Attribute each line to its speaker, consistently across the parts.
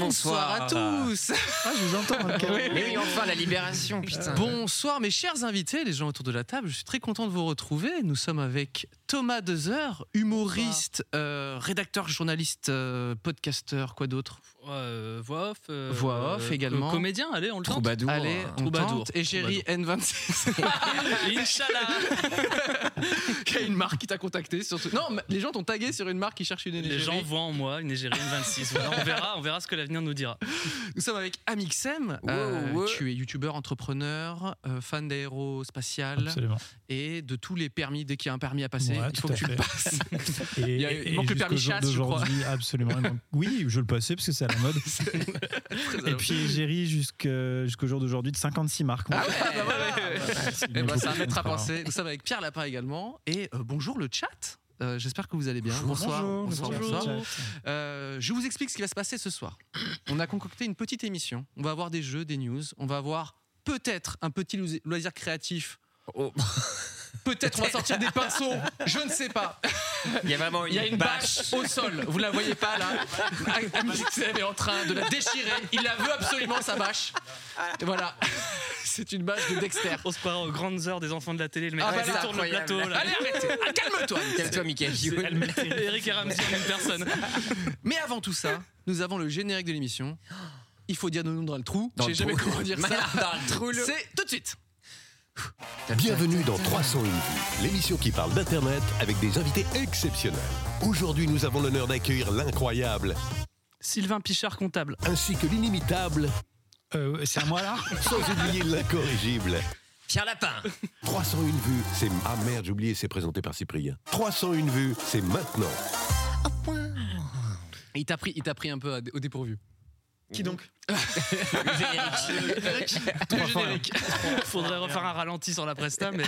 Speaker 1: Bonsoir à tous
Speaker 2: Ah, je vous entends. hein, Caro.
Speaker 1: Oui,
Speaker 3: Mais oui, enfin, la libération, putain.
Speaker 1: Bonsoir mes chers invités, les gens autour de la table, je suis très content de vous retrouver. Nous sommes avec Thomas Dezer, humoriste, euh, rédacteur, journaliste, euh, podcasteur, quoi d'autre
Speaker 4: Euh, voix off. euh,
Speaker 1: Voix off
Speaker 4: euh,
Speaker 1: également.
Speaker 4: Comédien, allez, on le tente.
Speaker 3: Troubadour.
Speaker 1: Allez,
Speaker 3: hein.
Speaker 1: on
Speaker 4: Troubadour.
Speaker 1: tente. Et Géry N26,
Speaker 4: Inch'Allah
Speaker 1: qui a une marque qui t'a contacté surtout. Non, mais les gens t'ont tagué sur une marque qui cherche une
Speaker 4: Les
Speaker 1: égérie.
Speaker 4: gens voient en moi une Égérine 26. Voilà, on, verra, on verra ce que l'avenir nous dira.
Speaker 1: Nous sommes avec Amixem. euh,
Speaker 3: Wow, ouais.
Speaker 1: Tu es youtubeur, entrepreneur, euh, fan d'aérospatial
Speaker 2: Absolument.
Speaker 1: et de tous les permis. Dès qu'il y a un permis à passer,
Speaker 2: Ouais,
Speaker 1: il
Speaker 2: tout
Speaker 1: faut que
Speaker 2: à
Speaker 1: tu le
Speaker 2: fait.
Speaker 1: passes.
Speaker 2: Et,
Speaker 1: y a- il
Speaker 2: et
Speaker 1: manque le
Speaker 2: jusqu'au
Speaker 1: permis
Speaker 2: jour
Speaker 1: chasse, je crois.
Speaker 2: d'aujourd'hui, Absolument. il manque- Oui, je le passais parce que c'est à la mode. Et puis j'ai ri jusque- jusqu'au jour d'aujourd'hui de 56 marques. Ah,
Speaker 1: Ah ouais, bah ouais, ouais.
Speaker 3: Ah, bah,
Speaker 2: c'est
Speaker 1: Eh
Speaker 2: bien
Speaker 1: ben,
Speaker 2: beaucoup
Speaker 1: ça va
Speaker 2: de
Speaker 1: mettre à
Speaker 2: gens,
Speaker 1: penser. Nous sommes avec Pierre Lapin également. Et euh, bonjour le chat. Euh, J'espère que vous allez bien. bonsoir.
Speaker 2: Bonjour,
Speaker 1: bonsoir,
Speaker 2: bonjour.
Speaker 1: bonsoir. Euh, je vous explique ce qui va se passer ce soir. On a concocté une petite émission. On va avoir des jeux, des news. On va avoir peut-être un petit lou- loisir créatif.
Speaker 3: Oh.
Speaker 1: Peut-être on va sortir des pinceaux. Je ne sais pas.
Speaker 3: Il y a vraiment
Speaker 1: Il y a une bâche au sol. Vous la voyez pas là. Amixem est en train de la déchirer. Il la veut absolument sa bâche. Et voilà. C'est une bâche de Dexter.
Speaker 4: On se croirait aux grandes heures des enfants de la télé. Le mec
Speaker 1: Ah,
Speaker 4: qui
Speaker 1: bah, c'est
Speaker 4: détourne le
Speaker 3: incroyable.
Speaker 4: plateau. Là.
Speaker 1: Allez, arrêtez. Ah, Calme-toi.
Speaker 3: Calme-toi, Michael.
Speaker 4: Eric et Ramsey en une personne.
Speaker 1: Mais avant tout ça, nous avons le générique de l'émission. Il faut dire nos noms dans le trou.
Speaker 3: Dans
Speaker 1: J'ai
Speaker 3: le
Speaker 1: jamais
Speaker 3: trou.
Speaker 1: comment dire ça.
Speaker 3: Dans le trou, là.
Speaker 1: C'est tout de suite.
Speaker 5: Bienvenue dans 301 vues, l'émission qui parle d'Internet avec des invités exceptionnels. Aujourd'hui, nous avons l'honneur d'accueillir l'incroyable
Speaker 4: Sylvain Pichard, comptable.
Speaker 5: ainsi que l'inimitable,
Speaker 2: Euh, c'est à moi là
Speaker 5: sans oublier l'incorrigible.
Speaker 3: Pierre Lapin.
Speaker 5: 301 vues, c'est... Ah merde, j'ai oublié, c'est présenté par Cyprien. 301 vues, c'est maintenant.
Speaker 1: Il t'a pris, il t'a pris un peu à- au dépourvu.
Speaker 3: Qui donc
Speaker 1: Ah, Le générique.
Speaker 4: Faudrait refaire un ralenti sur la presta, mais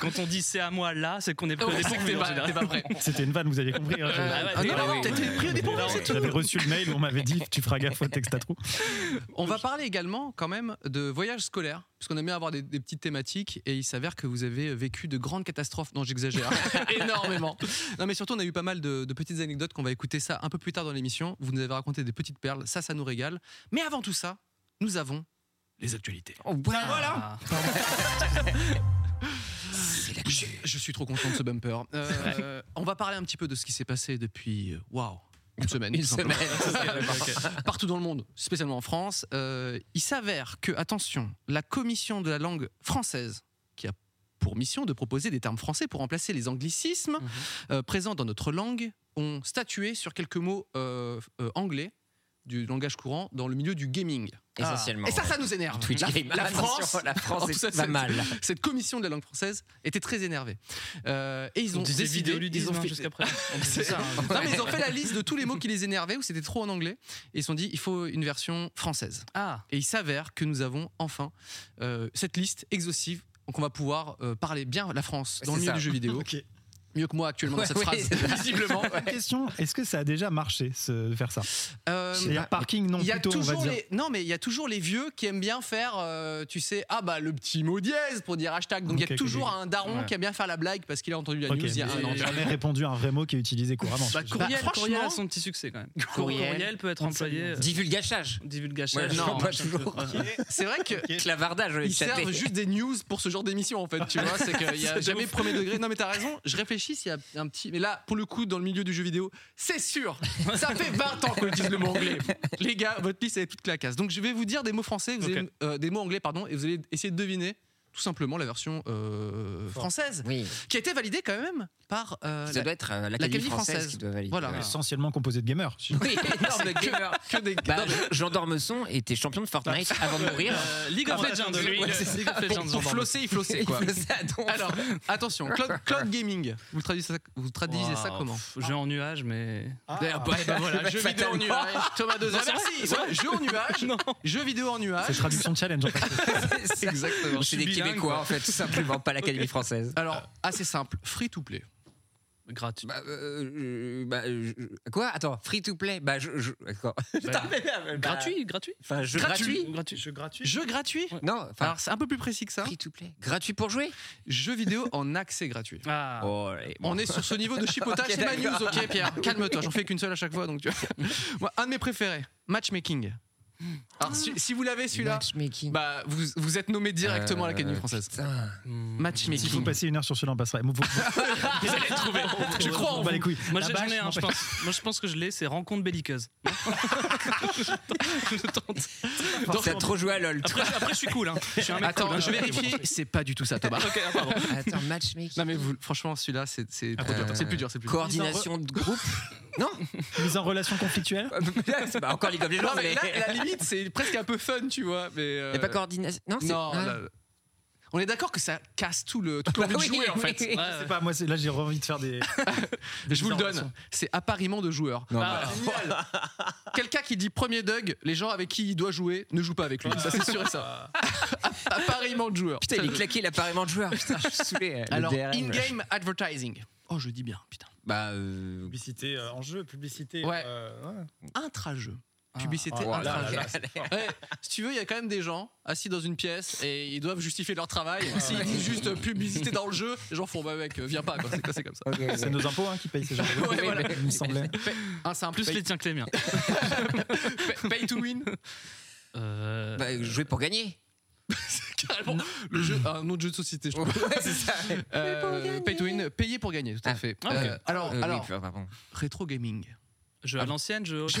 Speaker 4: quand on dit c'est à moi là, c'est qu'on est
Speaker 1: On
Speaker 4: prêt
Speaker 1: sait que t'es pas, t'es pas prêt.
Speaker 2: C'était une vanne, vous aviez compris. hein,
Speaker 4: Ah ouais,
Speaker 1: Ah non,
Speaker 4: mais
Speaker 1: non,
Speaker 4: oui.
Speaker 1: t'as été pris au dépourvu, c'est tout.
Speaker 2: J'avais reçu le mail où on m'avait dit tu feras gaffe au texte à trous.
Speaker 1: On va parler également quand même de voyage scolaire, puisqu'on aime bien avoir des, des petites thématiques, et il s'avère que vous avez vécu de grandes catastrophes. Non, j'exagère énormément. Non, mais surtout, on a eu pas mal de, de petites anecdotes qu'on va écouter ça un peu plus tard dans l'émission. Vous nous avez raconté des petites perles, ça, ça nous régale. Mais avant tout ça, nous avons les actualités.
Speaker 4: Ah.
Speaker 1: Je, je suis trop content de ce bumper. Euh, on va parler un petit peu de ce qui s'est passé depuis, euh, waouh, une semaine.
Speaker 3: Une
Speaker 1: tout simplement.
Speaker 3: semaine.
Speaker 1: Partout dans le monde, spécialement en France. Euh, il s'avère que, attention, la commission de la langue française, qui a pour mission de proposer des termes français pour remplacer les anglicismes
Speaker 4: Mhm.
Speaker 1: euh, présents dans notre langue, ont statué sur quelques mots euh, euh, anglais du langage courant dans le milieu du gaming. Ah.
Speaker 3: Essentiellement.
Speaker 1: Et ça, ça nous énerve.
Speaker 3: Twitch
Speaker 1: La-
Speaker 3: Game.
Speaker 1: la
Speaker 3: Attention,
Speaker 1: France,
Speaker 3: la
Speaker 1: Oh,
Speaker 3: France
Speaker 1: ça,
Speaker 3: est
Speaker 1: c'est-
Speaker 3: pas mal.
Speaker 1: cette commission de la langue française était très énervée. Euh, et ils ont
Speaker 4: On disait
Speaker 1: décidé, ils
Speaker 4: vidéoludisme
Speaker 1: ont
Speaker 4: hein,
Speaker 1: fait-
Speaker 4: jusqu'à présent. On disait ça, hein.
Speaker 1: Non, mais ils ont fait la liste de tous les mots qui les énervaient ou c'était trop en anglais. Et ils se sont dit, il faut une version française.
Speaker 4: Ah,
Speaker 1: Et il s'avère que nous avons enfin euh, cette liste exhaustive. Donc on va pouvoir euh, parler bien la France dans le
Speaker 3: C'est
Speaker 1: milieu
Speaker 3: ça.
Speaker 1: du jeu vidéo.
Speaker 2: Ok.
Speaker 1: Mieux que moi actuellement dans
Speaker 3: Ouais,
Speaker 1: cette
Speaker 3: oui, c'est
Speaker 1: phrase, visiblement.
Speaker 2: Question est-ce que ça a déjà marché ce, faire ça
Speaker 1: Euh,
Speaker 2: C'est-à-dire parking, non,
Speaker 1: il y a
Speaker 2: plutôt, on va
Speaker 1: toujours
Speaker 2: dire.
Speaker 1: les... Non, mais il y a toujours les vieux qui aiment bien faire, euh, tu sais, ah bah le petit mot dièse pour dire hashtag. Donc il
Speaker 2: Ok,
Speaker 1: y a
Speaker 2: ok,
Speaker 1: toujours
Speaker 2: ok.
Speaker 1: un daron
Speaker 4: Ouais.
Speaker 1: qui aime bien faire la blague parce qu'il a entendu la
Speaker 2: Ok,
Speaker 1: news il y a
Speaker 2: mais
Speaker 1: un an.
Speaker 2: j'ai jamais répondu à un vrai mot qui est utilisé couramment.
Speaker 1: Bah,
Speaker 2: Je-
Speaker 1: courriel,
Speaker 4: courriel,
Speaker 1: courriel a
Speaker 4: a son petit succès quand même.
Speaker 3: Courriel.
Speaker 4: peut être
Speaker 2: On le salue.
Speaker 4: employé. euh,
Speaker 3: Divulgachage.
Speaker 4: Divulgation.
Speaker 3: Ouais, non, pas toujours.
Speaker 1: C'est vrai que
Speaker 3: Clavardage, on est
Speaker 1: Ils servent
Speaker 3: tapé.
Speaker 1: juste des news pour ce genre d'émission en fait, tu vois, c'est qu'il n'y a
Speaker 4: C'est
Speaker 1: jamais
Speaker 4: ouf.
Speaker 1: premier degré. Non mais t'as raison, je réfléchis s'il y a un petit... Mais là, pour le coup, dans le milieu du jeu vidéo, c'est sûr, ça fait 20 ans qu'on utilise le mot anglais. Les gars, votre liste elle est toute claquasse. Donc je vais vous dire des mots français, vous
Speaker 4: Ok.
Speaker 1: allez- euh, des mots anglais, pardon, et vous allez essayer de deviner tout simplement la version euh, française,
Speaker 3: Oui,
Speaker 1: qui a été validée quand même par euh,
Speaker 3: ça
Speaker 1: la-
Speaker 3: doit être euh, l'Académie
Speaker 1: l'Académie
Speaker 3: française,
Speaker 1: française.
Speaker 3: qui doit valider.
Speaker 1: Voilà.
Speaker 3: Ouais.
Speaker 2: Essentiellement composé de gamers. si je-
Speaker 3: Oui, énorme gamer.
Speaker 1: que des Bah,
Speaker 3: Bah, Jean Dormesson était champion de Fortnite avant de mourir.
Speaker 1: Euh, League of
Speaker 4: Ah,
Speaker 1: Legends.
Speaker 4: de lui,
Speaker 1: Ouais,
Speaker 4: le-
Speaker 1: c'est-
Speaker 4: League of Legends,
Speaker 1: Pour, pour
Speaker 4: Jean
Speaker 1: flosser, il flossait quoi.
Speaker 3: Il faisait à donf.
Speaker 1: Alors, attention, cloud, cloud gaming. Vous traduisez ça, vous traduisez ça
Speaker 4: Waouh,
Speaker 1: comment
Speaker 4: pff, Jeu en nuage, mais.
Speaker 3: Ah, bah,
Speaker 1: Eh ben voilà,
Speaker 3: bah,
Speaker 1: jeux vidéo en
Speaker 3: fatalement.
Speaker 1: nuage. Thomas Deza,
Speaker 4: Non, c'est vrai,
Speaker 1: merci.
Speaker 4: c'est vrai.
Speaker 1: Ouais, Jeux en nuage.
Speaker 4: Non.
Speaker 1: Jeux vidéo en nuage.
Speaker 2: C'est traduction de challenge. en fait.
Speaker 3: Exactement.
Speaker 4: Je suis
Speaker 3: C'est des
Speaker 4: bilingue,
Speaker 3: Québécois,
Speaker 4: quoi.
Speaker 3: en fait, tout simplement, pas l'Académie française.
Speaker 1: Alors, assez simple, free to play.
Speaker 4: Gratuit.
Speaker 3: Bah, euh, euh, bah, euh, je- quoi Attends, free to play Bah, je. je- d'accord.
Speaker 4: Bah,
Speaker 3: Bah,
Speaker 4: gratuit, gratuit.
Speaker 3: Enfin, jeu gratuit.
Speaker 4: Gratuit.
Speaker 1: Jeu gratuit
Speaker 3: Non, enfin,
Speaker 1: Alors, c'est un peu plus précis que ça.
Speaker 3: free to play. Gratuit pour jouer
Speaker 1: Jeu vidéo en accès gratuit.
Speaker 4: Ah,
Speaker 3: Oh, allez, bon.
Speaker 1: On est sur ce niveau de chipotage,
Speaker 3: Ok,
Speaker 1: c'est ma news,
Speaker 3: d'accord.
Speaker 1: ok Pierre Calme-toi, j'en fais qu'une seule à chaque fois, donc tu vois. Moi, un de mes préférés, matchmaking. Alors, si, si vous l'avez celui-là,
Speaker 3: Matchmaking.
Speaker 1: bah, vous, vous êtes nommé directement à l'Académie
Speaker 3: Euh,
Speaker 1: française.
Speaker 3: putain. Hmm.
Speaker 2: Si vous
Speaker 1: Matchmaking.
Speaker 2: passez une heure sur celui-là, on passerait. Vous, vous-
Speaker 4: vous allez le trouver.
Speaker 1: Je crois en
Speaker 2: on bat les
Speaker 1: vous.
Speaker 2: couilles.
Speaker 4: Moi
Speaker 2: La
Speaker 4: j'ai- j'en
Speaker 2: bâche,
Speaker 4: ai un,
Speaker 2: non,
Speaker 4: je
Speaker 2: pas-
Speaker 4: pense. Moi je pense que je l'ai, c'est rencontre belliqueuse. je tente.
Speaker 3: T'as trop joué à LoL.
Speaker 4: Après, après, je suis cool. Hein. Je suis un mec cool,
Speaker 1: Attends,
Speaker 4: hein.
Speaker 1: je vérifie, c'est pas du tout ça, Thomas.
Speaker 4: Ok, ah, pardon.
Speaker 3: Attends, matchmaking.
Speaker 1: Non, mais vous- franchement, celui-là, c'est c'est
Speaker 2: Ah,
Speaker 1: plus dur.
Speaker 3: euh,
Speaker 1: C'est plus dur. C'est plus dur.
Speaker 3: Coordination de groupe Ah,
Speaker 2: Mise en relation conflictuelle.
Speaker 3: C'est pas Bah, encore League of Legends,
Speaker 1: Non, mais
Speaker 3: mais.
Speaker 1: là, la limite, c'est presque un peu fun, tu vois. Mais euh,
Speaker 3: Y a pas coordination. Non, c'est.
Speaker 1: Non,
Speaker 3: ah.
Speaker 1: là- on est d'accord que ça casse tout le toute l'envie
Speaker 3: Bah
Speaker 1: de
Speaker 3: oui,
Speaker 1: jouer en
Speaker 3: oui.
Speaker 1: fait.
Speaker 4: Ouais,
Speaker 2: Je sais
Speaker 4: ouais.
Speaker 2: pas, moi, c'est- là, j'ai envie de faire des.
Speaker 1: Je vous le
Speaker 2: Des
Speaker 1: donne.
Speaker 2: informations.
Speaker 1: C'est appariement de joueurs.
Speaker 3: Non,
Speaker 4: Ah,
Speaker 1: bah. Quelqu'un qui dit premier Doug, les gens avec qui il doit jouer ne jouent pas avec lui. Ça c'est sûr et ça. appariement de joueurs.
Speaker 3: Putain, il est claqué l'appareillement de joueur. Putain, je suis saoulé. le
Speaker 1: Alors
Speaker 3: DRM.
Speaker 1: in-game advertising. Oh, je dis bien, putain.
Speaker 3: Bah, euh,
Speaker 2: Publicité en jeu, publicité.
Speaker 1: Ouais. Intra-jeu. Publicité
Speaker 3: oh là
Speaker 1: intra-jeu.
Speaker 3: là là,
Speaker 1: Ouais, si tu veux, il y a quand même des gens assis dans une pièce et ils doivent justifier leur travail.
Speaker 3: Ah,
Speaker 1: S'ils disent juste euh, publicité dans le jeu, les gens font bah mec, euh, viens pas, quoi. C'est classé comme ça.
Speaker 2: C'est nos impôts hein, qui payent ces gens.
Speaker 1: Ouais, voilà.
Speaker 2: Il me semblait.
Speaker 1: Ah, Un simple
Speaker 4: Plus
Speaker 1: pay,
Speaker 4: les tiens que les miens.
Speaker 1: pay- pay to win.
Speaker 4: Euh,
Speaker 3: bah, jouer pour gagner.
Speaker 1: Carrément, le jeu, un autre jeu de société, je trouve.
Speaker 3: c'est ça.
Speaker 1: Euh, pay to win, payer pour gagner, tout à
Speaker 3: Ah.
Speaker 1: fait.
Speaker 4: Ah, ok.
Speaker 1: Euh, alors,
Speaker 3: Euh, oui,
Speaker 1: alors
Speaker 3: pardon.
Speaker 1: rétro gaming.
Speaker 4: jeu à l'ancienne, jeu.
Speaker 1: Jeu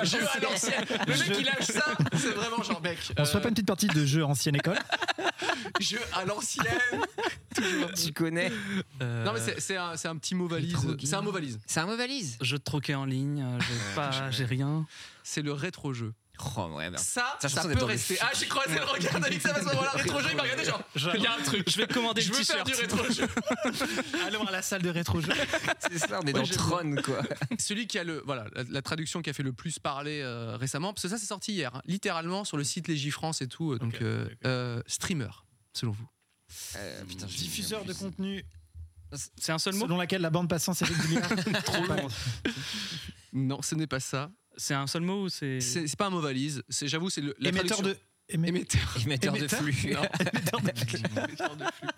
Speaker 1: à l'ancienne. Le mec, il lâche ça, c'est vraiment genre mec.
Speaker 2: On se fait
Speaker 1: euh,
Speaker 2: pas une petite partie de jeu ancienne école
Speaker 1: Jeu à l'ancienne.
Speaker 3: Tu connais.
Speaker 4: Euh,
Speaker 1: Non, mais c'est- c'est un, c'est un petit mot valise.
Speaker 3: Rétro gaming.
Speaker 1: C'est un mot valise.
Speaker 3: C'est un mot valise.
Speaker 4: Jeu de troquet en ligne, euh, j'ai pas, j'ai rien.
Speaker 1: C'est le rétro jeu.
Speaker 3: Oh, ouais, merde.
Speaker 1: Ça,
Speaker 3: Sa
Speaker 1: ça,
Speaker 3: chanson est
Speaker 1: peut
Speaker 3: dans le
Speaker 1: rester.
Speaker 3: film.
Speaker 1: Ah, j'ai croisé le regard d'Alexis à ce moment-là. Rétro-jeu, il m'a regardé genre. Il y a un truc.
Speaker 4: Je vais commander
Speaker 1: Je
Speaker 4: le
Speaker 1: veux faire
Speaker 4: t-shirt.
Speaker 1: du rétro-jeu.
Speaker 2: Allez voir la salle de rétro-jeu.
Speaker 3: C'est ça, on est
Speaker 1: Ouais,
Speaker 3: dans
Speaker 1: j'ai-
Speaker 3: Tron, quoi.
Speaker 1: Celui qui a le. Voilà, la, la traduction qui a fait le plus parler euh, récemment, parce que ça, c'est sorti hier, hein, littéralement sur le site Légifrance et tout. euh, donc, euh, euh, streamer, selon vous.
Speaker 3: Euh, putain, j'ai-
Speaker 2: Diffuseur de contenu
Speaker 4: C'est un seul mot
Speaker 2: selon laquelle la bande passante s'est régulière. Trop long.
Speaker 1: Non, ce n'est pas ça.
Speaker 4: C'est un seul mot ou c'est.
Speaker 1: C'est c'est pas un mot valise. C'est- J'avoue, c'est le. La
Speaker 2: Émetteur
Speaker 1: traduction-
Speaker 2: de. émet-
Speaker 1: Émetteur.
Speaker 3: Émetteur de
Speaker 2: Émetteur
Speaker 3: flux.
Speaker 1: Non. Émetteur de flux.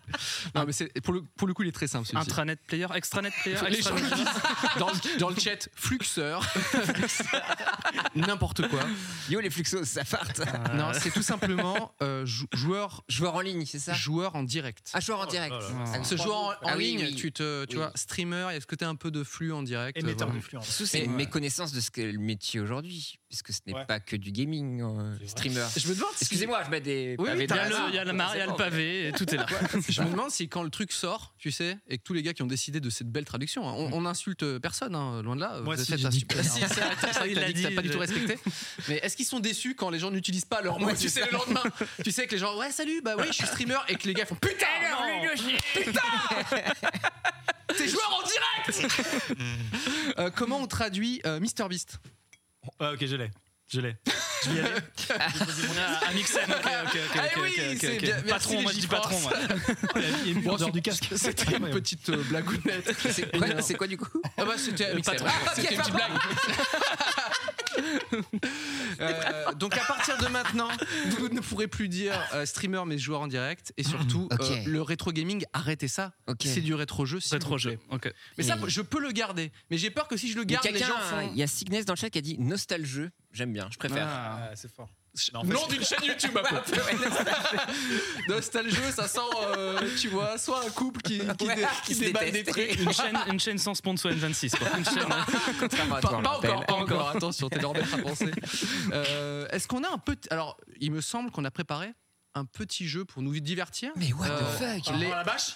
Speaker 1: Non, mais c'est- pour le, pour le coup, il est très simple. celui-ci.
Speaker 4: Intranet player, extranet player,
Speaker 1: Les gens
Speaker 4: extranet.
Speaker 1: le disent dans, le, dans le chat, fluxeur, n'importe quoi.
Speaker 3: Yo, les fluxos, ça parte.
Speaker 4: Euh,
Speaker 1: Non, c'est tout simplement euh, jou- joueur,
Speaker 3: Joueur en ligne, c'est ça
Speaker 1: joueur en direct.
Speaker 3: Un joueur en direct.
Speaker 4: là.
Speaker 3: Ah,
Speaker 1: Ce joueur en, en
Speaker 3: Ah oui,
Speaker 1: ligne,
Speaker 3: oui.
Speaker 1: tu te, tu
Speaker 3: Oui.
Speaker 1: vois, streamer, il y a ce côté un peu de flux en direct. euh,
Speaker 2: Émetteur
Speaker 1: voilà.
Speaker 2: de flux. en vrai.
Speaker 3: Surtout, c'est
Speaker 1: Mais-
Speaker 3: une méconnaissance de ce qu'est le métier aujourd'hui, puisque ce n'est
Speaker 2: Ouais.
Speaker 3: pas que du gaming, euh, streamer.
Speaker 1: Je me demande. si-
Speaker 3: Excusez-moi, je mets des.
Speaker 1: Oui, oui,
Speaker 4: Il y
Speaker 3: pavés
Speaker 4: a
Speaker 3: dans
Speaker 4: le- il y a la mare, il y a le pavé, et tout est là. Bah.
Speaker 1: Je me demande si quand le truc sort, tu sais, et que tous les gars qui ont décidé de cette belle traduction, hein,
Speaker 4: Mm.
Speaker 1: on, on insulte personne, hein, loin de là.
Speaker 2: Moi,
Speaker 1: vous
Speaker 2: si,
Speaker 1: êtes
Speaker 2: j'ai
Speaker 1: un
Speaker 2: dit
Speaker 1: super-
Speaker 2: connard.
Speaker 1: Si, c'est vrai, c'est vrai que
Speaker 4: Il
Speaker 1: t'as
Speaker 4: l'a
Speaker 1: dit que t'as
Speaker 4: dit,
Speaker 1: pas du tout
Speaker 4: j'ai-
Speaker 1: respecté. Mais est-ce qu'ils sont déçus quand les gens n'utilisent pas leur mot, tu sais, le lendemain Tu sais que les gens, ouais, salut, bah oui, je suis streamer, et que les gars font putain,
Speaker 3: Alors,
Speaker 1: non,
Speaker 3: lui, le-
Speaker 1: t'es joueur en direct Euh, Comment on traduit euh, MrBeast
Speaker 2: Ouais, ok, je l'ai. Je l'ai. Je vais y aller.
Speaker 4: Ah, à Mixen, ok, ok, ok.
Speaker 1: Ah
Speaker 4: ok,
Speaker 1: oui,
Speaker 4: ok, ok,
Speaker 1: c'est
Speaker 4: ok.
Speaker 1: bien, merci
Speaker 4: Patron,
Speaker 1: les
Speaker 4: moi je dis
Speaker 1: Gifrance.
Speaker 4: patron. moi.
Speaker 2: Et puis,
Speaker 1: Bon,
Speaker 2: en dehors
Speaker 1: c'est-
Speaker 2: du casque.
Speaker 1: C'était une
Speaker 2: Ouais,
Speaker 1: petite euh, blagounette.
Speaker 3: C'est quoi, c'est quoi, du coup
Speaker 1: Ah bah c'était mixé,
Speaker 3: patron. Ah,
Speaker 1: ouais. C'était une petite blague. Euh, donc à partir de maintenant, vous ne pourrez plus dire euh, streamer mais joueur en direct et surtout
Speaker 3: Mm. Ok.
Speaker 1: euh, le rétro gaming, arrêtez ça.
Speaker 3: Ok.
Speaker 1: C'est du rétro jeu.
Speaker 4: C'est trop jeu. Ok.
Speaker 1: Mais ça,
Speaker 3: Mais-
Speaker 1: je peux le garder. Mais j'ai peur que si je le
Speaker 3: Mais
Speaker 1: garde, les
Speaker 3: quelqu'un
Speaker 1: gens
Speaker 3: a-
Speaker 1: font.
Speaker 3: Il y a Cygnès dans le chat qui a dit nostalgeux. J'aime bien, je préfère.
Speaker 4: Ah.
Speaker 2: c'est fort.
Speaker 1: Nom d'une chaîne YouTube, à peu. Nostalgieux, ça sent, euh, tu vois, soit un couple qui, qui,
Speaker 3: Ouais,
Speaker 1: dé- qui
Speaker 3: qui se
Speaker 1: déballe des
Speaker 3: déteste.
Speaker 1: trucs.
Speaker 4: Une chaîne, une chaîne sans sponsor N26. Quoi. Une chaîne, euh,
Speaker 3: Contrairement à
Speaker 1: Pas,
Speaker 3: toi, on
Speaker 1: pas
Speaker 3: l'appelle.
Speaker 1: encore, pas encore. Attention, t'es leur bête à penser. Euh, Est-ce qu'on a un peu. Alors, il me semble qu'on a préparé un petit jeu pour nous divertir.
Speaker 3: Mais what
Speaker 1: Euh,
Speaker 3: the fuck
Speaker 1: les-
Speaker 4: la bâche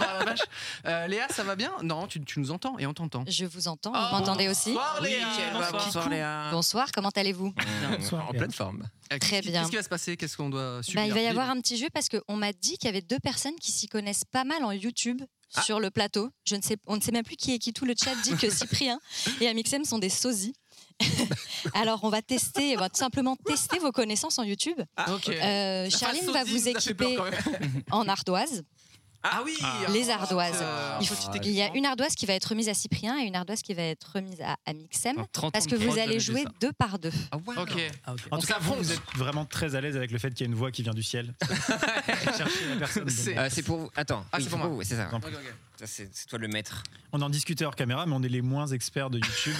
Speaker 1: Ah, la vache. Euh, Léa, ça va bien Non, tu, tu nous entends et on t'entend.
Speaker 6: Je vous entends,
Speaker 1: Ah,
Speaker 6: vous m'entendez aussi
Speaker 1: Bonsoir
Speaker 4: Oui,
Speaker 1: Léa
Speaker 4: quel-
Speaker 1: Bah,
Speaker 4: bonsoir.
Speaker 1: bonsoir, Léa.
Speaker 6: Bonsoir, comment allez-vous
Speaker 2: Bonsoir.
Speaker 3: En pleine forme.
Speaker 1: Euh,
Speaker 6: Très
Speaker 1: qu'est-ce qui-
Speaker 6: bien.
Speaker 1: Qu'est-ce qui va se passer Qu'est-ce qu'on doit subir
Speaker 6: Bah, Il va y avoir un petit jeu parce qu'on m'a dit qu'il y avait deux personnes qui s'y connaissent pas mal en YouTube
Speaker 1: Ah.
Speaker 6: sur le plateau. Je ne sais, on ne sait même plus qui est qui tout. Le chat dit que Cyprien et Amixem sont des sosies. Alors on va tester, on va tout simplement tester vos connaissances en YouTube.
Speaker 1: Ah, ok.
Speaker 6: Euh, Charline va vous équiper en ardoise.
Speaker 1: Ah oui
Speaker 6: Les ardoises.
Speaker 1: Euh,
Speaker 6: Il faut-
Speaker 1: petite
Speaker 6: Il y a une ardoise qui va être remise à Cyprien et une ardoise qui va être remise à Amixem parce que vous allez jouer deux par deux.
Speaker 3: Ah ouais.
Speaker 1: Ok.
Speaker 2: En tout cas, vous,
Speaker 1: s'affronte.
Speaker 2: vous êtes vraiment très à l'aise avec le fait qu'il y a une voix qui vient du ciel. Cherchez la personne.
Speaker 1: C'est-
Speaker 3: Euh, c'est pour vous. Attends.
Speaker 1: Ah, c'est
Speaker 3: oui, c'est
Speaker 1: pour moi.
Speaker 3: vous, C'est ça.
Speaker 2: Non.
Speaker 1: Ok, ok.
Speaker 3: Ça, C'est c'est toi le maître.
Speaker 2: On en discutait hors caméra, mais on est les moins experts de YouTube.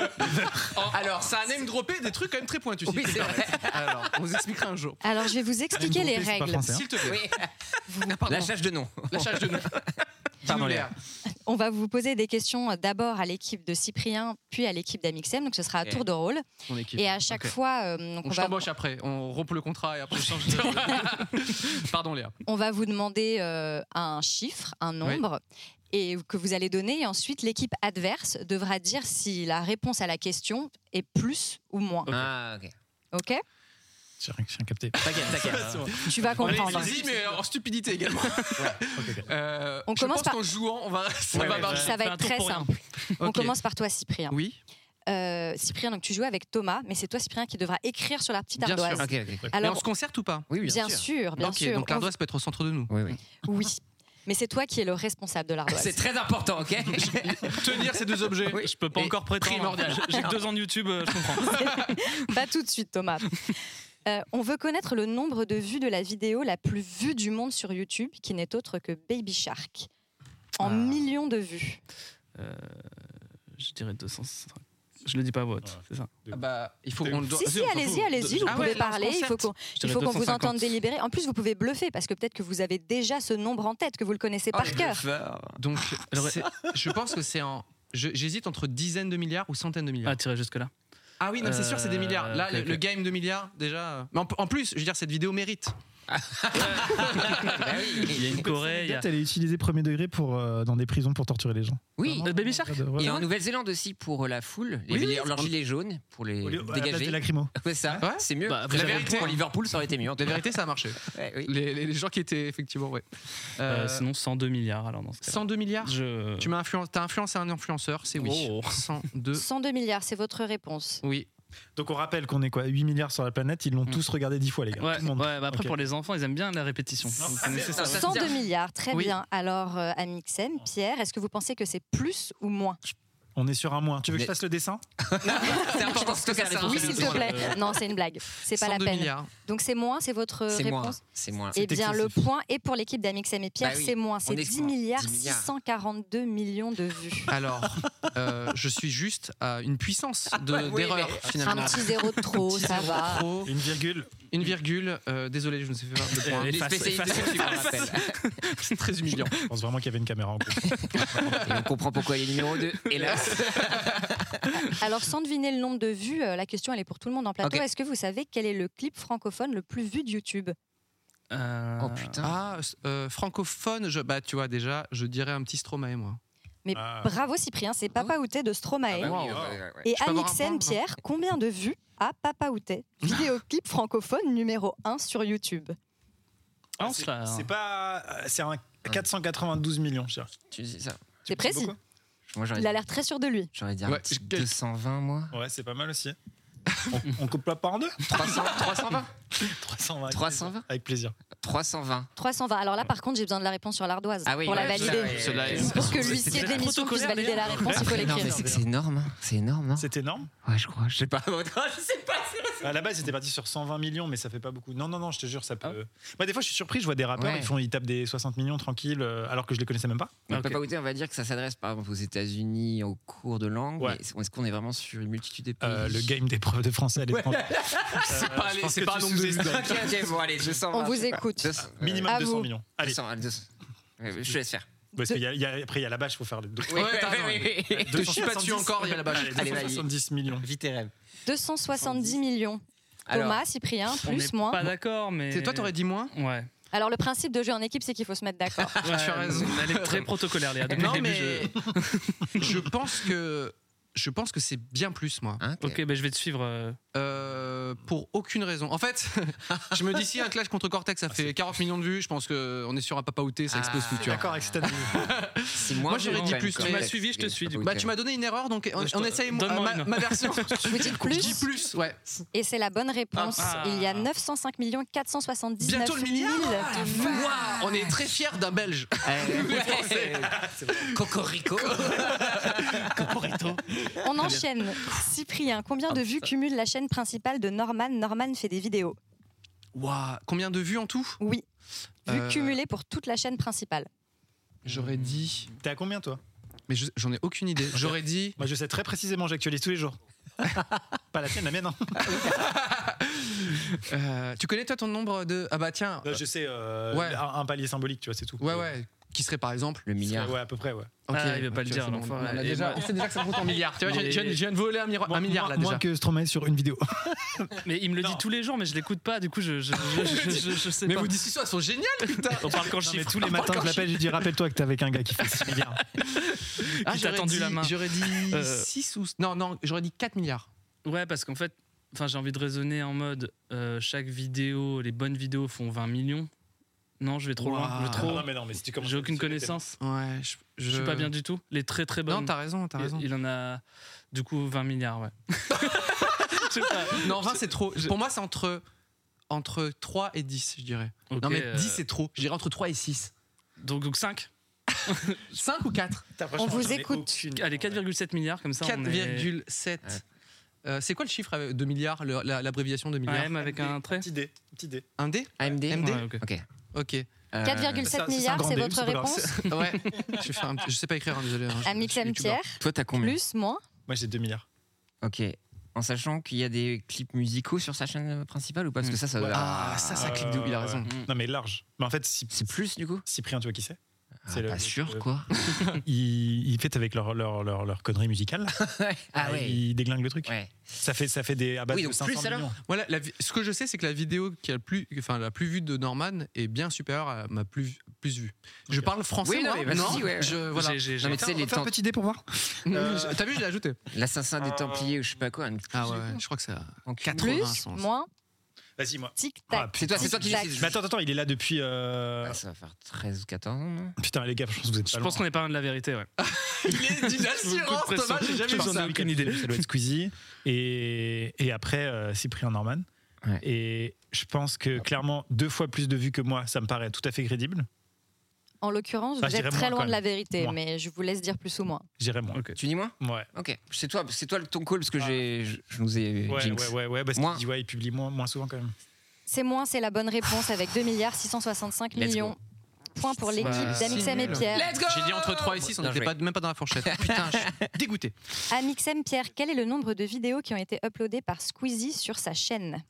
Speaker 1: Alors, ça a name droppé des trucs quand même très pointus. si
Speaker 3: Oui,
Speaker 1: tu
Speaker 3: c'est
Speaker 1: me permets. Alors, on vous expliquera un jour.
Speaker 6: Alors je vais vous expliquer les
Speaker 2: NDP, c'est pas
Speaker 6: règles.
Speaker 2: français, hein.
Speaker 1: S'il te plaît.
Speaker 3: Oui.
Speaker 1: Vous- Pardon,
Speaker 3: La châche de nom.
Speaker 1: la charge de nous.
Speaker 3: Pardon,
Speaker 1: Dis-nous, Léa.
Speaker 6: On va vous poser des questions euh, d'abord à l'équipe de Cyprien, puis à l'équipe d'Amixem. Donc ce sera à
Speaker 3: Ok.
Speaker 6: tour de rôle.
Speaker 1: Ton équipe.
Speaker 6: Et à chaque
Speaker 1: Ok.
Speaker 6: fois, euh, donc, on,
Speaker 1: On je
Speaker 6: va,
Speaker 1: t'embauche après, on rompt le contrat et après on change de. Pardon Léa.
Speaker 6: on va vous demander euh, un chiffre, un nombre, et que vous allez donner. Et ensuite, l'équipe adverse devra dire si la réponse à la question est plus ou moins.
Speaker 3: Ah, ok.
Speaker 6: Ok
Speaker 2: Oh. J'ai rien, j'ai rien capté.
Speaker 3: T'inquiète, t'inquiète.
Speaker 6: Tu vas comprendre.
Speaker 1: Allez, mais en stupidité également.
Speaker 2: Ok, ok.
Speaker 1: Euh,
Speaker 6: On
Speaker 1: je
Speaker 6: commence
Speaker 1: pense
Speaker 6: par-
Speaker 1: qu'en jouant, on va. Ça
Speaker 4: Ouais,
Speaker 1: va
Speaker 4: ouais,
Speaker 1: marcher.
Speaker 6: Ça va
Speaker 4: Fais un
Speaker 6: être
Speaker 4: tour
Speaker 6: très
Speaker 4: pour rien.
Speaker 6: simple. On
Speaker 1: Ok.
Speaker 6: commence par toi, Cyprien.
Speaker 1: Oui.
Speaker 6: Euh, Cyprien, donc tu joues avec Thomas, mais c'est toi, Cyprien, qui devra écrire sur la petite
Speaker 1: Bien sûr.
Speaker 6: ardoise.
Speaker 3: Ok, ok.
Speaker 1: mais on
Speaker 6: Alors,
Speaker 1: se concerte ou pas
Speaker 3: Oui, oui,
Speaker 6: bien sûr, bien
Speaker 1: Ok,
Speaker 6: sûr.
Speaker 1: donc
Speaker 6: on-
Speaker 1: l'ardoise peut être au centre de nous.
Speaker 3: Oui, oui.
Speaker 6: Oui. Mais c'est toi qui es le responsable de
Speaker 3: C'est
Speaker 6: l'ardoise.
Speaker 3: très important, ok
Speaker 1: Tenir ces deux objets.
Speaker 4: Je peux pas
Speaker 1: Et
Speaker 4: encore prétendre.
Speaker 1: primordial.
Speaker 4: J'ai que deux ans de YouTube, euh, je comprends.
Speaker 6: Pas tout de suite, Thomas. Euh, on veut connaître le nombre de vues de la vidéo la plus vue du monde sur YouTube, qui n'est autre que Baby Shark. En
Speaker 4: Ah.
Speaker 6: millions de vues.
Speaker 4: euh, Je dirais 200. Je le dis pas à voix haute, c'est ça.
Speaker 1: Bah, il faut qu'on le
Speaker 6: si, si, allez-y, allez-y, vous
Speaker 1: Ah ouais, on
Speaker 6: pouvez
Speaker 1: se
Speaker 6: parler. Il faut
Speaker 1: concerte.
Speaker 6: qu'on
Speaker 4: Je
Speaker 6: il
Speaker 4: dirais
Speaker 6: faut qu'on vous
Speaker 4: 250.
Speaker 6: entende délibérer. En plus, vous pouvez bluffer, parce que peut-être que vous avez déjà ce nombre en tête, que vous le connaissez
Speaker 1: Oh, Ah,
Speaker 6: par cœur.
Speaker 1: Donc, Ah, c'est- je pense que c'est en. je- J'hésite entre dizaines de milliards ou centaines de milliards.
Speaker 4: Ah, tirer jusque-là.
Speaker 1: Ah oui, non, c'est sûr, c'est des
Speaker 4: Euh,
Speaker 1: milliards. Là,
Speaker 4: ok,
Speaker 1: le,
Speaker 4: ok.
Speaker 1: le game de milliards, déjà. euh, Mais en, en plus, je veux dire, cette vidéo mérite.
Speaker 3: Bah
Speaker 4: Ah. Il y a
Speaker 3: oui.
Speaker 4: une Corée, il y a.
Speaker 2: Peut-être elle est utilisée premier degré pour, euh, dans des prisons pour torturer les gens.
Speaker 3: Oui.
Speaker 4: Euh, Baby Shark
Speaker 2: Pas de- ouais.
Speaker 3: Et en Nouvelle-Zélande aussi pour la foule, les
Speaker 1: Oui, oui,
Speaker 3: leurs gilets jaunes pour les
Speaker 2: Au lieu- à la place
Speaker 3: dégager.
Speaker 2: des lacrymos.
Speaker 3: C'est ça,
Speaker 1: Ouais.
Speaker 3: c'est mieux.
Speaker 4: Bah,
Speaker 3: Pour
Speaker 1: la
Speaker 3: Liverpool-
Speaker 1: vérité,
Speaker 3: pour
Speaker 1: hein.
Speaker 3: Liverpool, ça aurait été mieux. en tout
Speaker 1: La
Speaker 3: cas.
Speaker 1: vérité, ça a marché.
Speaker 3: Ouais, oui.
Speaker 1: Les, les- les gens qui étaient, effectivement, ouais. Euh,
Speaker 4: Euh, sinon, 102 milliards. Alors, dans ce cas-là.
Speaker 1: 102 milliards
Speaker 4: Je.
Speaker 1: Tu m'as influencé, t'as influencé un influenceur, c'est oui.
Speaker 4: Oh.
Speaker 1: 102.
Speaker 6: 102 milliards, c'est votre réponse.
Speaker 1: Oui.
Speaker 2: Donc on rappelle qu'on est quoi 8 milliards sur la planète, ils l'ont
Speaker 3: Mm.
Speaker 2: tous regardé 10 fois les gars.
Speaker 4: Ouais,
Speaker 2: Tout le monde.
Speaker 4: ouais, bah après
Speaker 2: Ok.
Speaker 4: pour les enfants, ils aiment bien la répétition. Vous connaissez ça,
Speaker 3: Ça, ça,
Speaker 6: 102 milliards, très
Speaker 1: Oui.
Speaker 6: bien. Alors, euh, Amixem, Pierre, est-ce que vous pensez que c'est plus ou moins
Speaker 2: On est sur un moins. Tu veux que
Speaker 3: Mais-
Speaker 2: je fasse le dessin
Speaker 3: C'est important,
Speaker 1: pense que
Speaker 3: c'est
Speaker 1: ça
Speaker 3: la
Speaker 1: sert à
Speaker 6: Oui,
Speaker 1: c'est
Speaker 6: s'il
Speaker 3: responsabilité.
Speaker 6: te plaît. Non, c'est une blague. C'est pas la
Speaker 1: 102
Speaker 6: peine.
Speaker 1: milliards.
Speaker 6: Donc c'est moins, c'est votre
Speaker 3: C'est moins.
Speaker 6: réponse
Speaker 3: C'est moins.
Speaker 6: Eh
Speaker 2: C'est
Speaker 6: bien, le
Speaker 2: excessif.
Speaker 6: point est pour l'équipe d'Amixem et Pierre,
Speaker 3: Bah oui,
Speaker 6: c'est moins.
Speaker 3: on
Speaker 6: C'est
Speaker 3: est
Speaker 6: 10
Speaker 3: moins.
Speaker 6: milliards
Speaker 3: 10 milliards.
Speaker 6: 642 millions de vues.
Speaker 1: Alors, euh, je suis juste à une puissance de-
Speaker 3: ouais, oui,
Speaker 1: d'erreur,
Speaker 6: Un
Speaker 1: finalement.
Speaker 6: petit zéro de trop, ça va.
Speaker 1: Trop,
Speaker 2: Une virgule.
Speaker 1: une virgule, euh, désolé, je ne sais pas de point.
Speaker 3: Les spécialistes du sucre, on rappelle.
Speaker 1: C'est très humiliant.
Speaker 2: Je pense vraiment qu'il y avait une caméra en gros.
Speaker 3: Et on comprend pourquoi il est numéro 2. Hélas.
Speaker 6: Alors sans deviner le nombre de vues, euh, la question elle est pour tout le monde en plateau.
Speaker 3: Ok.
Speaker 6: Est-ce que vous savez quel est le clip francophone le plus vu de YouTube
Speaker 4: Euh,
Speaker 3: Oh putain.
Speaker 1: Ah, euh, francophone, je, bah, tu vois, déjà, je dirais un petit Stromae, moi.
Speaker 6: Mais
Speaker 2: Ah.
Speaker 6: bravo Cyprien, c'est Papa Outé de Stromae.
Speaker 3: Bah oui,
Speaker 1: wow.
Speaker 3: ouais, ouais, ouais.
Speaker 6: Et
Speaker 1: peux avoir un point,
Speaker 6: Amixem,
Speaker 1: non
Speaker 6: Pierre, combien de vues a Papa Outé Vidéoclip francophone numéro 1 sur YouTube.
Speaker 4: ah, on se la-
Speaker 2: C'est pas. euh, C'est un 492 millions, cher.
Speaker 3: Tu dis ça.
Speaker 6: C'est précis.
Speaker 3: Moi, j'aurais
Speaker 6: Il a l'air très sûr de lui.
Speaker 3: j'aurais dit un
Speaker 1: Ouais,
Speaker 3: petit
Speaker 1: je-
Speaker 3: 220, moi.
Speaker 2: Ouais, c'est pas mal aussi. On, on coupe pas par en deux
Speaker 3: 300, 320
Speaker 2: 320. avec
Speaker 3: 320.
Speaker 2: plaisir. Avec plaisir.
Speaker 3: 320.
Speaker 6: 320. Alors là, par contre, j'ai besoin de la réponse sur l'ardoise
Speaker 3: Ah oui,
Speaker 6: pour la
Speaker 3: ouais,
Speaker 6: valider.
Speaker 3: ouais,
Speaker 1: Cela
Speaker 3: ouais,
Speaker 1: est-
Speaker 3: ouais.
Speaker 6: Pour que
Speaker 4: C'est
Speaker 6: l'huissier de
Speaker 4: très
Speaker 6: l'émission puisse
Speaker 4: protocolaire,
Speaker 6: valider la
Speaker 4: d'ailleurs.
Speaker 6: réponse, il faut
Speaker 3: Non, mais
Speaker 6: l'écrire.
Speaker 3: c'est c'est énorme. hein. C'est énorme. hein.
Speaker 2: C'est énorme.
Speaker 3: Ouais, je crois. Oh, Je sais pas. Je sais pas.
Speaker 2: À la base, c'était parti sur 120 millions, mais ça fait pas beaucoup. Non, non, non, je te jure, ça peut. Moi, des fois, je suis surpris, je vois des rappeurs,
Speaker 3: Ah. Ouais.
Speaker 2: ils, font, ils tapent des 60 millions tranquilles, euh, alors que je les connaissais même pas.
Speaker 3: Mais
Speaker 4: Ok.
Speaker 3: Papa Outé, on va dire que ça s'adresse par exemple aux États-Unis au cours de langue.
Speaker 2: Ouais.
Speaker 3: mais Est-ce qu'on est vraiment sur une multitude de pays
Speaker 2: Euh, le game des preuves de français à l'étranger.
Speaker 1: C'est pas, les-
Speaker 2: pense
Speaker 1: c'est
Speaker 2: que
Speaker 1: pas un
Speaker 2: tu
Speaker 1: nombre de vues.
Speaker 2: sous-estimes.
Speaker 3: Ok, ok, bon, allez, 220.
Speaker 6: On vous
Speaker 3: je sais pas.
Speaker 6: écoute.
Speaker 3: 200, euh,
Speaker 2: Minimum
Speaker 6: À
Speaker 2: 200
Speaker 6: vous.
Speaker 2: millions. Allez,
Speaker 3: 200, allez, 200. Euh, Je te laisse faire.
Speaker 2: parce qu'il y a- il y a- après, il y a la bâche, il faut faire les deux.
Speaker 1: Ouais, t'as raison.
Speaker 3: oui, oui.
Speaker 1: Te chie pas dessus encore, il y a la bâche.
Speaker 2: Allez, 270 millions.
Speaker 3: Vite tes rêves.
Speaker 6: 270 millions.
Speaker 3: Alors,
Speaker 6: Thomas, Cyprien,
Speaker 4: On n'est
Speaker 6: plus, moins.
Speaker 4: pas d'accord, mais.
Speaker 1: C'est- Toi, t'aurais dit moins
Speaker 4: Ouais.
Speaker 6: Alors le principe de jeu en équipe, c'est qu'il faut se mettre d'accord.
Speaker 4: Ouais,
Speaker 1: Tu as raison.
Speaker 4: Euh, Elle est très protocolaire, Léa. Depuis
Speaker 1: Non,
Speaker 4: le début,
Speaker 1: mais je pense que je pense que c'est bien plus moi.
Speaker 3: Hein,
Speaker 4: je-
Speaker 3: t'es-
Speaker 4: Ok, bah, je vais te suivre. euh,
Speaker 1: Euh, pour aucune raison. En fait, je me dis si un clash contre Cortex ça fait 40 millions de vues, je pense que on est sur un papa outé, ça explose
Speaker 3: Ah,
Speaker 1: tout. Tu vois.
Speaker 2: D'accord avec cette analyse.
Speaker 3: Si moi,
Speaker 1: Moi, j'aurais dit
Speaker 3: j'aime
Speaker 1: plus,
Speaker 3: quand
Speaker 1: tu
Speaker 3: même
Speaker 1: m'as
Speaker 4: suivi, je te
Speaker 3: les
Speaker 4: suis, du
Speaker 3: papouilles
Speaker 1: Bah tu m'as donné une erreur donc on,
Speaker 4: Ouais, je
Speaker 1: on
Speaker 4: te-
Speaker 1: essaye mon-
Speaker 4: donne-moi
Speaker 1: euh, ma,
Speaker 4: une.
Speaker 1: ma version.
Speaker 6: Vous dites
Speaker 1: Je dis
Speaker 6: plus
Speaker 1: plus, ouais.
Speaker 6: et c'est la bonne réponse.
Speaker 4: Ah.
Speaker 6: Il y a 905 479
Speaker 1: Bientôt
Speaker 6: 000
Speaker 1: le milliard.
Speaker 6: de vues.
Speaker 1: Waouh, on est très fiers d'un Belge.
Speaker 3: Ah. Ouais. Cocorico.
Speaker 6: On enchaîne. Cyprien, combien de vues cumule la chaîne principale de Norman Norman fait des vidéos.
Speaker 1: Waouh, combien de vues en tout
Speaker 6: Oui. Vues
Speaker 1: Euh.
Speaker 6: cumulées pour toute la chaîne principale.
Speaker 1: J'aurais dit,
Speaker 2: T'es à combien, toi
Speaker 1: mais je- j'en ai aucune idée. J'aurais dit
Speaker 2: Moi, je sais très précisément, j'actualise tous les jours. Pas la tienne, la mienne, hein.
Speaker 1: euh, tu connais toi ton nombre de Ah bah tiens.
Speaker 2: Euh, je sais,
Speaker 1: Ouais.
Speaker 2: un, palier symbolique, tu vois, c'est tout.
Speaker 1: Ouais ouais, qui serait par exemple
Speaker 3: Le milliard.
Speaker 2: Ouais, à peu près, ouais.
Speaker 1: Ok,
Speaker 4: Ah, il veut pas
Speaker 1: ok,
Speaker 4: le dire,
Speaker 1: c'est bon,
Speaker 4: l'enfoiré.
Speaker 1: on a
Speaker 4: Et
Speaker 1: déjà-
Speaker 4: moi-
Speaker 1: On sait déjà que ça compte en milliards. Tu vois, je,
Speaker 4: Mais-
Speaker 1: je- je viens de voler un, miro- un milliard là déjà.
Speaker 2: Moins que Stromae sur une vidéo.
Speaker 4: Mais il me le
Speaker 2: Non.
Speaker 4: dit tous les jours, mais je l'écoute pas, du coup, je, je, je, je- je- je sais
Speaker 1: mais
Speaker 4: pas.
Speaker 1: vos discussions elles sont géniales, putain.
Speaker 4: On parle qu'en chiffres.
Speaker 2: tous les matins, je l'appelle, je dis rappelle-toi que t'es avec un gars qui fait 6 milliards.
Speaker 4: t'a
Speaker 1: Ah, j'aurais
Speaker 4: tendu
Speaker 1: dit-
Speaker 4: la main
Speaker 1: J'aurais dit
Speaker 4: Euh.
Speaker 1: 6 ou non non, j'aurais dit 4 milliards.
Speaker 4: Ouais, parce qu'en fait, enfin, j'ai envie de raisonner en mode euh, chaque vidéo, les bonnes vidéos font 20 millions. Non, je vais trop loin.
Speaker 1: Waouh.
Speaker 4: je vais trop-
Speaker 2: mais non, mais si tu
Speaker 4: J'ai aucune connaissance.
Speaker 1: Ouais, je,
Speaker 4: Je suis pas bien du tout. Les très très bonnes.
Speaker 1: Non, t'as raison, t'as
Speaker 4: il,
Speaker 1: raison.
Speaker 4: il en a du coup 20 milliards, ouais. Je sais pas.
Speaker 1: Non, 20 c'est trop. Pour moi c'est entre entre 3 et 10, je dirais.
Speaker 4: Ok,
Speaker 1: non mais
Speaker 4: euh,
Speaker 1: 10 c'est trop. Je dirais entre 3 et 6.
Speaker 4: donc, donc 5
Speaker 1: 5 ou 4
Speaker 6: On vous écoute.
Speaker 4: Allez, 4,7 milliards, comme ça on est-
Speaker 1: 4,7.
Speaker 3: Ouais.
Speaker 1: Euh, c'est quoi le chiffre euh, de milliards, le- la- l'abréviation de milliards
Speaker 4: AM avec un trait
Speaker 2: Petite idée, petite idée.
Speaker 1: Un D
Speaker 3: AMD.
Speaker 1: MD
Speaker 4: Ouais, ok.
Speaker 3: Ok.
Speaker 1: Ok.
Speaker 3: Euh,
Speaker 6: 4,7 milliards, c'est votre réponse.
Speaker 1: Ouais, je, fais un petit- je sais pas écrire, hein, désolé. hein, je-
Speaker 6: Ami
Speaker 1: je suis
Speaker 6: Clem
Speaker 1: youtubeur.
Speaker 6: Pierre,
Speaker 3: Toi, t'as combien
Speaker 6: plus, moins.
Speaker 2: Moi, j'ai 2 milliards.
Speaker 3: Ok. En sachant qu'il y a des clips musicaux sur sa chaîne euh, principale ou pas Parce que ça, ça.
Speaker 2: Mm. Ouais.
Speaker 1: Ah, ça, ça
Speaker 2: Euh,
Speaker 1: clique de ouf, il a
Speaker 2: ouais.
Speaker 1: raison.
Speaker 2: Non, mais large. Mais en fait, si-
Speaker 3: C'est plus du coup
Speaker 2: Cyprien, tu vois qui c'est
Speaker 3: Ah,
Speaker 2: C'est le-
Speaker 3: Pas sûr,
Speaker 2: le-
Speaker 3: quoi.
Speaker 2: il, il fête avec leur, leur, leur, leur connerie musicale.
Speaker 3: Ah ouais.
Speaker 2: Il déglingue le truc.
Speaker 3: Ouais.
Speaker 2: Ça, fait, ça fait des à base
Speaker 3: Oui,
Speaker 2: de
Speaker 3: donc
Speaker 2: 500
Speaker 3: plus alors
Speaker 2: millions.
Speaker 1: Voilà, la vi- ce que je sais, c'est que la vidéo qui a le plus, enfin, la plus vue de Norman est bien supérieure à ma plus, plus vue. Je parle français,
Speaker 3: Oui, non,
Speaker 1: moi,
Speaker 3: mais vas-y, ouais.
Speaker 1: Je, voilà.
Speaker 4: J'ai- j'ai- j'ai-
Speaker 3: Non, mais tu sais, les temps-
Speaker 2: idée pour voir.
Speaker 1: Je- Mm. Euh, T'as vu, je l'ai ajouté.
Speaker 3: l'assassin
Speaker 2: Ah.
Speaker 3: des Templiers ou je sais pas quoi. un-
Speaker 1: Ah ouais, je crois que ça.
Speaker 3: en cul.
Speaker 1: 80
Speaker 6: Plus,
Speaker 1: sens.
Speaker 6: moins,
Speaker 2: Vas-y, moi. Ah, putain.
Speaker 6: tic-tac.
Speaker 3: C'est toi, c'est toi qui
Speaker 6: Tic-tac.
Speaker 3: décides.
Speaker 2: Mais attends, attends, il est là depuis. euh,
Speaker 3: Ah, Ça va faire 13 ou 14 ans, non
Speaker 2: Putain, les gars, je pense que vous êtes
Speaker 4: Je
Speaker 2: pas
Speaker 4: pense
Speaker 2: loin.
Speaker 4: qu'on est pas loin de la vérité, ouais.
Speaker 1: Il est d'une assurance,
Speaker 4: Beaucoup de
Speaker 1: hein, Thomas,
Speaker 4: pression.
Speaker 1: j'ai jamais
Speaker 4: Je
Speaker 1: vu
Speaker 4: pense
Speaker 1: ça.
Speaker 4: qu'on a aucune idée.
Speaker 2: Ça doit être Squeezie. Et, et après, euh, Cyprien Norman.
Speaker 3: Ouais.
Speaker 2: Et je pense que clairement, deux fois plus de vues que moi, ça me paraît tout à fait crédible.
Speaker 6: En l'occurrence,
Speaker 2: Ah,
Speaker 6: vous
Speaker 2: je
Speaker 6: êtes
Speaker 2: dirais
Speaker 6: très
Speaker 2: moins,
Speaker 6: loin
Speaker 2: quand
Speaker 6: de la vérité,
Speaker 2: Moins.
Speaker 6: mais je vous laisse dire plus ou moins.
Speaker 2: J'irais moins.
Speaker 4: Ok.
Speaker 3: Tu dis moi
Speaker 2: Ouais. Ah.
Speaker 3: Ok. C'est toi, c'est toi le ton call parce que j'ai, je, je nous ai
Speaker 2: Ouais,
Speaker 3: jinx.
Speaker 2: ouais, ouais, ouais, parce
Speaker 3: Moins.
Speaker 2: qu'il dit, ouais, il publie moins, moins souvent quand même.
Speaker 6: C'est moins, c'est la bonne réponse avec 2 milliards 665
Speaker 3: Let's
Speaker 6: millions. Point pour l'équipe
Speaker 4: Bah,
Speaker 6: d'Amixem et
Speaker 1: nul.
Speaker 6: Pierre.
Speaker 3: Let's go
Speaker 1: J'ai dit entre 3 et 6, on
Speaker 3: Bien
Speaker 1: n'était
Speaker 3: joué.
Speaker 1: pas, même pas dans la fourchette. Putain, je suis dégoûté.
Speaker 6: Amixem Pierre, quel est le nombre de vidéos qui ont été uploadées par Squeezie sur sa chaîne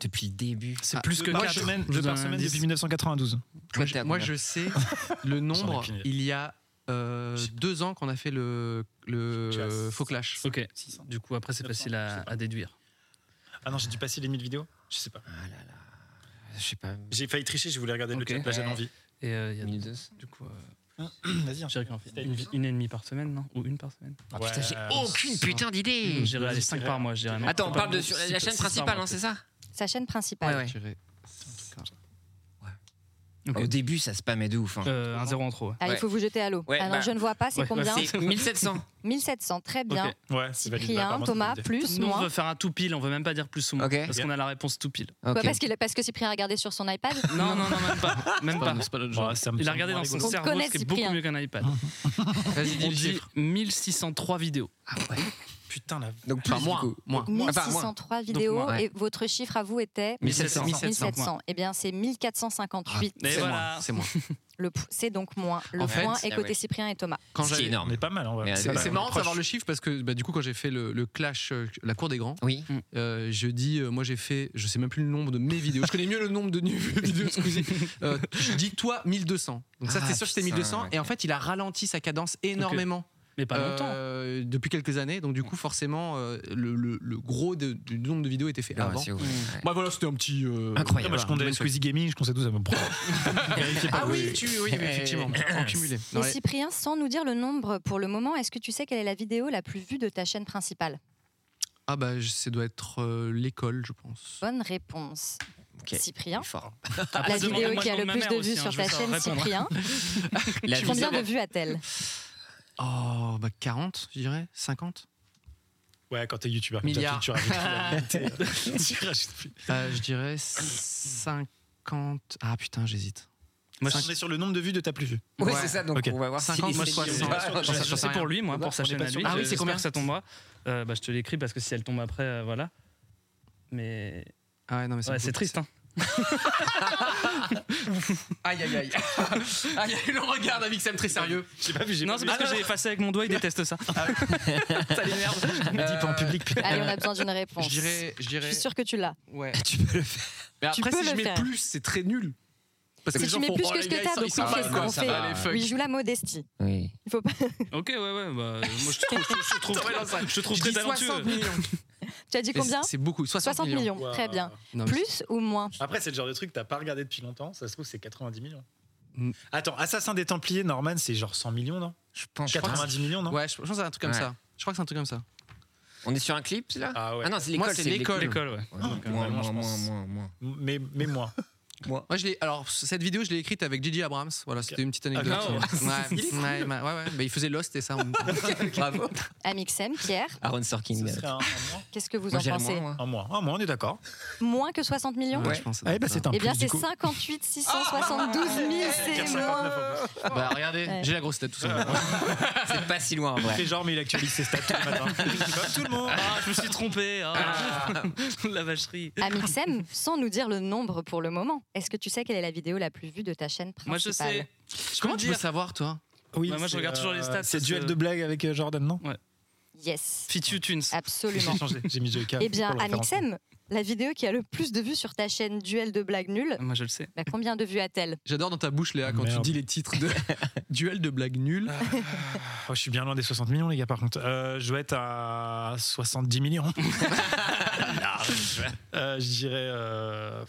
Speaker 3: Depuis le début.
Speaker 4: C'est plus que
Speaker 2: Deux Ah, par
Speaker 4: 4.
Speaker 2: semaine, deux par semaine depuis 1992.
Speaker 3: Toi,
Speaker 1: Ah, Moi,
Speaker 3: t'es à
Speaker 1: je- moi,
Speaker 3: combien
Speaker 1: je sais le nombre.
Speaker 2: aucune idée.
Speaker 1: Il y a euh, deux ans qu'on a fait le,
Speaker 2: Tu
Speaker 1: le
Speaker 2: as-
Speaker 1: Euh, faux clash.
Speaker 4: Ok, du coup, après, c'est
Speaker 2: 900,
Speaker 4: facile
Speaker 2: je
Speaker 4: à,
Speaker 2: sais pas.
Speaker 4: à déduire.
Speaker 2: Ah non, j'ai dû passer les 1000 vidéos Je sais pas.
Speaker 3: Ah là là. Je sais pas.
Speaker 2: J'ai failli tricher, j'ai voulu regarder
Speaker 4: Ok.
Speaker 2: le chat, là j'avais
Speaker 3: Ouais.
Speaker 2: envie.
Speaker 4: Et euh, il y a
Speaker 3: 1200.
Speaker 4: du coup, euh,
Speaker 2: Hein, Vas-y,
Speaker 4: je dirais qu'en fait, une, une et demie par semaine, non Ou une par semaine Mmh,
Speaker 3: Ah putain, j'ai
Speaker 2: euh,
Speaker 3: aucune putain d'idée.
Speaker 4: J'irai aller 5 par mois, je dirais. non.
Speaker 3: Attends, on
Speaker 4: Pas
Speaker 3: parle de
Speaker 4: beaucoup,
Speaker 3: sur la,
Speaker 4: six-
Speaker 3: la chaîne
Speaker 4: six par
Speaker 3: principale,
Speaker 4: mois.
Speaker 3: hein, c'est ça
Speaker 6: Sa chaîne principale.
Speaker 3: Ouais.
Speaker 1: Je dirais ça.
Speaker 4: Ok.
Speaker 3: Au début, ça spammait de ouf. hein.
Speaker 4: Euh, un zéro en trop. ouais.
Speaker 6: Ah, il
Speaker 3: Ouais.
Speaker 6: faut vous jeter à l'eau.
Speaker 3: Ouais,
Speaker 6: ah non,
Speaker 3: bah,
Speaker 6: je ne vois pas, c'est
Speaker 4: ouais,
Speaker 6: combien
Speaker 3: C'est 1700.
Speaker 6: 1700, très bien.
Speaker 4: Ok.
Speaker 2: Ouais, c'est valide. Bah,
Speaker 6: Cyprien,
Speaker 2: apparemment,
Speaker 6: Thomas,
Speaker 2: c'est validé.
Speaker 6: plus,
Speaker 4: Nous, on
Speaker 6: moins.
Speaker 4: veut faire un tout pile, on veut même pas dire plus ou moins.
Speaker 3: Ok.
Speaker 4: Parce qu'on a la réponse tout pile.
Speaker 6: Quoi,
Speaker 3: Ok.
Speaker 6: parce, qu'il- parce que Cyprien a regardé sur son iPad
Speaker 4: Non, non, non, même pas. Même pas.
Speaker 2: genre. Ouais, ça me
Speaker 4: Il a
Speaker 2: semble
Speaker 4: regardé dans
Speaker 2: moins
Speaker 4: son
Speaker 6: rigolo. On
Speaker 4: cerveau,
Speaker 6: connaît
Speaker 4: ce qui est beaucoup
Speaker 6: Cyprien.
Speaker 4: mieux qu'un iPad.
Speaker 1: Vas-y, dis
Speaker 4: On
Speaker 1: le
Speaker 4: dit
Speaker 1: chiffre.
Speaker 4: 1603 vidéos.
Speaker 2: Putain, la
Speaker 3: Donc plus
Speaker 1: Enfin,
Speaker 3: du
Speaker 1: moins.
Speaker 3: coup.
Speaker 1: moins.
Speaker 6: Ah,
Speaker 3: Enfin, moins.
Speaker 6: 1603 vidéos
Speaker 3: moins, ouais.
Speaker 6: et votre chiffre à vous était
Speaker 3: 1700.
Speaker 6: 1700. Eh bien, c'est 1458.
Speaker 3: Ah,
Speaker 4: Et
Speaker 1: C'est
Speaker 4: voilà.
Speaker 1: moi, c'est moi.
Speaker 6: Le p- C'est donc moins. Le
Speaker 1: En fait-
Speaker 6: point
Speaker 3: Ah
Speaker 6: est côté
Speaker 3: ouais.
Speaker 6: Cyprien et Thomas.
Speaker 1: Quand
Speaker 3: Ce qui est
Speaker 1: j'avais-
Speaker 2: On
Speaker 3: énorme.
Speaker 2: est pas mal en vrai.
Speaker 3: Mais
Speaker 1: C'est
Speaker 3: bah,
Speaker 1: c'est marrant de savoir le chiffre parce que bah, du coup quand j'ai fait le, le clash euh, la cour des grands
Speaker 3: Oui.
Speaker 2: Mm.
Speaker 1: euh, je dis euh, moi j'ai fait je sais même plus le nombre de mes vidéos je connais mieux le nombre de vidéos de Squeezie. Euh, je dis toi 1200 donc ça
Speaker 3: Ah,
Speaker 1: c'est sûr que c'était
Speaker 3: putain,
Speaker 1: 1200 et en
Speaker 3: ok.
Speaker 1: fait il a ralenti sa cadence énormément
Speaker 4: Mais pas longtemps.
Speaker 1: euh, depuis quelques années. Donc, du coup, forcément, euh, le, le- le gros de- du nombre de vidéos était
Speaker 3: Ah
Speaker 1: fait avant.
Speaker 2: Mm.
Speaker 1: Bah voilà, c'était un petit. euh,
Speaker 3: Incroyable.
Speaker 2: Moi, je condamne Squeezie Gaming, je conseille tous à me prendre.
Speaker 1: Ah oui, tu, oui, oui, effectivement. en cumulé.
Speaker 6: Et
Speaker 1: Non, les-
Speaker 6: Cyprien, sans nous dire le nombre pour le moment, est-ce que tu sais quelle est la vidéo la plus vue de ta chaîne principale
Speaker 1: Ah bah, je- ça doit être euh, l'école, je pense.
Speaker 6: Bonne réponse.
Speaker 3: Ok.
Speaker 6: Cyprien,
Speaker 3: Fort. hein.
Speaker 4: Après,
Speaker 6: la vidéo
Speaker 4: demandez-moi
Speaker 6: qui a
Speaker 4: le
Speaker 6: le
Speaker 4: nom de ma
Speaker 6: plus de
Speaker 4: mère
Speaker 6: vues
Speaker 4: aussi, hein,
Speaker 6: sur
Speaker 4: je
Speaker 6: ta
Speaker 4: vais savoir
Speaker 6: chaîne,
Speaker 4: répondre.
Speaker 6: Cyprien,
Speaker 3: La
Speaker 6: combien de
Speaker 3: vidéo-
Speaker 6: vues a-t-elle
Speaker 1: Oh, bah 40, je dirais 50
Speaker 2: Ouais, quand t'es youtubeur,
Speaker 1: comme ça, tu- tu
Speaker 2: rajoutes.
Speaker 1: Euh, Je dirais 50. Ah putain, j'hésite.
Speaker 4: Moi,
Speaker 2: On
Speaker 4: je-
Speaker 2: est sur le nombre de vues de ta plus vue.
Speaker 3: Ouais,
Speaker 1: Ouais.
Speaker 3: c'est ça. Donc,
Speaker 2: Ok.
Speaker 3: on va voir
Speaker 1: 50,
Speaker 3: si
Speaker 1: moi,
Speaker 3: les-
Speaker 1: 60.
Speaker 3: Ah,
Speaker 1: Je-
Speaker 4: Je
Speaker 1: je-
Speaker 4: sais
Speaker 1: sais
Speaker 4: pour lui, moi,
Speaker 2: On
Speaker 4: pour sa
Speaker 2: est
Speaker 4: chaîne
Speaker 2: pas
Speaker 4: à
Speaker 2: sûr.
Speaker 4: lui.
Speaker 1: Ah oui, c'est
Speaker 4: J'espère
Speaker 1: combien
Speaker 4: que ça tombera. Euh, bah, je te l'écris parce que si elle tombe après, euh, voilà. Mais
Speaker 1: Ah ouais, non, mais ça
Speaker 4: ouais,
Speaker 1: me
Speaker 4: c'est
Speaker 1: coûte.
Speaker 4: triste. Hein.
Speaker 1: Aïe, aïe, aïe. aïe, aïe, le regard d'un Vixem très sérieux.
Speaker 2: J'ai pas vu, j'ai
Speaker 4: Non, Ah, c'est parce que j'ai effacé avec mon doigt, il déteste ça. ça l'énerve.
Speaker 2: me dis pas en public.
Speaker 6: Allez, on a besoin d'une réponse.
Speaker 1: Je dirais. Je
Speaker 6: Je
Speaker 1: dirais.
Speaker 6: suis sûre que tu l'as.
Speaker 1: Ouais.
Speaker 3: Tu peux le faire.
Speaker 1: Mais
Speaker 6: Tu
Speaker 1: après,
Speaker 6: peux
Speaker 1: si je
Speaker 6: le
Speaker 1: mets
Speaker 6: faire.
Speaker 1: plus, c'est très nul. Parce
Speaker 6: Si tu mets
Speaker 1: font,
Speaker 6: plus
Speaker 1: oh,
Speaker 6: que
Speaker 1: les
Speaker 6: ce que
Speaker 1: gars,
Speaker 6: t'as,
Speaker 1: ils sont-
Speaker 6: donc
Speaker 1: ils sont
Speaker 6: on fait
Speaker 1: mal,
Speaker 6: ce
Speaker 1: quoi,
Speaker 6: qu'on
Speaker 1: ça
Speaker 6: fait.
Speaker 1: va, les fuck.
Speaker 6: Oui, il joue la modestie.
Speaker 3: Oui.
Speaker 6: Il faut pas.
Speaker 4: Ok, ouais, ouais. Bah, moi, je te trouve, je, je trouve,
Speaker 1: Ouais, non, ça-
Speaker 4: très- je te trouve
Speaker 1: Je
Speaker 4: très
Speaker 1: dis 60
Speaker 4: talentueux.
Speaker 1: millions.
Speaker 6: Tu as dit combien
Speaker 1: C'est beaucoup, 60,
Speaker 6: 60 millions. Très bien. Plus ou moins
Speaker 2: Après, c'est le genre de truc que t'as pas regardé depuis longtemps. Ça se trouve, c'est 90 millions.
Speaker 1: Mm.
Speaker 2: Attends, Assassin des Templiers, Norman, c'est genre 100 millions, non
Speaker 3: Je pense. je crois que
Speaker 2: 90 millions, non
Speaker 1: Ouais, je je pense que c'est un truc comme
Speaker 3: Ouais.
Speaker 1: ça. Je crois que c'est un truc comme ça.
Speaker 3: c'est- On est sur un clip, là
Speaker 2: Ah ouais.
Speaker 3: Ah non, c'est
Speaker 1: Moi,
Speaker 3: l'école.
Speaker 1: c'est l'école.
Speaker 4: L'école, ouais.
Speaker 3: Ouais,
Speaker 2: Ah,
Speaker 3: donc,
Speaker 2: quand
Speaker 3: Moins,
Speaker 2: même,
Speaker 3: moins,
Speaker 2: je
Speaker 3: moins,
Speaker 2: pense.
Speaker 3: moins, moins.
Speaker 2: Mais, mais moi.
Speaker 1: Moi, je l'ai. Alors, cette vidéo, je l'ai écrite avec Gigi Abrams. Voilà, c'était une petite anecdote.
Speaker 4: Ah,
Speaker 1: ouais, ouais, ouais, ouais, ouais. Bah, il faisait Lost et ça. on-
Speaker 3: Bravo.
Speaker 6: Amixem, Pierre,
Speaker 3: Aaron Sorkin.
Speaker 2: Ce
Speaker 3: euh,
Speaker 2: serait un, un mois
Speaker 6: qu'est-ce que vous
Speaker 3: moi,
Speaker 6: en
Speaker 3: j'irais
Speaker 6: pensez
Speaker 3: moins, moi.
Speaker 2: Un mois. Un mois, on est d'accord.
Speaker 6: Moins que 60 millions
Speaker 1: Ouais, je pense.
Speaker 2: Eh ben, c'est un
Speaker 6: Eh bien,
Speaker 2: plus, du
Speaker 6: c'est
Speaker 2: coup.
Speaker 6: 58 672 000,
Speaker 1: Ah,
Speaker 6: c'est moins.
Speaker 1: Bah, regardez,
Speaker 6: Ouais.
Speaker 1: j'ai la grosse tête tout ça.
Speaker 3: C'est pas si loin, en
Speaker 2: Il
Speaker 3: vrai.
Speaker 2: fait genre, mais il actualise ses stats tous les matins. Comme tout le monde.
Speaker 4: Ah, je me suis trompé. ah. La vacherie.
Speaker 6: Amixem, sans nous dire le nombre pour le moment, est-ce que tu sais quelle est la vidéo la plus vue de ta chaîne principale
Speaker 4: Moi, je sais.
Speaker 3: Ah.
Speaker 1: Comment tu peux
Speaker 4: dire
Speaker 1: savoir, toi
Speaker 2: Oui,
Speaker 4: Bah, moi, je
Speaker 2: c'est, euh,
Speaker 4: regarde toujours les stats,
Speaker 2: C'est
Speaker 4: parce
Speaker 2: duel
Speaker 4: que-
Speaker 2: de blagues avec euh, Jordan, non
Speaker 6: Yes,
Speaker 4: Fitu Tunes.
Speaker 6: absolument.
Speaker 2: J'ai changé, j'ai mis JK.
Speaker 6: Eh bien,
Speaker 2: pour le référencement.
Speaker 6: Amixem, la vidéo qui a le plus de vues sur ta chaîne Duel de blagues nulles,
Speaker 4: Moi, je le sais.
Speaker 6: bah, combien de vues a-t-elle
Speaker 1: J'adore dans ta bouche, Léa, quand tu
Speaker 2: Merde.
Speaker 1: dis les titres de duel de blagues nulles.
Speaker 2: Oh, je suis bien loin des 60 millions, les gars, par contre. Euh, je vais être à 70 millions. Non, je vais- Euh, je dirais. euh,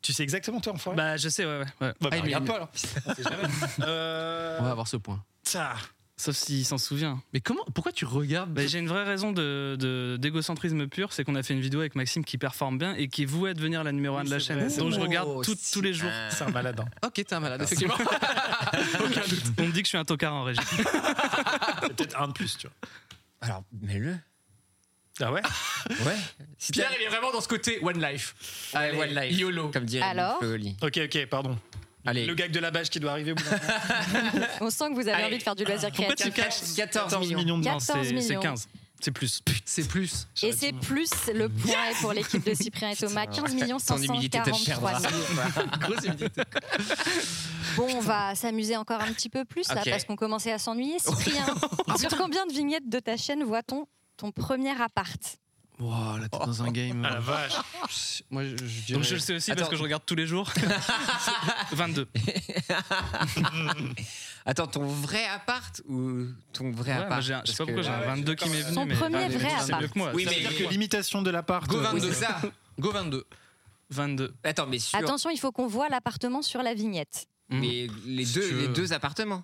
Speaker 2: Tu sais exactement, toi, enfoiré
Speaker 4: Bah, je sais, ouais, ouais, ouais.
Speaker 2: bah, bah,
Speaker 1: Ah, il
Speaker 2: regarde
Speaker 1: est-
Speaker 2: pas, alors. On sait jamais. Euh,
Speaker 1: On va avoir ce point.
Speaker 2: ça.
Speaker 4: Sauf s'il s'en souvient.
Speaker 1: Mais comment Pourquoi tu regardes
Speaker 4: Bah, J'ai une vraie raison d'égocentrisme de, d'égocentrisme pur, c'est qu'on a fait une vidéo avec Maxime qui performe bien et qui est vouée à devenir la numéro 1 de la
Speaker 2: c'est
Speaker 4: chaîne.
Speaker 2: vrai, c'est
Speaker 4: donc je
Speaker 1: vrai.
Speaker 4: regarde tout- tous les jours.
Speaker 3: Ah.
Speaker 2: C'est un malade. hein.
Speaker 1: Ok, t'es un malade, effectivement. Aucun doute.
Speaker 4: On me dit que je suis un tocard en régie.
Speaker 2: C'est peut-être un de plus, tu vois.
Speaker 3: Alors, mets-le.
Speaker 2: Ah ouais
Speaker 3: Ouais. Si t'as-
Speaker 1: Pierre, il est vraiment dans ce côté One Life.
Speaker 3: Ouais, One Life.
Speaker 1: YOLO.
Speaker 3: Comme dirait
Speaker 6: Alors
Speaker 3: Nick Foley.
Speaker 2: Ok, ok, pardon.
Speaker 3: Allez.
Speaker 2: Le gag de la bâche qui doit arriver au bout d'un moment.
Speaker 6: On sent que vous avez
Speaker 3: Allez.
Speaker 6: envie de faire du loisir
Speaker 4: Pourquoi
Speaker 6: créatif.
Speaker 4: tu caches
Speaker 3: 14 millions.
Speaker 2: de
Speaker 4: Non,
Speaker 6: 14
Speaker 4: c'est c'est
Speaker 6: millions.
Speaker 4: 15. C'est plus.
Speaker 1: C'est plus.
Speaker 6: Et c'est plus le point pour l'équipe de Cyprien et Thomas, 15
Speaker 3: Ton humilité te
Speaker 6: 543
Speaker 3: perdra.
Speaker 6: 000. Bon, on va s'amuser encore un petit peu plus là,
Speaker 3: Ok.
Speaker 6: parce qu'on commençait à s'ennuyer. Cyprien, sur combien de vignettes de ta chaîne voit-on ton premier appart
Speaker 1: Wow, là, t'es dans un game.
Speaker 2: Ah la vache.
Speaker 1: Moi, je, je dirais-
Speaker 4: Donc je le sais aussi parce
Speaker 3: Attends.
Speaker 4: que je regarde tous les jours. 22.
Speaker 3: Attends, ton vrai appart ou ton vrai
Speaker 4: Ouais, moi,
Speaker 3: appart
Speaker 4: j'ai un- je sais pas
Speaker 3: Parce que- Ah
Speaker 4: pourquoi j'ai un 22 qui m'est venu.
Speaker 6: Son
Speaker 4: mais-
Speaker 6: premier
Speaker 4: Ah, mais
Speaker 6: vrai
Speaker 4: C'est mieux
Speaker 6: appart.
Speaker 4: que moi.
Speaker 3: Oui,
Speaker 4: Ça veut
Speaker 3: mais-
Speaker 4: dire que lui-
Speaker 2: L'imitation de l'appart.
Speaker 1: Go
Speaker 2: euh,
Speaker 1: 22.
Speaker 3: C'est ça.
Speaker 1: Go 22.
Speaker 4: 22.
Speaker 3: Attends, mais sur
Speaker 6: Attention, il faut qu'on voit l'appartement sur la vignette.
Speaker 3: les, les
Speaker 1: Si tu
Speaker 3: deux, les
Speaker 1: veux.
Speaker 3: deux appartements.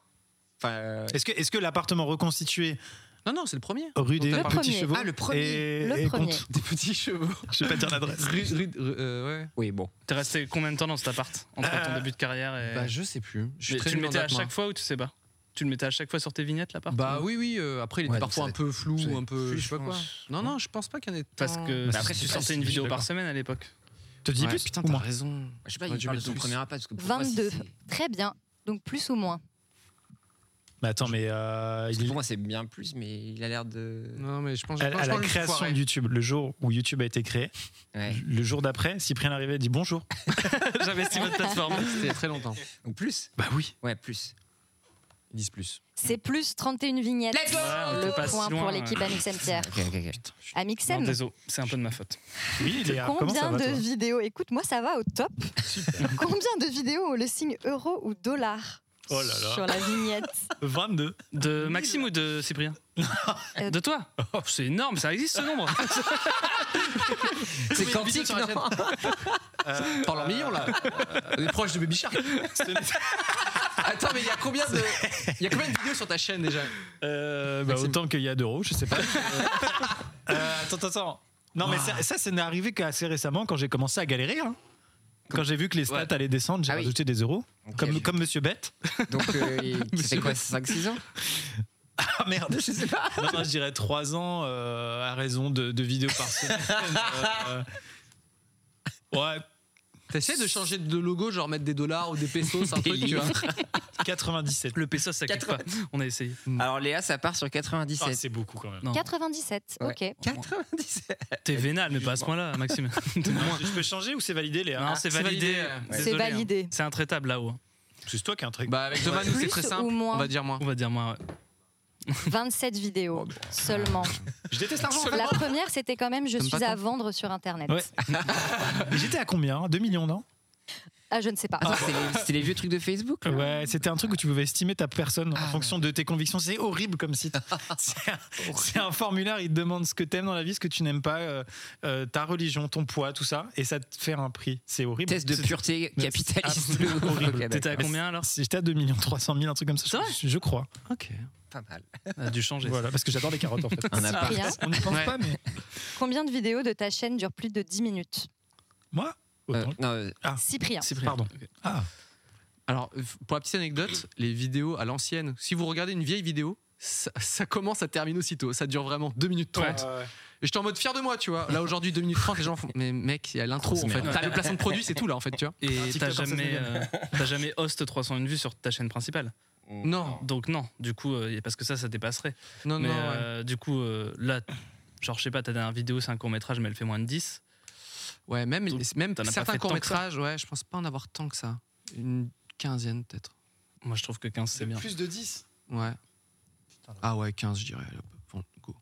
Speaker 3: Enfin, euh,
Speaker 2: Est-ce que, est-ce que l'appartement reconstitué
Speaker 1: Non, non, c'est le premier.
Speaker 2: rue des
Speaker 1: Le
Speaker 2: Petits
Speaker 6: premier.
Speaker 2: Chevaux
Speaker 3: Ah, le premier.
Speaker 2: est-
Speaker 6: Le
Speaker 2: est
Speaker 6: premier.
Speaker 2: compte
Speaker 1: Des petits chevaux.
Speaker 2: Je vais pas dire l'adresse.
Speaker 1: Rue- rue- rue- euh, ouais.
Speaker 3: oui, bon.
Speaker 4: T'es resté combien de temps dans cet appart Entre
Speaker 2: Euh,
Speaker 4: ton début de carrière et.
Speaker 1: Bah, je sais plus. Je suis
Speaker 4: Mais
Speaker 1: très
Speaker 4: tu le
Speaker 1: nul en
Speaker 4: mettais à
Speaker 1: date, moi.
Speaker 4: chaque fois ou tu sais pas Tu le mettais à chaque fois sur tes vignettes l'appart
Speaker 1: Bah oui, oui. euh, après, il était
Speaker 3: Ouais, donc
Speaker 1: parfois
Speaker 3: ça
Speaker 1: un peu flou,
Speaker 3: ça doit
Speaker 1: un peu.
Speaker 3: être
Speaker 1: Je sais pas
Speaker 3: plus,
Speaker 1: quoi.
Speaker 3: je
Speaker 1: Non, non, je pense pas qu'il y en ait.
Speaker 4: Parce
Speaker 1: tant.
Speaker 4: que
Speaker 3: Bah, après,
Speaker 4: tu
Speaker 3: c'est
Speaker 4: sortais
Speaker 3: facile,
Speaker 4: une
Speaker 3: je suis
Speaker 4: vidéo
Speaker 3: d'accord.
Speaker 4: par semaine à l'époque.
Speaker 2: Te dis
Speaker 1: Ouais,
Speaker 2: plus
Speaker 1: putain,
Speaker 2: ou
Speaker 1: t'as
Speaker 2: moins
Speaker 1: raison.
Speaker 3: Je sais pas,
Speaker 1: Ouais,
Speaker 3: il
Speaker 1: du
Speaker 3: parle de
Speaker 1: mal
Speaker 3: ton
Speaker 1: tous.
Speaker 3: premier appart. Parce que pour moi,
Speaker 6: 22.
Speaker 3: c'est-
Speaker 6: Très bien. Donc plus ou
Speaker 2: Hmm.
Speaker 6: moins.
Speaker 2: Mais attends, mais euh,
Speaker 3: parce
Speaker 2: il
Speaker 3: que pour moi, c'est bien plus, mais il a l'air de.
Speaker 1: Non, mais je pense
Speaker 2: à,
Speaker 1: je pense
Speaker 2: à
Speaker 1: qu'on
Speaker 2: la
Speaker 1: le foirait.
Speaker 2: création de YouTube, le jour où YouTube a été créé,
Speaker 3: Ouais.
Speaker 2: le jour d'après, Cyprien arrivait et dit bonjour.
Speaker 4: J'investis votre plateforme.
Speaker 1: C'était il y a très longtemps.
Speaker 3: Donc plus
Speaker 2: Bah oui.
Speaker 3: Ouais, plus.
Speaker 1: Ils disent plus.
Speaker 6: C'est plus 31 vignettes.
Speaker 3: Let's go
Speaker 4: Ouais, on
Speaker 6: le
Speaker 4: te passe
Speaker 6: Oh, point
Speaker 4: loin,
Speaker 6: pour
Speaker 4: ouais.
Speaker 6: l'équipe
Speaker 2: euh,
Speaker 6: Amixem Pierre.
Speaker 3: Ok, ok, ok.
Speaker 4: Non,
Speaker 6: Amixem,
Speaker 4: désolé, c'est un peu de ma faute.
Speaker 2: Oui, Léa, Ah, comment ça
Speaker 6: combien
Speaker 2: va
Speaker 6: de
Speaker 2: toi
Speaker 6: vidéos Écoute, moi ça va au top.
Speaker 2: Super.
Speaker 6: Combien de vidéos ont le signe euro ou dollar
Speaker 2: Oh là là.
Speaker 6: sur la vignette.
Speaker 2: 22.
Speaker 4: De Maxime ou de Cyprien
Speaker 3: Euh,
Speaker 4: De toi Oh, C'est énorme, ça existe ce nombre
Speaker 1: Combien
Speaker 3: C'est
Speaker 1: de vidéos
Speaker 3: quantique,
Speaker 1: sur la
Speaker 3: non
Speaker 2: Euh,
Speaker 1: Parle en millions là. On est proche de Baby Shark. Attends, mais il y a combien de il y a combien de vidéos sur ta chaîne déjà
Speaker 2: Euh, bah,
Speaker 1: Maxime.
Speaker 2: autant qu'il y a d'euros, je sais pas. Euh, attends, attends, attends. Non, mais ça, ça, ça n'est arrivé qu'assez récemment quand j'ai commencé à galérer. hein. Quand j'ai vu que les stats
Speaker 1: Ouais.
Speaker 2: allaient descendre, j'ai
Speaker 3: Ah oui.
Speaker 2: rajouté des euros.
Speaker 3: Ok.
Speaker 2: Comme, comme Monsieur Bête.
Speaker 3: Donc, euh, c'est quoi, 5-6 ans
Speaker 2: Ah merde, je sais pas. Non, non, je dirais 3 ans euh, à raison de, de vidéos par semaine. Euh, ouais,
Speaker 1: T'essaies de changer de logo, genre mettre des dollars ou des pesos, un truc, tu vois.
Speaker 2: 97.
Speaker 4: Le peso, ça clique pas. On a essayé.
Speaker 3: Mm. Alors, Léa, ça part sur
Speaker 2: Ah,
Speaker 3: 97.
Speaker 2: c'est beaucoup quand même.
Speaker 4: Non.
Speaker 6: 97,
Speaker 3: Ouais.
Speaker 6: ok.
Speaker 3: 97
Speaker 4: T'es vénal, mais pas à ce point-là, Maxime.
Speaker 2: Je peux changer ou c'est validé, Léa
Speaker 4: Non, c'est
Speaker 1: c'est validé.
Speaker 4: validé.
Speaker 1: Ouais.
Speaker 6: C'est
Speaker 4: Désolé, hein.
Speaker 6: validé.
Speaker 4: C'est intraitable
Speaker 2: hein.
Speaker 4: là-haut,
Speaker 2: C'est toi qui as un truc.
Speaker 1: Bah avec Thomas, nous, c'est
Speaker 6: Plus
Speaker 1: très simple.
Speaker 6: ou moins
Speaker 1: On va dire moins.
Speaker 4: on va dire moi. ouais.
Speaker 6: 27 vidéos seulement.
Speaker 2: Oh, bah. je déteste l'argent.
Speaker 6: La première, c'était quand même Je
Speaker 1: T'aimes pas
Speaker 6: suis à
Speaker 1: tant
Speaker 6: vendre sur Internet.
Speaker 2: Ouais. Mais J'étais à combien 2 millions, non
Speaker 6: Ah, je ne sais pas.
Speaker 3: C'était les- c'était les vieux trucs de Facebook là Ah,
Speaker 2: Ouais, c'était un truc où tu pouvais estimer ta personne en fonction de tes convictions. C'est horrible comme site. C'est un, c'est un formulaire, il te demande ce que t'aimes dans la vie, ce que tu n'aimes pas, euh, euh, ta religion, ton poids, tout ça, et ça te fait un prix. C'est horrible.
Speaker 3: Test de
Speaker 2: C'est-
Speaker 3: pureté
Speaker 2: Mais
Speaker 3: capitaliste.
Speaker 2: absolument
Speaker 3: de ouf.
Speaker 2: horrible.
Speaker 3: Ok, bah,
Speaker 2: T'étais
Speaker 4: T'étais à
Speaker 3: d'accord.
Speaker 4: combien alors
Speaker 2: Si J'étais à 2 millions 300 000, un truc comme ça,
Speaker 4: C'est vrai
Speaker 2: je, je crois.
Speaker 4: Ok.
Speaker 3: Pas mal.
Speaker 4: A dû changer.
Speaker 2: Voilà, parce que j'adore les carottes en fait.
Speaker 3: Un appart.
Speaker 6: Rien.
Speaker 2: On n'y pense
Speaker 1: Ouais.
Speaker 2: pas, mais
Speaker 6: Combien de vidéos de ta chaîne durent plus de 10 minutes
Speaker 2: moi,
Speaker 3: Euh,
Speaker 2: autant.
Speaker 3: non, euh,
Speaker 6: Cyprien.
Speaker 4: Cyprien.
Speaker 2: Pardon. Ah,
Speaker 1: Alors, f- pour la petite anecdote, les vidéos à l'ancienne, si vous regardez une vieille vidéo, ça, ça commence, ça termine aussitôt. Ça dure vraiment 2 minutes 30. Et j'étais en mode fier de moi, tu vois. Là, aujourd'hui, 2 minutes 30, les gens font Mais mec, il y a l'intro en fait. T'as le placement de produit, c'est tout là en fait, tu vois.
Speaker 4: Et
Speaker 2: TikTok,
Speaker 4: t'as
Speaker 2: ça, ça
Speaker 4: jamais,
Speaker 2: se gagne.
Speaker 4: euh, t'as jamais host 301 vues sur ta chaîne principale.
Speaker 3: Mm.
Speaker 1: Non,
Speaker 4: Donc non, du coup, euh, parce que ça, ça dépasserait.
Speaker 1: non,
Speaker 4: mais
Speaker 1: non. ouais.
Speaker 4: euh, du coup, euh, là, genre, je sais pas, ta dernière vidéo, c'est un court métrage, mais elle fait moins de 10.
Speaker 1: Ouais, même,
Speaker 4: Donc,
Speaker 1: même
Speaker 4: t'en as pas
Speaker 1: certains
Speaker 4: fait tant que
Speaker 1: courts-métrages, ouais, je pense pas en avoir tant que ça. Une quinzaine peut-être.
Speaker 4: Moi, je trouve que 15, c'est bien.
Speaker 2: Plus de 10.
Speaker 1: Ouais. Ah ouais, 15, je dirais. Allez, hop, bon, go.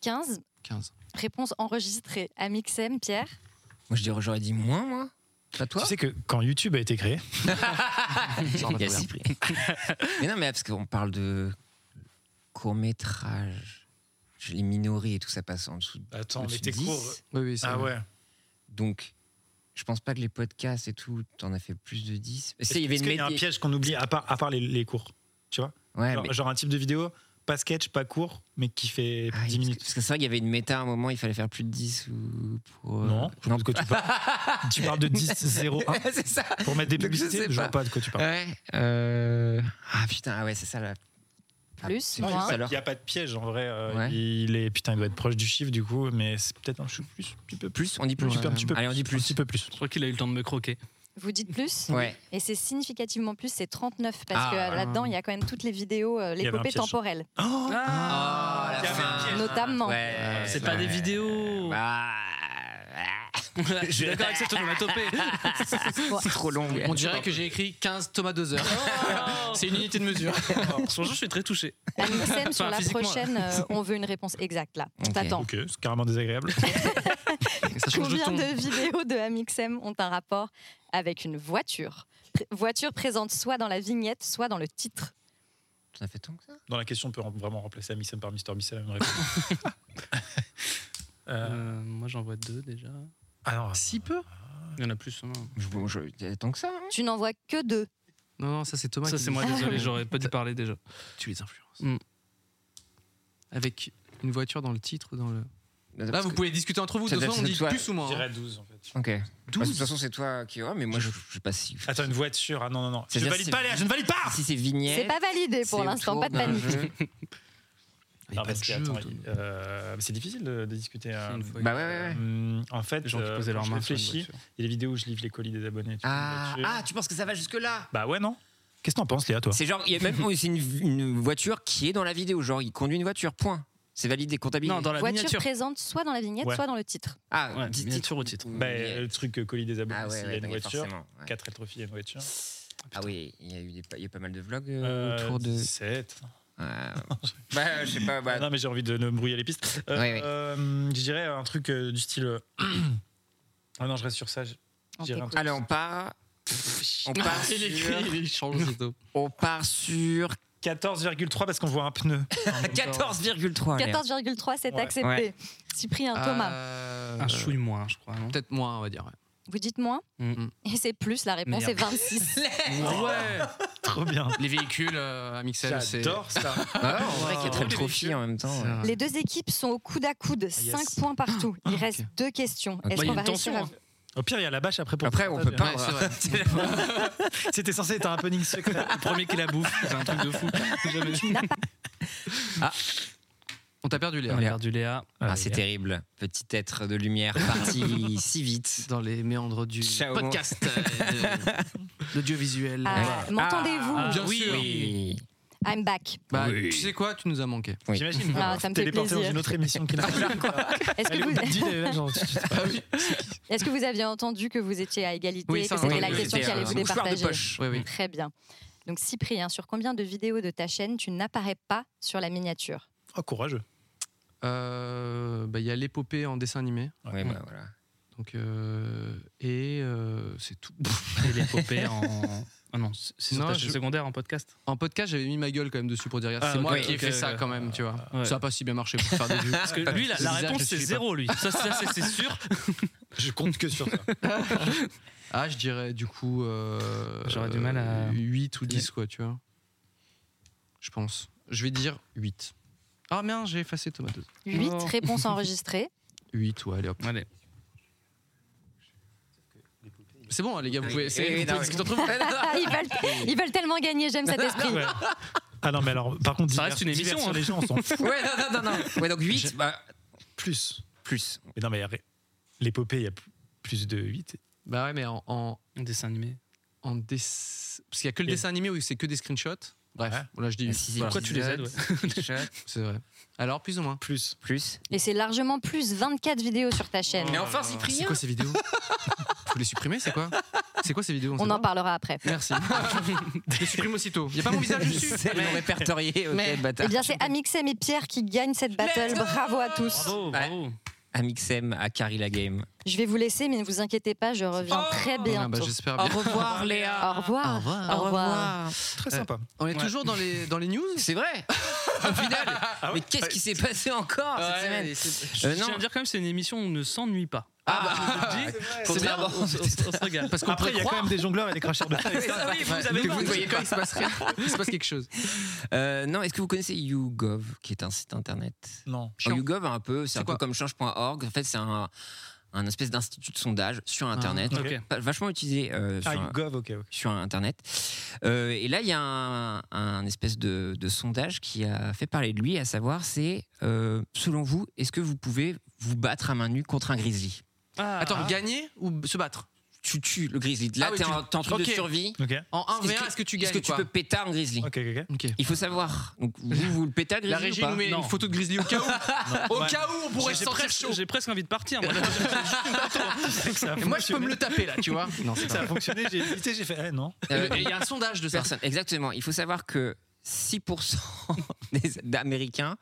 Speaker 6: 15.
Speaker 1: 15.
Speaker 6: Réponse enregistrée à Mixem, Pierre.
Speaker 3: Moi, je dirais, j'aurais dit moins, moi. Pas toi
Speaker 2: Tu sais que quand YouTube a été créé,
Speaker 1: Ça, on va
Speaker 3: Il y a
Speaker 1: trouver.
Speaker 3: Cyprien. mais non, mais parce qu'on parle de court-métrage. Je- Les minoris et tout ça passe en dessous. de-
Speaker 2: attends, mais
Speaker 3: au-dessus de
Speaker 2: t'es
Speaker 3: 10.
Speaker 2: court.
Speaker 1: Oui, oui, c'est
Speaker 2: Ah
Speaker 1: vrai.
Speaker 2: ouais.
Speaker 3: Donc, je pense pas que les podcasts et tout, t'en as fait plus de 10. Tu sais, il y avait
Speaker 2: Est-ce
Speaker 3: une
Speaker 2: qu'il y a un
Speaker 3: médi-
Speaker 2: piège qu'on oublie à part, à part les, les cours.
Speaker 3: Ouais,
Speaker 2: genre,
Speaker 3: mais-
Speaker 2: genre un type de vidéo, pas sketch, pas court, mais qui fait
Speaker 3: Ah, parce
Speaker 2: 10
Speaker 3: que-
Speaker 2: minutes.
Speaker 3: Parce que c'est vrai qu'il y avait une méta à un moment, il fallait faire plus de 10 ou pour. euh,
Speaker 2: Non, je vois pas de quoi tu parles. tu parles de 10-0-1
Speaker 3: c'est ça.
Speaker 2: pour mettre des
Speaker 3: Donc, je
Speaker 2: publicités,
Speaker 3: sais
Speaker 2: je vois
Speaker 3: pas.
Speaker 2: pas de quoi tu parles.
Speaker 3: Ouais. euh, Ah putain, ah ouais, c'est ça la. Ah,
Speaker 6: Plus,
Speaker 3: c'est
Speaker 6: moins.
Speaker 3: juste
Speaker 2: il
Speaker 3: alors.
Speaker 2: n'y a pas de piège en vrai. euh,
Speaker 3: Ouais.
Speaker 2: Il est putain, il doit être proche du chiffre du coup, mais c'est peut-être un chou- plus, un petit peu plus.
Speaker 3: Plus, on dit plus.
Speaker 2: Un petit peu- un petit peu
Speaker 3: Allez, on dit
Speaker 2: plus. Un
Speaker 3: plus.
Speaker 2: petit peu plus.
Speaker 4: Je crois qu'il a eu le temps de me croquer.
Speaker 6: Vous dites plus
Speaker 3: Ouais.
Speaker 6: Et c'est significativement plus, c'est 39, parce
Speaker 3: Ah.
Speaker 6: que euh, là-dedans, il y a quand même toutes les vidéos,
Speaker 2: y
Speaker 6: euh,
Speaker 2: avait un
Speaker 6: l'épopée
Speaker 2: piège.
Speaker 6: temporelle.
Speaker 2: Oh
Speaker 3: Ah,
Speaker 2: la fin.
Speaker 6: Notamment.
Speaker 3: Ouais,
Speaker 4: Euh, C'est pas des
Speaker 3: ouais.
Speaker 4: vidéos.
Speaker 3: Bah,
Speaker 4: je suis d'accord avec cette onomatopée.
Speaker 3: c'est trop long.
Speaker 1: On dirait que j'ai écrit 15 Thomas 2 heures.
Speaker 4: C'est une unité de mesure. Franchement, Oh. je suis très touché.
Speaker 6: À Mixem, sur
Speaker 4: Enfin,
Speaker 6: la
Speaker 4: physiquement, hein.
Speaker 6: prochaine, euh, on veut une réponse exacte, là. On
Speaker 3: Ok.
Speaker 6: t'attend.
Speaker 2: Ok, c'est carrément désagréable.
Speaker 1: Ça change de
Speaker 6: Combien
Speaker 1: ton.
Speaker 6: de vidéos de Amixem ont un rapport avec une voiture Pré- Voiture présente soit dans la vignette, soit dans le titre.
Speaker 3: Ça fait tant que ça.
Speaker 2: Dans la question, on peut rem- vraiment remplacer Amissem par Mister Missem. la même réponse. Euh,
Speaker 4: Euh, moi, j'en vois deux déjà.
Speaker 2: alors,
Speaker 1: Si peu
Speaker 4: Il y en a plus. hein.
Speaker 3: Je, bon, je- il y a tant que ça. hein.
Speaker 6: Tu n'en vois que deux.
Speaker 1: Non, non, ça Ah, c'est Thomas.
Speaker 4: Ça,
Speaker 1: qui
Speaker 4: c'est
Speaker 1: dit
Speaker 4: moi, désolé, j'aurais pas dû
Speaker 1: T'as-
Speaker 4: parler déjà.
Speaker 1: Tu les influences.
Speaker 4: Mm.
Speaker 1: Avec une voiture dans le titre ou dans le.
Speaker 3: Bah, Parce
Speaker 1: Là, vous
Speaker 3: que-
Speaker 1: pouvez discuter entre vous. De
Speaker 3: Ça
Speaker 1: toute
Speaker 3: doit-
Speaker 1: façon, on
Speaker 3: ça
Speaker 1: dit
Speaker 3: doit-
Speaker 1: plus ou
Speaker 2: je
Speaker 1: moins. hein.
Speaker 2: dirais 12 en fait.
Speaker 3: Ok. Bah, de toute
Speaker 1: 12.
Speaker 3: façon, c'est toi qui. Ouais, mais moi, je, je sais pas si.
Speaker 2: Attends, une voiture. Ah non, non, non. Je ne
Speaker 3: C'est-à-dire,
Speaker 2: valide
Speaker 3: c'est-
Speaker 2: pas, Léa, je ne valide pas
Speaker 3: Si c'est vignette.
Speaker 6: C'est pas validé pour
Speaker 3: c'est
Speaker 6: l'instant,
Speaker 3: autour
Speaker 6: pas de
Speaker 3: d'un
Speaker 6: panique.
Speaker 3: jeu.
Speaker 1: Il y a
Speaker 2: Non,
Speaker 1: pas
Speaker 2: parce
Speaker 1: de
Speaker 2: que,
Speaker 1: jeu,
Speaker 2: attends,
Speaker 1: Thomas.
Speaker 2: il- euh, c'est difficile de, de discuter. euh,
Speaker 4: Une fois,
Speaker 3: Bah ouais, ouais, ouais.
Speaker 2: hum, en fait,
Speaker 4: Les gens qui
Speaker 2: euh,
Speaker 4: posaient
Speaker 2: quand
Speaker 4: leurs
Speaker 2: je
Speaker 4: mains sur une
Speaker 2: réfléchis,
Speaker 4: voiture.
Speaker 2: il y a des vidéos où je livre les colis des abonnés. tu vois,
Speaker 3: Ah,
Speaker 2: une voiture.
Speaker 3: ah, tu penses que ça va jusque-là
Speaker 2: Bah ouais, non Qu'est-ce que t'en penses, Léa, toi
Speaker 3: C'est genre, il y a même c'est une, une voiture qui est dans la vidéo. Genre, il conduit une voiture, point. C'est validé, comptabilisé.
Speaker 4: Non, dans la
Speaker 6: voiture
Speaker 4: miniature.
Speaker 6: présente soit dans la vignette,
Speaker 2: Ouais.
Speaker 6: soit dans le titre.
Speaker 3: Ah,
Speaker 4: Ouais,
Speaker 3: dit-
Speaker 4: miniature
Speaker 3: dit-
Speaker 4: au titre.
Speaker 2: Bah, Le truc euh, colis des abonnés,
Speaker 3: ah ouais,
Speaker 2: s'il y
Speaker 3: ouais,
Speaker 2: a une
Speaker 3: bah,
Speaker 2: voiture.
Speaker 3: forcément, ouais.
Speaker 2: 4 êtres filles et une voiture.
Speaker 3: Ah oui, il y a eu des, pa- il y a pas mal de vlogs euh,
Speaker 2: Euh,
Speaker 3: autour de.
Speaker 2: 7.
Speaker 3: Ah, bah, euh, je sais pas. bah,
Speaker 2: Non, mais j'ai envie de me brouiller les pistes. Euh,
Speaker 3: Ouais, ouais.
Speaker 2: euh, je dirais un truc euh, du style. euh, ah non, je reste sur ça. je-
Speaker 6: On
Speaker 2: J'irai un
Speaker 6: t'écoute.
Speaker 3: Allez, on part. On part
Speaker 4: Il écrit,
Speaker 3: sur-
Speaker 4: il
Speaker 3: On part sur
Speaker 2: 14,3 parce qu'on voit un pneu.
Speaker 1: Oh,
Speaker 3: 14,3. Léa.
Speaker 6: 14,3, c'est
Speaker 2: Ouais.
Speaker 6: accepté.
Speaker 3: Ouais.
Speaker 6: Cyprien, Thomas,
Speaker 4: Euh. Un chouille moins, je crois. non
Speaker 1: Euh, Peut-être moins, on va dire. ouais.
Speaker 6: vous dites moins
Speaker 4: Mm.
Speaker 6: Et c'est plus, la réponse
Speaker 4: Merde.
Speaker 6: est 26.
Speaker 1: Ouais.
Speaker 2: Trop bien.
Speaker 1: Les véhicules euh, à Mixel, c'est.
Speaker 2: J'adore ça.
Speaker 3: Ah, en vrai, qu'il y a très
Speaker 1: Wow.
Speaker 3: le trophy en même temps. ouais.
Speaker 6: Les deux équipes sont au coude à coude, 5 points partout.
Speaker 1: Ah,
Speaker 6: Il reste deux questions.
Speaker 3: Ah,
Speaker 6: Est-ce
Speaker 4: Ah, bah, il y
Speaker 6: qu'on
Speaker 4: a
Speaker 6: va
Speaker 4: une tension,
Speaker 6: réussir à...
Speaker 4: hein.
Speaker 2: Au pire, il y a la bâche après pour.
Speaker 3: Après, on peut pas. hein.
Speaker 1: Ouais, c'est vrai.
Speaker 2: C'était censé être un happening secret.
Speaker 4: Le premier qui la bouffe, c'est un truc de fou. Jamais
Speaker 6: Tu n'as pas-
Speaker 1: On t'a perdu, Léa.
Speaker 4: Ah. On a l'air du Léa.
Speaker 3: Ah, c'est terrible. Petit être de lumière parti si vite.
Speaker 1: Dans les méandres du
Speaker 3: Ciao.
Speaker 1: podcast, euh, de- l'audiovisuel.
Speaker 6: Ah, M'entendez-vous
Speaker 4: Ah,
Speaker 1: Bien
Speaker 4: oui,
Speaker 1: sûr.
Speaker 3: Oui.
Speaker 4: hein.
Speaker 6: I'm back.
Speaker 1: Bah,
Speaker 3: Oui.
Speaker 1: Tu sais quoi, tu nous as manqué.
Speaker 3: Oui.
Speaker 2: J'imagine.
Speaker 6: Ah, ça me fait
Speaker 2: téléporté dans
Speaker 6: plaisir.
Speaker 2: une autre émission qu'il a
Speaker 6: Est-ce
Speaker 2: Elle
Speaker 6: que,
Speaker 2: est au
Speaker 6: vous...
Speaker 2: bout de dix, elle est là, genre, tu- tu-
Speaker 6: est-ce que vous aviez entendu que vous étiez à égalité
Speaker 1: Oui,
Speaker 6: et
Speaker 1: ça,
Speaker 6: que
Speaker 1: on
Speaker 6: c'était
Speaker 1: a
Speaker 6: la
Speaker 1: entendu.
Speaker 6: question qui
Speaker 1: C'était
Speaker 6: allait vous
Speaker 1: un mouchoir de
Speaker 6: départager
Speaker 1: poche. Mm. Oui, oui.
Speaker 6: Très bien. Donc Cyprien, sur combien de vidéos de ta chaîne tu n'apparais pas sur la miniature
Speaker 4: Ah,
Speaker 2: Oh, courageux.
Speaker 1: Euh, bah, Il y a l'épopée en dessin animé.
Speaker 3: Ouais, bah, voilà.
Speaker 1: Donc, euh, et euh, c'est tout.
Speaker 4: Et l'épopée en. Ah non, c'est c'est sur
Speaker 1: Non,
Speaker 4: ta chaîne
Speaker 1: je-
Speaker 4: secondaire en podcast.
Speaker 1: En podcast, j'avais mis ma gueule quand même dessus pour dire regarde,
Speaker 4: Ah,
Speaker 1: c'est
Speaker 4: ok,
Speaker 1: moi qui ai
Speaker 4: ok,
Speaker 1: fait ça
Speaker 4: ok.
Speaker 1: quand même, tu vois.
Speaker 4: Ouais.
Speaker 1: Ça n'a pas si bien marché pour faire des vues.
Speaker 4: Parce que lui, la,
Speaker 1: Ce
Speaker 4: la
Speaker 1: visage,
Speaker 4: réponse,
Speaker 1: je
Speaker 4: c'est
Speaker 1: suis pas.
Speaker 4: zéro, lui. Ça, ça, c'est- c'est sûr.
Speaker 2: Je compte que sur ça.
Speaker 1: Ah, je dirais du coup. euh,
Speaker 4: J'aurais du mal à-
Speaker 1: 8 ou 10, quoi, tu vois. Je pense. Je vais dire 8. Ah, merde, j'ai effacé Tomatoes.
Speaker 6: 8
Speaker 4: Oh.
Speaker 6: réponses enregistrées.
Speaker 1: 8, ouais, allez hop.
Speaker 4: Allez.
Speaker 1: C'est bon, hein, les gars, vous pouvez essayer.
Speaker 3: oui,
Speaker 1: vous pouvez
Speaker 3: non, oui.
Speaker 1: discuter entre vous.
Speaker 6: Ah, ils, veulent, ils veulent tellement gagner, j'aime cet esprit.
Speaker 2: Ouais. Ah non, mais alors, par contre,
Speaker 4: Ça
Speaker 2: divers-
Speaker 4: reste une
Speaker 2: divers
Speaker 4: émission,
Speaker 2: sur
Speaker 4: hein.
Speaker 2: les gens, on s'en fout
Speaker 3: Ouais, non, non, non, non. Ouais, donc 8, bah,
Speaker 2: plus.
Speaker 3: plus.
Speaker 2: Mais non, mais y a- l'épopée, il y a pl- plus de 8.
Speaker 1: Bah ouais, mais en. en,
Speaker 4: Un dessin animé.
Speaker 1: en dess- Parce qu'il n'y a que le
Speaker 2: Et-
Speaker 1: dessin animé où c'est que des screenshots. Bref,
Speaker 2: Ouais.
Speaker 1: là je dis.
Speaker 3: Si, si,
Speaker 1: voilà,
Speaker 4: Pourquoi tu les aides ouais.
Speaker 1: C'est vrai. Alors, plus ou moins.
Speaker 2: Plus.
Speaker 3: Plus.
Speaker 6: Et c'est largement plus 24 vidéos sur ta chaîne.
Speaker 3: Mais enfin, Cyprien
Speaker 1: Oh C'est quoi ces vidéos Faut les supprimer, c'est quoi C'est quoi ces vidéos sait
Speaker 6: On en
Speaker 1: pas
Speaker 6: parlera après.
Speaker 1: Merci. je les supprime aussitôt. Il n'y a pas mon visage dessus.
Speaker 3: C'est le nom répertorié. Ok, le bâtard.
Speaker 6: Eh bien, c'est Amixem et Pierre qui gagnent cette battle. Bravo à tous.
Speaker 4: Bravo, bravo.
Speaker 3: Amixem à Carrie la game.
Speaker 6: Je vais vous laisser, mais ne vous inquiétez pas, je reviens très
Speaker 1: Ah, bah,
Speaker 6: bientôt.
Speaker 1: J'espère bien.
Speaker 3: revoir, Léa.
Speaker 6: Au revoir. Au revoir.
Speaker 2: Très
Speaker 3: Euh,
Speaker 2: sympa.
Speaker 1: Euh, On est
Speaker 4: Ouais.
Speaker 1: toujours dans les, dans les news
Speaker 3: C'est vrai. Au final.
Speaker 2: Ah ouais
Speaker 3: Mais qu'est-ce qui s'est passé encore
Speaker 1: Ah Ouais,
Speaker 3: cette semaine
Speaker 1: allez, c'est-
Speaker 4: Je
Speaker 3: Euh,
Speaker 4: tiens
Speaker 3: non. bah,
Speaker 4: à dire quand même, c'est une émission où on ne s'ennuie pas. Ah, je le dis,
Speaker 1: C'est bien.
Speaker 4: on, on- on se regarde.
Speaker 1: Parce qu'on pourrait
Speaker 2: Après, il y a quand
Speaker 1: croire
Speaker 2: même des jongleurs et des cracheurs de feu.
Speaker 3: Ah oui, vous
Speaker 1: ouais,
Speaker 3: avez
Speaker 1: que
Speaker 3: pas-
Speaker 1: vous ne voyez pas, il se passe rien. Il se passe quelque chose.
Speaker 3: Euh, non, est-ce que vous connaissez YouGov, qui est un site internet
Speaker 2: Non.
Speaker 1: Chiant.
Speaker 3: Alors, YouGov, un peu, c'est un
Speaker 1: C'est quoi
Speaker 3: peu comme change.org. En fait, c'est un, un espèce d'institut de sondage sur Internet,
Speaker 4: Ok.
Speaker 2: Ok.
Speaker 3: Pas- vachement utilisé euh, sur,
Speaker 2: Ah, you gov, ok. ok.
Speaker 3: sur Internet. Euh, et là, il y a un, un espèce de, de sondage qui a fait parler de lui, à savoir, c'est euh, selon vous, est-ce que vous pouvez vous battre à main nue contre un grizzly
Speaker 4: Ah,
Speaker 1: Attends,
Speaker 4: ah.
Speaker 1: gagner ou se battre
Speaker 3: Tu tues le grizzly. Là,
Speaker 1: Ah oui,
Speaker 3: t'es
Speaker 1: tu-
Speaker 3: en, t'es en truc
Speaker 1: Ok.
Speaker 3: de survie.
Speaker 2: Ok.
Speaker 1: En 1v1,
Speaker 3: que-
Speaker 1: est-ce que tu gagnes
Speaker 3: Est-ce que tu
Speaker 1: quoi
Speaker 3: peux péter un grizzly
Speaker 2: Ok, ok, ok.
Speaker 1: Ok.
Speaker 3: Il faut savoir. Donc, vous, vous le pétez un grizzly
Speaker 1: La
Speaker 3: ou
Speaker 1: régie
Speaker 3: pas
Speaker 1: nous met
Speaker 4: Non.
Speaker 1: une photo de Grizzly au cas où. au
Speaker 2: Ouais.
Speaker 1: cas où, on pourrait se
Speaker 4: J'ai
Speaker 1: sentir
Speaker 4: presque,
Speaker 1: chaud.
Speaker 4: j'ai presque envie de partir. moi.
Speaker 2: Ça a
Speaker 1: Et moi, je peux me
Speaker 2: fonctionné.
Speaker 1: le taper là, tu vois. Non, c'est
Speaker 2: Ça a fonctionné, j'ai hésité, j'ai fait, eh non.
Speaker 3: Euh,
Speaker 1: Il y a un sondage de ça.
Speaker 3: personne. Exactement. Il faut savoir que 6% des d'Américains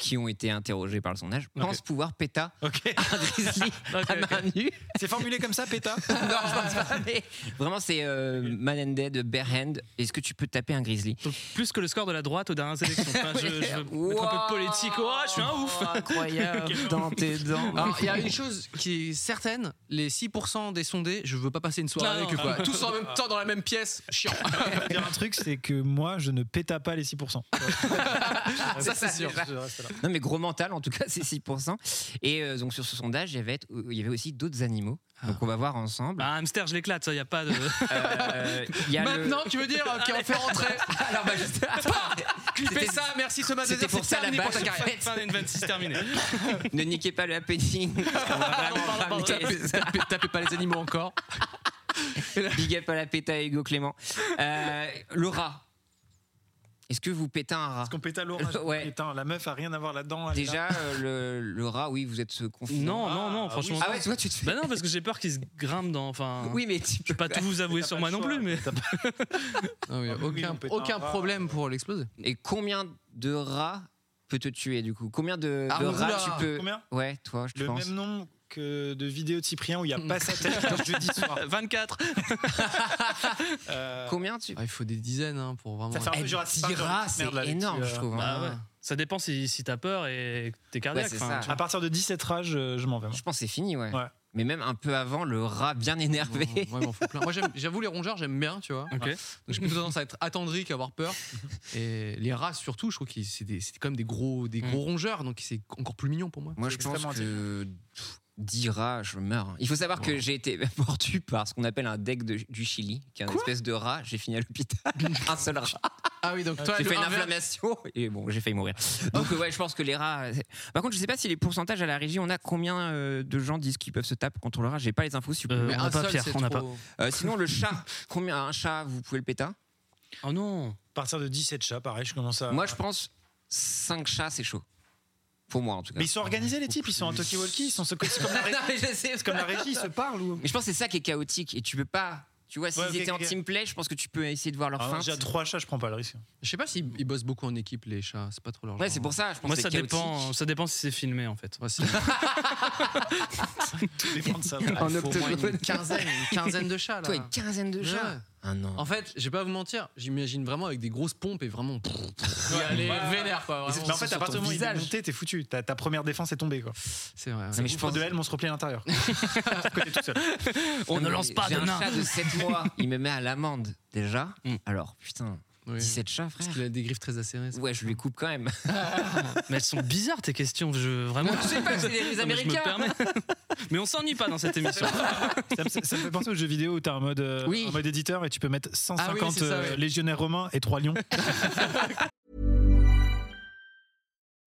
Speaker 3: qui ont été interrogés par le sondage pensent pouvoir péter un
Speaker 2: Ok.
Speaker 3: grizzly
Speaker 4: Ok,
Speaker 3: à
Speaker 4: ok.
Speaker 3: main nue.
Speaker 2: C'est formulé comme ça, péta
Speaker 3: Non, je pense pas, mais vraiment, c'est euh, Man and Dead, Bare Hand. Est-ce que tu peux taper un grizzly
Speaker 4: Donc, Euh, plus que le score de la droite aux dernières élections. Enfin, je, je veux mettre un peu de politique. Oh, je suis un ouf.
Speaker 3: Incroyable. dans tes dents.
Speaker 1: Alors, il y a une chose qui est certaine les 6% des sondés, je veux pas passer une soirée
Speaker 4: Non,
Speaker 1: avec eux, quoi. Tous en même temps dans la même pièce, chiant.
Speaker 2: dire un truc, c'est que moi, je ne péta pas les 6%.
Speaker 1: Ça, c'est sûr.
Speaker 2: Je reste là.
Speaker 3: Non, mais gros mental, en tout cas, c'est 6%. Et euh, donc, sur ce sondage, il y avait, euh, il y avait aussi d'autres animaux. Donc, on va voir ensemble.
Speaker 4: Ah, hamster, je l'éclate, ça, y a pas de.
Speaker 3: Euh, il y a le-
Speaker 1: Maintenant, tu veux dire, ok, on fait rentrer. Ah,
Speaker 3: Alors, bah, juste-
Speaker 1: Clipez ça, merci ce matin.
Speaker 3: C'était pour ça, la
Speaker 1: terminé pour
Speaker 3: base.
Speaker 1: ta carrière.
Speaker 3: Ouais.
Speaker 4: Fin N26 terminé.
Speaker 3: ne niquez pas le happening. On va vraiment
Speaker 1: Pardon,
Speaker 3: ramener-
Speaker 1: tapez, tapez- tapez pas les animaux encore.
Speaker 3: Big up à la péta à Hugo Clément. Euh, le rat. Est-ce que vous pétez un rat
Speaker 2: Parce qu'on péta l'orage.
Speaker 3: Ouais.
Speaker 2: Pétain, la meuf a rien à voir là-dedans. elle est Oh là.
Speaker 3: Déjà, euh, le, le rat, oui, vous êtes confiant.
Speaker 4: Non, non,
Speaker 2: Ah,
Speaker 4: non, franchement.
Speaker 3: Ah ouais, toi, tu te fais.
Speaker 4: Bah non, parce que j'ai peur qu'il se grimpe dans. Enfin,
Speaker 3: oui, mais tu
Speaker 4: je
Speaker 3: peux
Speaker 4: peux pas tout vous avouer sur moi non plus, mais.
Speaker 1: Non, mais
Speaker 2: Ah, mais oui, on
Speaker 1: aucun
Speaker 2: pète un
Speaker 1: aucun
Speaker 2: rat,
Speaker 1: problème pour l'exploser.
Speaker 3: Et combien de rats peut te tuer, du coup Combien de,
Speaker 1: Ah,
Speaker 3: de
Speaker 1: oula.
Speaker 3: rats tu peux.
Speaker 2: Combien
Speaker 3: Ouais, toi, je
Speaker 2: Le
Speaker 3: pense.
Speaker 2: même nom que de vidéos de Cyprien où il n'y a pas sa tête le jeudi soir.
Speaker 4: 24
Speaker 2: Euh,
Speaker 3: Combien tu.
Speaker 1: Ah, il faut des dizaines hein, pour vraiment.
Speaker 2: Ça fait un peu
Speaker 3: Eh,
Speaker 2: Jurassic Park,
Speaker 3: Dira,
Speaker 2: Jurassic
Speaker 3: c'est
Speaker 2: Merde, là, les
Speaker 3: énorme,
Speaker 2: petits,
Speaker 3: je
Speaker 2: euh,
Speaker 3: trouve.
Speaker 4: Bah
Speaker 3: hein.
Speaker 4: ouais. Ça dépend si, si t'as peur et que t'es cardiaque.
Speaker 3: Bah, c'est
Speaker 4: enfin,
Speaker 3: ça.
Speaker 4: tu vois.
Speaker 2: À partir de 17 âges, euh, je m'en vais. moi.
Speaker 3: Je pense que c'est fini, ouais.
Speaker 2: Ouais.
Speaker 3: Mais même un peu avant, le rat bien
Speaker 1: Ouais,
Speaker 3: énervé.
Speaker 1: ouais, m'en fous plein. Moi, j'aime- j'avoue, les rongeurs, j'aime bien, tu vois.
Speaker 4: Ok.
Speaker 1: Donc, j'ai plutôt tendance à être attendri qu'avoir peur. Et les rats, surtout, je trouve que c'est des- c'est quand même des gros, des gros rongeurs, donc c'est encore plus mignon pour moi.
Speaker 3: Moi,
Speaker 2: C'est
Speaker 3: je pense
Speaker 2: extrêmement
Speaker 3: que pff, dix rats, je meurs. hein. Il faut savoir que j'ai été mordu par ce qu'on appelle un deck de- du Chili, qui est un espèce de rat. J'ai fini à l'hôpital. un seul rat.
Speaker 1: Ah oui, donc toi,
Speaker 3: Euh, J'ai
Speaker 1: le
Speaker 3: fait une
Speaker 1: inverse-
Speaker 3: inflammation et bon, j'ai failli mourir. Donc, euh, ouais, je pense que les rats. c'est- Par contre, je sais pas si les pourcentages à la régie, on a combien euh, de gens disent qu'ils peuvent se taper contre le rat. J'ai pas les infos. si vous
Speaker 4: Euh,
Speaker 3: pouvez.
Speaker 1: Mais
Speaker 4: on
Speaker 1: un
Speaker 4: n'a pas,
Speaker 1: seul,
Speaker 4: Pierre,
Speaker 1: c'est
Speaker 4: on n'a
Speaker 1: trop.
Speaker 3: Euh, sinon, le chat, combien un chat, vous pouvez le péter
Speaker 4: Oh non
Speaker 2: À partir de 17 chats, pareil, je commence à.
Speaker 3: Moi, je pense 5 chats, c'est chaud. Pour moi, en tout cas.
Speaker 2: Mais ils sont organisés, les types, ils sont en talkie-walkie, ils sont se- c'est comme, la ré-
Speaker 3: Non, mais je sais,
Speaker 2: c'est comme la régie, ils se parlent. Ou...
Speaker 3: Mais je pense que c'est ça qui est chaotique et tu peux pas. Tu vois, s'ils
Speaker 2: Ouais, ok,
Speaker 3: étaient
Speaker 2: ok, ok.
Speaker 3: en team play, je pense que tu peux essayer de voir leur
Speaker 2: Ah,
Speaker 3: fin.
Speaker 2: J'ai trois chats, je prends pas le risque.
Speaker 1: Je sais pas s'ils ils bossent beaucoup en équipe, les chats. C'est pas trop leur
Speaker 3: Ouais,
Speaker 1: genre. hein.
Speaker 3: c'est pour ça. Je pense
Speaker 4: Moi,
Speaker 3: que
Speaker 4: ça
Speaker 3: c'est chaotique.
Speaker 4: dépend, ça dépend si c'est
Speaker 1: euh,
Speaker 4: filmé en fait.
Speaker 1: Ouais, c'est-
Speaker 2: Tout dépend de ça. voilà.
Speaker 3: En
Speaker 1: il faut au moins
Speaker 3: octogone.
Speaker 1: une quinzaine, une quinzaine de chats là.
Speaker 3: Toi, une quinzaine de chats.
Speaker 1: Ouais.
Speaker 3: Ah non.
Speaker 1: En fait, je vais pas vous mentir, j'imagine vraiment avec des grosses pompes et vraiment. y aller vénère quoi. vraiment.
Speaker 2: Mais en fait, à partir du moment où il est
Speaker 3: visage.
Speaker 2: monté, t'es foutu. Ta, ta première défense est tombée. Quoi.
Speaker 1: C'est vrai. ouais.
Speaker 3: Non, mais
Speaker 2: Je
Speaker 3: je
Speaker 2: pense
Speaker 3: pense-
Speaker 2: de elle, mon se replie à l'intérieur. Quand t'es tout seul.
Speaker 4: On ne
Speaker 3: Mais
Speaker 4: lance pas
Speaker 3: j'ai
Speaker 4: de
Speaker 3: un
Speaker 4: nain.
Speaker 3: chat de 7 mois. Il me met à l'amende déjà.
Speaker 4: Mm.
Speaker 3: Alors, putain,
Speaker 1: Hmm. Oui.
Speaker 3: 17 chats, frère.
Speaker 1: Parce qu'il a des griffes très acérées. ça.
Speaker 3: Ouais, je lui coupe quand même.
Speaker 4: Mais elles sont bizarres tes questions, je vraiment.
Speaker 3: Je sais pas, c'est les
Speaker 4: Non, mais je me
Speaker 3: Américains.
Speaker 4: permets. mais on s'ennuie pas dans cette émission.
Speaker 2: ça, me, ça me fait penser aux jeux vidéo où t'as un mode, euh,
Speaker 3: Oui.
Speaker 2: un mode éditeur et tu peux mettre 150
Speaker 1: Ah oui, c'est ça,
Speaker 2: euh,
Speaker 1: ouais.
Speaker 2: légionnaires romains et 3 lions.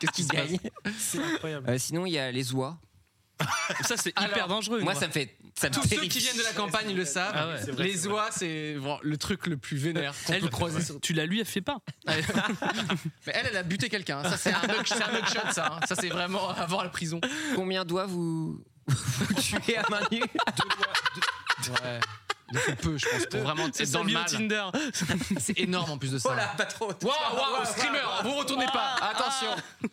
Speaker 3: Qu'est-ce qu'il gagne
Speaker 2: C'est incroyable.
Speaker 3: Euh, Sinon, il y a les oies.
Speaker 4: ça c'est hyper dangereux.
Speaker 3: Moi, ça me fait. Ça me
Speaker 1: Tous ceux
Speaker 3: terrifie.
Speaker 1: qui viennent de la campagne ils le savent.
Speaker 4: Ah ouais, c'est
Speaker 1: les oies, c'est vraiment le truc le plus vénère qu'on peut croiser. sur-
Speaker 4: Tu la lui elle fait pas.
Speaker 1: Mais elle, elle a buté quelqu'un. hein. Ça, c'est un mug- c'est un mugshot, ça. hein. Ça, c'est vraiment avoir la prison.
Speaker 3: Combien d'oies vous. vous tuez à main nue
Speaker 1: Ouais. Il faut peu, je pense, pour vraiment
Speaker 4: C'est
Speaker 1: être
Speaker 4: sa
Speaker 1: dans le
Speaker 4: bio
Speaker 1: mal.
Speaker 4: Tinder.
Speaker 1: C'est énorme en plus de ça.
Speaker 3: Voilà, pas trop.
Speaker 1: Waouh, waouh, screamer, vous retournez pas. Attention,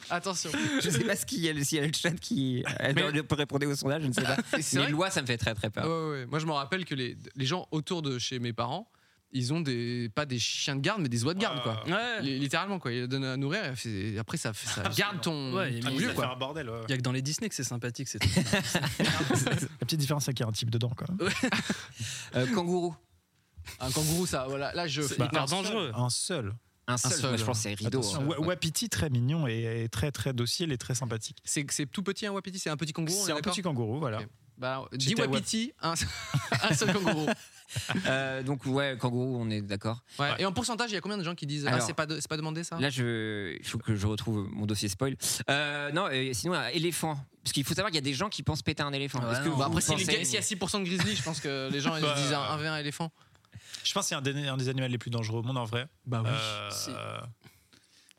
Speaker 1: attention.
Speaker 3: Ah. Je sais pas ce qu'il y a, le- s'il y a le chat qui elle peut répondre au sondage, je ne sais pas.
Speaker 1: c'est
Speaker 3: Mais
Speaker 1: vrai
Speaker 3: l'oie, ça me fait très très
Speaker 1: Ouais,
Speaker 3: peur.
Speaker 1: ouais, ouais. Moi, je me rappelle que les, les gens autour de chez mes parents, ils ont des pas des chiens de garde, mais des oies de garde, quoi.
Speaker 4: Ouais.
Speaker 1: Li- Littéralement, quoi. Ils donnent à nourrir et fait- et après, ça, fait- ça garde ton,
Speaker 4: Ouais,
Speaker 1: ton
Speaker 4: mais
Speaker 1: lieu,
Speaker 4: ça
Speaker 1: quoi.
Speaker 2: un bordel.
Speaker 4: Il y a que dans les Disney que c'est sympathique. C'est
Speaker 2: La petite différence, c'est qu'il y a un type dedans. Quoi.
Speaker 3: Euh, kangourou.
Speaker 1: Un kangourou, ça, voilà. Là, je.
Speaker 4: C'est hyper dangereux.
Speaker 2: Un seul.
Speaker 3: Un seul,
Speaker 1: seul,
Speaker 3: moi, je pense que c'est rideau.
Speaker 2: Attention,
Speaker 3: hein.
Speaker 2: Wa- Wapiti, très mignon et, et très très docile et très sympathique.
Speaker 1: C'est c'est tout petit, un wapiti, c'est un petit kangourou. on
Speaker 2: C'est
Speaker 1: est
Speaker 2: un
Speaker 1: d'accord
Speaker 2: petit kangourou, voilà.
Speaker 1: Ok. Bah, dix
Speaker 2: J'étais à Wap-
Speaker 1: wapiti, un, un seul kangourou.
Speaker 3: Euh, donc, ouais, kangourou, on est d'accord.
Speaker 1: Ouais. Et en pourcentage, il y a combien de gens qui disent Ah,
Speaker 3: Alors-
Speaker 1: c'est pas, de- c'est pas demandé ça
Speaker 3: Là, je, il faut que je retrouve mon dossier spoil. Euh, non, euh, sinon, euh, éléphant. Parce qu'il faut savoir qu'il y a des gens qui pensent péter un éléphant. Est-ce que
Speaker 1: Bah,
Speaker 3: vous
Speaker 1: Après, si
Speaker 3: pensez-
Speaker 1: les gars, s'il y a 6% de grizzly, je pense que les gens ils
Speaker 2: Bah,
Speaker 1: se disent un, un vers un éléphant.
Speaker 2: Je pense que c'est un, des- un des animaux les plus dangereux au monde en vrai.
Speaker 1: Bah
Speaker 2: Euh,
Speaker 1: c'est-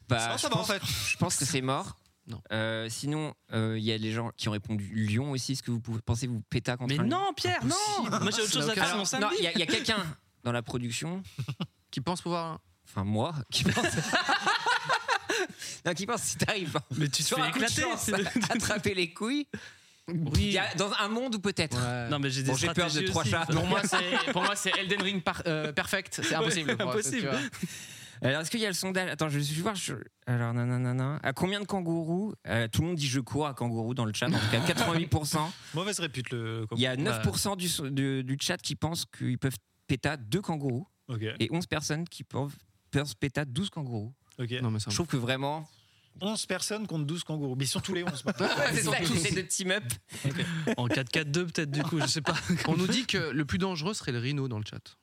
Speaker 3: Bah,
Speaker 2: Non,
Speaker 3: je
Speaker 2: ça va, hein. en
Speaker 3: pense-
Speaker 2: fait.
Speaker 3: Je pense que c'est mort.
Speaker 1: Non.
Speaker 3: Euh, sinon, euh, il y a les gens qui ont répondu lion aussi. Est-ce que vous pouvez- pensez que vous pétez contre
Speaker 4: Mais
Speaker 3: un lion
Speaker 4: non Pierre, non. Moi j'ai autre chose à faire
Speaker 3: Alors,
Speaker 4: mon
Speaker 3: non,
Speaker 4: samedi.
Speaker 3: il y a, il y a quelqu'un dans la production,
Speaker 1: Qui pense pouvoir.
Speaker 3: enfin moi, qui pense. non, qui pense si t'arrives.
Speaker 4: Mais tu te
Speaker 3: Sur
Speaker 4: fais
Speaker 3: un coup de
Speaker 4: éclater,
Speaker 3: chance,
Speaker 4: c'est-
Speaker 3: attraper les couilles. Il
Speaker 4: Oui.
Speaker 3: y a- dans un monde où peut-être.
Speaker 4: Non mais j'ai des
Speaker 3: Bon, j'ai peur de
Speaker 4: stratégies
Speaker 3: trois
Speaker 4: aussi.
Speaker 3: chats.
Speaker 1: Pour moi, c'est pour moi c'est Elden Ring par- euh, perfect. C'est impossible. pour moi,
Speaker 4: impossible.
Speaker 1: tu vois.
Speaker 3: Alors, est-ce qu'il y a le sondage Attends, je vais voir. je- Alors, nanana. À combien de kangourous Euh, Tout le monde dit je cours à kangourou dans le chat. En tout cas, 88%.
Speaker 2: Mauvaise répute le
Speaker 3: Il y a
Speaker 2: kangourou.
Speaker 3: 9% du, so- du, du chat qui pensent qu'ils peuvent péter deux kangourous
Speaker 2: Ok,
Speaker 3: et 11 personnes qui peuvent, peuvent péter 12 kangourous.
Speaker 2: ok.
Speaker 1: Non, mais Bah, ça.
Speaker 3: Je trouve que vraiment.
Speaker 2: 11 personnes contre 12 kangourous. Mais ils sont tous les 11. maintenant.
Speaker 3: c'est ça qui fait de team up.
Speaker 4: En 4-4-2 peut-être du coup, je sais pas.
Speaker 1: On nous dit que le plus dangereux serait le rhino dans le chat.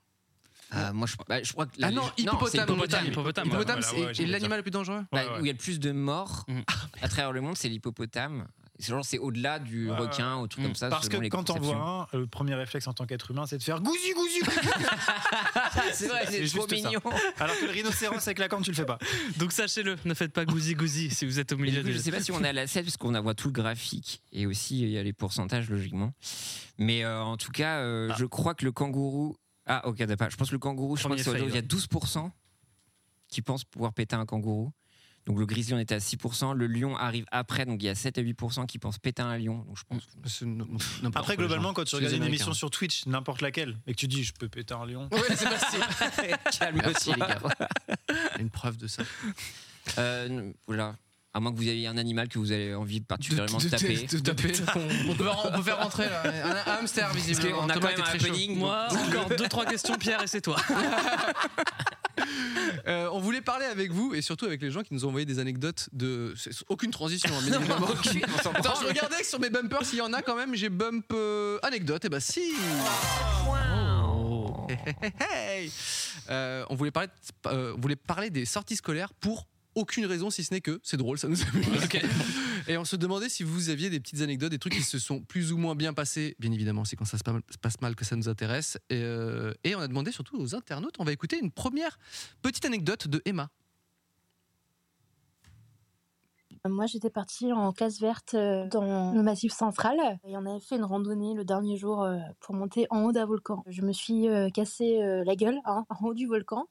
Speaker 3: Euh, moi, je, bah, je crois que. la
Speaker 1: Ah non,
Speaker 3: lég- c'est
Speaker 1: hippopotame,
Speaker 3: hippopotame.
Speaker 4: hippopotame,
Speaker 1: Hippopotame,
Speaker 2: voilà, ouais,
Speaker 1: c'est
Speaker 2: j'allais
Speaker 1: l'animal le plus dangereux
Speaker 3: Bah,
Speaker 2: Ouais, ouais.
Speaker 3: Où il y a le plus de morts
Speaker 4: Mm.
Speaker 3: à travers le monde, c'est l'hippopotame. C'est genre, c'est au-delà du
Speaker 2: Ouais.
Speaker 3: requin ou truc
Speaker 4: Mm.
Speaker 3: comme ça.
Speaker 2: Euh, Parce
Speaker 3: selon
Speaker 2: que
Speaker 3: les
Speaker 2: quand on
Speaker 3: conceptions.
Speaker 2: voit un, le premier réflexe en tant qu'être humain, c'est de faire gouzi gouzi. gouzi.
Speaker 3: c'est vrai,
Speaker 2: c'est
Speaker 3: c'est trop
Speaker 2: juste ça. Ah,
Speaker 3: mignon.
Speaker 2: Alors que le rhinocéros avec la corne, tu le fais pas.
Speaker 4: Donc sachez-le, ne faites pas gouzi gouzi si vous êtes au
Speaker 3: Mais
Speaker 4: milieu
Speaker 3: du coup,
Speaker 4: des.
Speaker 3: je sais pas si on a la 7 parce qu'on a voit tout le graphique et aussi il y a les pourcentages logiquement. Mais euh, en tout cas, euh,
Speaker 1: Ah.
Speaker 3: je crois que le kangourou. Ah ok, t'as pas. Je pense que le kangourou, je crois
Speaker 4: Premier
Speaker 3: que c'est au-
Speaker 4: fail,
Speaker 3: il y a 12% qui pensent pouvoir péter un kangourou. Donc le grizzly on était à 6%, le lion arrive après, donc il y a 7 à 8% qui pensent péter un lion. Donc je pense. que-
Speaker 1: Euh, C'est n- n'importe quoi,
Speaker 2: Après,
Speaker 1: les
Speaker 2: globalement,
Speaker 1: gens.
Speaker 2: quand tu
Speaker 1: Je suis
Speaker 2: regardes une
Speaker 1: américain.
Speaker 2: émission sur Twitch, n'importe laquelle, et que tu dis je peux péter un lion.
Speaker 1: Ouais, c'est pas si.
Speaker 3: Merci, les gars.
Speaker 1: Une preuve de ça.
Speaker 3: Euh, voilà. À moins que vous ayez un animal que vous avez envie particulièrement de,
Speaker 1: de-
Speaker 3: taper.
Speaker 1: de- de taper. On peut, on peut faire rentrer là, un, un hamster
Speaker 3: Parce
Speaker 1: visiblement.
Speaker 3: qu'on a quand
Speaker 1: Thomas
Speaker 3: même
Speaker 1: était
Speaker 3: un
Speaker 1: très chaud.
Speaker 3: opening,
Speaker 4: Moi,
Speaker 3: donc-
Speaker 4: encore deux trois questions, Pierre, et c'est toi.
Speaker 1: Euh, on voulait parler avec vous et surtout avec les gens qui nous ont envoyé des anecdotes de c'est- aucune transition. hein, bien évidemment. Attends, je regardais sur mes bumpers s'il y en a quand même. J'ai bump euh, anecdote et bah si. Hey, hey, hey. Euh, on voulait parler, de- euh, on voulait parler des sorties scolaires pour aucune raison si ce n'est que c'est drôle, ça nous amuse. Et on se demandait si vous aviez des petites anecdotes, des trucs qui se sont plus ou moins bien passés. Bien évidemment, c'est quand ça se pa- se passe mal que ça nous intéresse. Et, euh, et on a demandé surtout aux internautes. On va écouter une première petite anecdote de Emma.
Speaker 7: Moi, j'étais partie en classe verte euh, dans le massif central et on avait fait une randonnée le dernier jour euh, pour monter en haut d'un volcan. Je me suis euh, cassé euh, la gueule hein, en haut du volcan.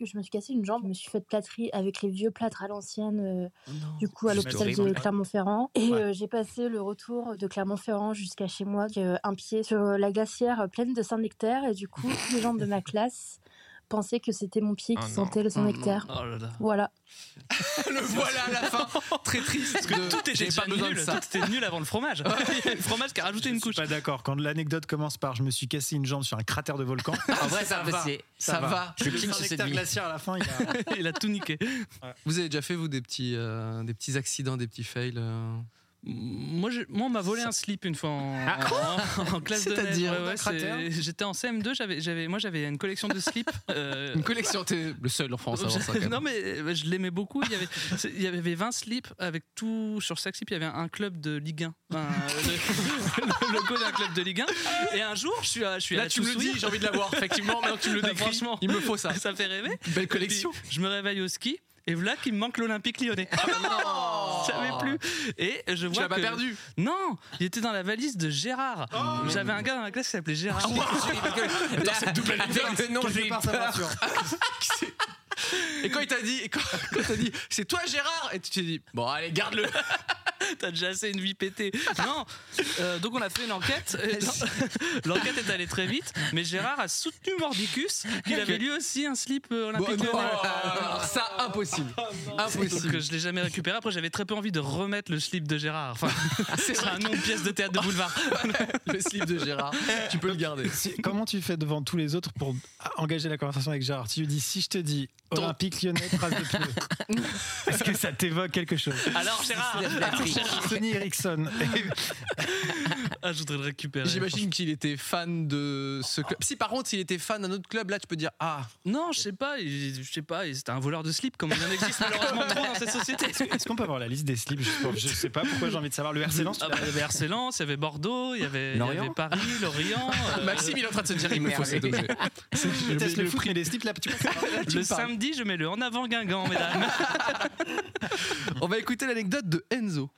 Speaker 7: Je me suis cassé une jambe, je me suis fait plâtrer avec les vieux plâtres à l'ancienne, euh, du coup à
Speaker 3: c'est
Speaker 7: l'hôpital
Speaker 3: horrible.
Speaker 7: de Clermont-Ferrand. Et
Speaker 2: Ouais.
Speaker 7: euh, j'ai passé le retour de Clermont-Ferrand jusqu'à chez moi, euh, un pied sur la glacière pleine de Saint-Nectaire et du coup, tous les gens de ma classe pensaient que c'était mon pied
Speaker 3: Ah
Speaker 7: qui
Speaker 3: non.
Speaker 7: sentait le Saint-Nectaire.
Speaker 4: Oh là là.
Speaker 7: Voilà.
Speaker 1: Le voilà à la fin. Très triste.
Speaker 4: Parce que tout était
Speaker 1: J'avais
Speaker 4: déjà
Speaker 1: pas besoin de
Speaker 4: nul.
Speaker 1: ça.
Speaker 4: Tout était nul avant le fromage. Il y a le fromage qui a rajouté
Speaker 2: Je
Speaker 4: une
Speaker 2: suis
Speaker 4: couche.
Speaker 2: Pas d'accord. Quand l'anecdote commence par je me suis cassé une jambe sur un cratère de volcan.
Speaker 3: En vrai, ça,
Speaker 2: va.
Speaker 3: c'est-
Speaker 1: Ça, va.
Speaker 3: Je
Speaker 2: Le
Speaker 3: cligne sur cette
Speaker 2: Saint-Nectaire
Speaker 3: vie.
Speaker 2: glaciaire à la fin, il a-
Speaker 4: Il a tout niqué.
Speaker 1: Vous avez déjà fait vous des petits, euh, des petits accidents, des petits fails. euh Ah,
Speaker 4: Moi, je- moi, on m'a volé un slip une fois en, en- en classe de neige.
Speaker 1: C'est-à-dire
Speaker 4: Ouais, ouais,
Speaker 1: Un cratère
Speaker 4: c'est- J'étais en CM2, j'avais, j'avais, moi j'avais une collection de slips. euh,
Speaker 1: Une collection. T'es le seul en France à avoir ça. Quand même.
Speaker 4: non mais euh, je l'aimais beaucoup. Il y avait, c'est- il y avait 20 slips avec tout sur chaque slip. Il y avait un club de Ligue 1, Enfin, euh, le, le logo d'un club de Ligue 1. Et un jour, je suis, à, je suis à
Speaker 1: Là,
Speaker 4: la
Speaker 1: tu me le
Speaker 4: Toussourière.
Speaker 1: dis, j'ai envie de l'avoir. Effectivement, maintenant que tu me le
Speaker 4: Ah,
Speaker 1: décris,
Speaker 4: franchement.
Speaker 1: il me faut ça.
Speaker 4: Ça fait rêver.
Speaker 1: Belle collection. Ah
Speaker 4: Puis, je me réveille au ski et voilà qu'il me manque l'Olympique Lyonnais.
Speaker 1: bah non
Speaker 4: Je savais plus. Et je vois
Speaker 1: Tu l'as pas
Speaker 4: que-
Speaker 1: perdu. Oh.
Speaker 4: Non, il était dans la valise de Gérard. J'avais un gars dans la classe qui s'appelait
Speaker 1: Ah,
Speaker 4: Gérard.
Speaker 3: Attends, c'est double Non, j'ai
Speaker 2: Quelque
Speaker 3: eu
Speaker 2: part, ça me
Speaker 3: peur.
Speaker 2: rassure.
Speaker 1: Et quand il t'a dit, et quand, quand il t'a dit, c'est toi Gérard, et tu t'es dit, bon allez garde-le.
Speaker 4: T'as déjà assez une vie pétée. Non. Euh, donc on a fait une enquête. Et non, L'enquête est allée très vite, mais Gérard a soutenu Mordicus qu'il avait lui aussi un slip euh, olympique.
Speaker 1: Bon, non, Ah,
Speaker 4: lyonnais.
Speaker 1: alors ça impossible,
Speaker 4: Donc euh,
Speaker 1: impossible.
Speaker 4: je l'ai jamais récupéré. Après j'avais très peu envie de remettre le slip de Gérard. Enfin, c'est un nom de pièce de théâtre de boulevard.
Speaker 1: Ah, Le slip de Gérard, tu peux le garder.
Speaker 2: Si- Comment tu fais devant tous les autres pour engager la conversation avec Gérard Tu lui dis si je te dis
Speaker 1: Ton-
Speaker 2: Olympique Lyonnais, trace de pneu. Est-ce que ça t'évoque quelque chose
Speaker 4: Alors Gérard,
Speaker 2: Sony Ericsson.
Speaker 4: ah, je voudrais le récupérer.
Speaker 1: J'imagine qu'il était fan de ce club. Si par contre il était fan d'un autre club, là tu peux dire ah.
Speaker 4: Non, je sais pas, il- je sais pas, il- c'était un voleur de slip comme il en existe malheureusement trop dans cette société.
Speaker 2: Est-ce qu'on peut avoir la liste des slips juste pour- Je sais pas pourquoi j'ai envie de savoir le RC Lens. tu
Speaker 4: Ah bah, il y avait RC Lens, il y avait Bordeaux, il y avait, il y
Speaker 3: Lorient.
Speaker 4: avait Paris, Lorient. euh,
Speaker 1: Maxime il est en train de se dire il me faut cet objet.
Speaker 2: Je déteste le foot, mais les slips là, tu
Speaker 1: tu
Speaker 4: le
Speaker 1: me parles.
Speaker 4: samedi, je mets le en avant Guingamp, mesdames.
Speaker 1: Euh, On va écouter l'anecdote de Enzo.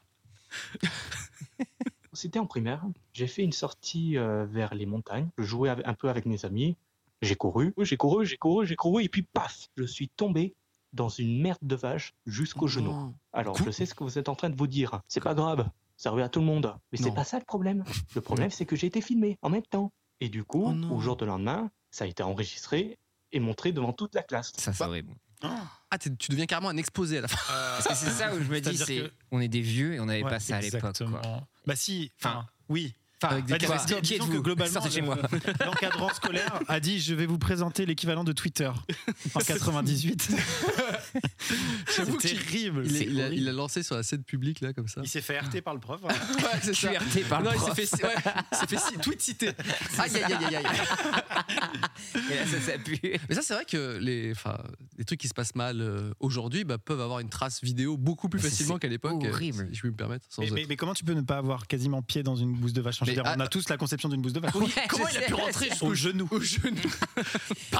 Speaker 8: C'était en primaire. J'ai fait une sortie euh, vers les montagnes. Je jouais avec- un peu avec mes amis. J'ai couru, j'ai couru, j'ai couru, j'ai couru, et puis paf Je suis tombé dans une merde de vache jusqu'au genou. Alors, je sais ce que vous êtes en train de vous dire. C'est pas grave, ça revient à tout le monde. Mais c'est
Speaker 1: Non.
Speaker 8: pas ça le problème. Le problème, c'est que j'ai été filmé en même temps. Et du coup,
Speaker 1: Oh non.
Speaker 8: au jour de lendemain, ça a été enregistré et montré devant toute la classe.
Speaker 3: Ça, c'est horrible.
Speaker 4: Oh.
Speaker 1: Ah t'es- tu deviens carrément un exposé à la fin.
Speaker 3: Parce Euh, que c'est ça où je me dis,
Speaker 2: C'est-à-dire
Speaker 3: c'est
Speaker 2: que-
Speaker 3: on est des vieux et on n'avait
Speaker 2: Ouais,
Speaker 3: pas ça à l'époque. quoi.
Speaker 2: exactement. Bah si, enfin, oui. Enfin,
Speaker 3: Avec des
Speaker 2: pas dire
Speaker 3: caméras.
Speaker 2: stop,
Speaker 3: Qui
Speaker 2: disons
Speaker 3: êtes-vous
Speaker 2: que globalement, euh,
Speaker 3: Sortez chez
Speaker 2: le-
Speaker 3: moi.
Speaker 2: l'encadrant scolaire a dit Je vais vous présenter l'équivalent de Twitter en 98. C'est
Speaker 1: J'avoue qu'il-
Speaker 2: terrible.
Speaker 1: Il, est-
Speaker 2: C'est
Speaker 1: il a,
Speaker 2: horrible.
Speaker 1: il a lancé sur la scène publique, là, comme ça.
Speaker 2: Il s'est fait RT par le prof. hein.
Speaker 1: Ouais, c'est ça.
Speaker 3: QRT par le
Speaker 1: Non, il s'est
Speaker 3: prof.
Speaker 1: fait, ouais, il s'est fait si- tweet cité. Aïe, aïe, aïe, aïe, aïe.
Speaker 3: Et là, ça, ça pue.
Speaker 1: Mais ça, c'est vrai que les, enfin, les trucs qui se passent mal euh, aujourd'hui bah, peuvent avoir une trace vidéo beaucoup plus
Speaker 3: Mais c'est-
Speaker 1: facilement
Speaker 3: c'est
Speaker 1: qu'à l'époque. euh,
Speaker 3: horrible.
Speaker 1: Si je puis me permettre. Sans
Speaker 2: Mais, mais-
Speaker 1: être-
Speaker 2: mais comment tu peux ne pas avoir quasiment pied dans une bouse de vache Enfin, je veux
Speaker 1: Mais
Speaker 2: dire, On
Speaker 1: à-
Speaker 2: a tous la conception d'une bouse de vache.
Speaker 1: Comment il a pu rentrer jusqu'au genou Au genou.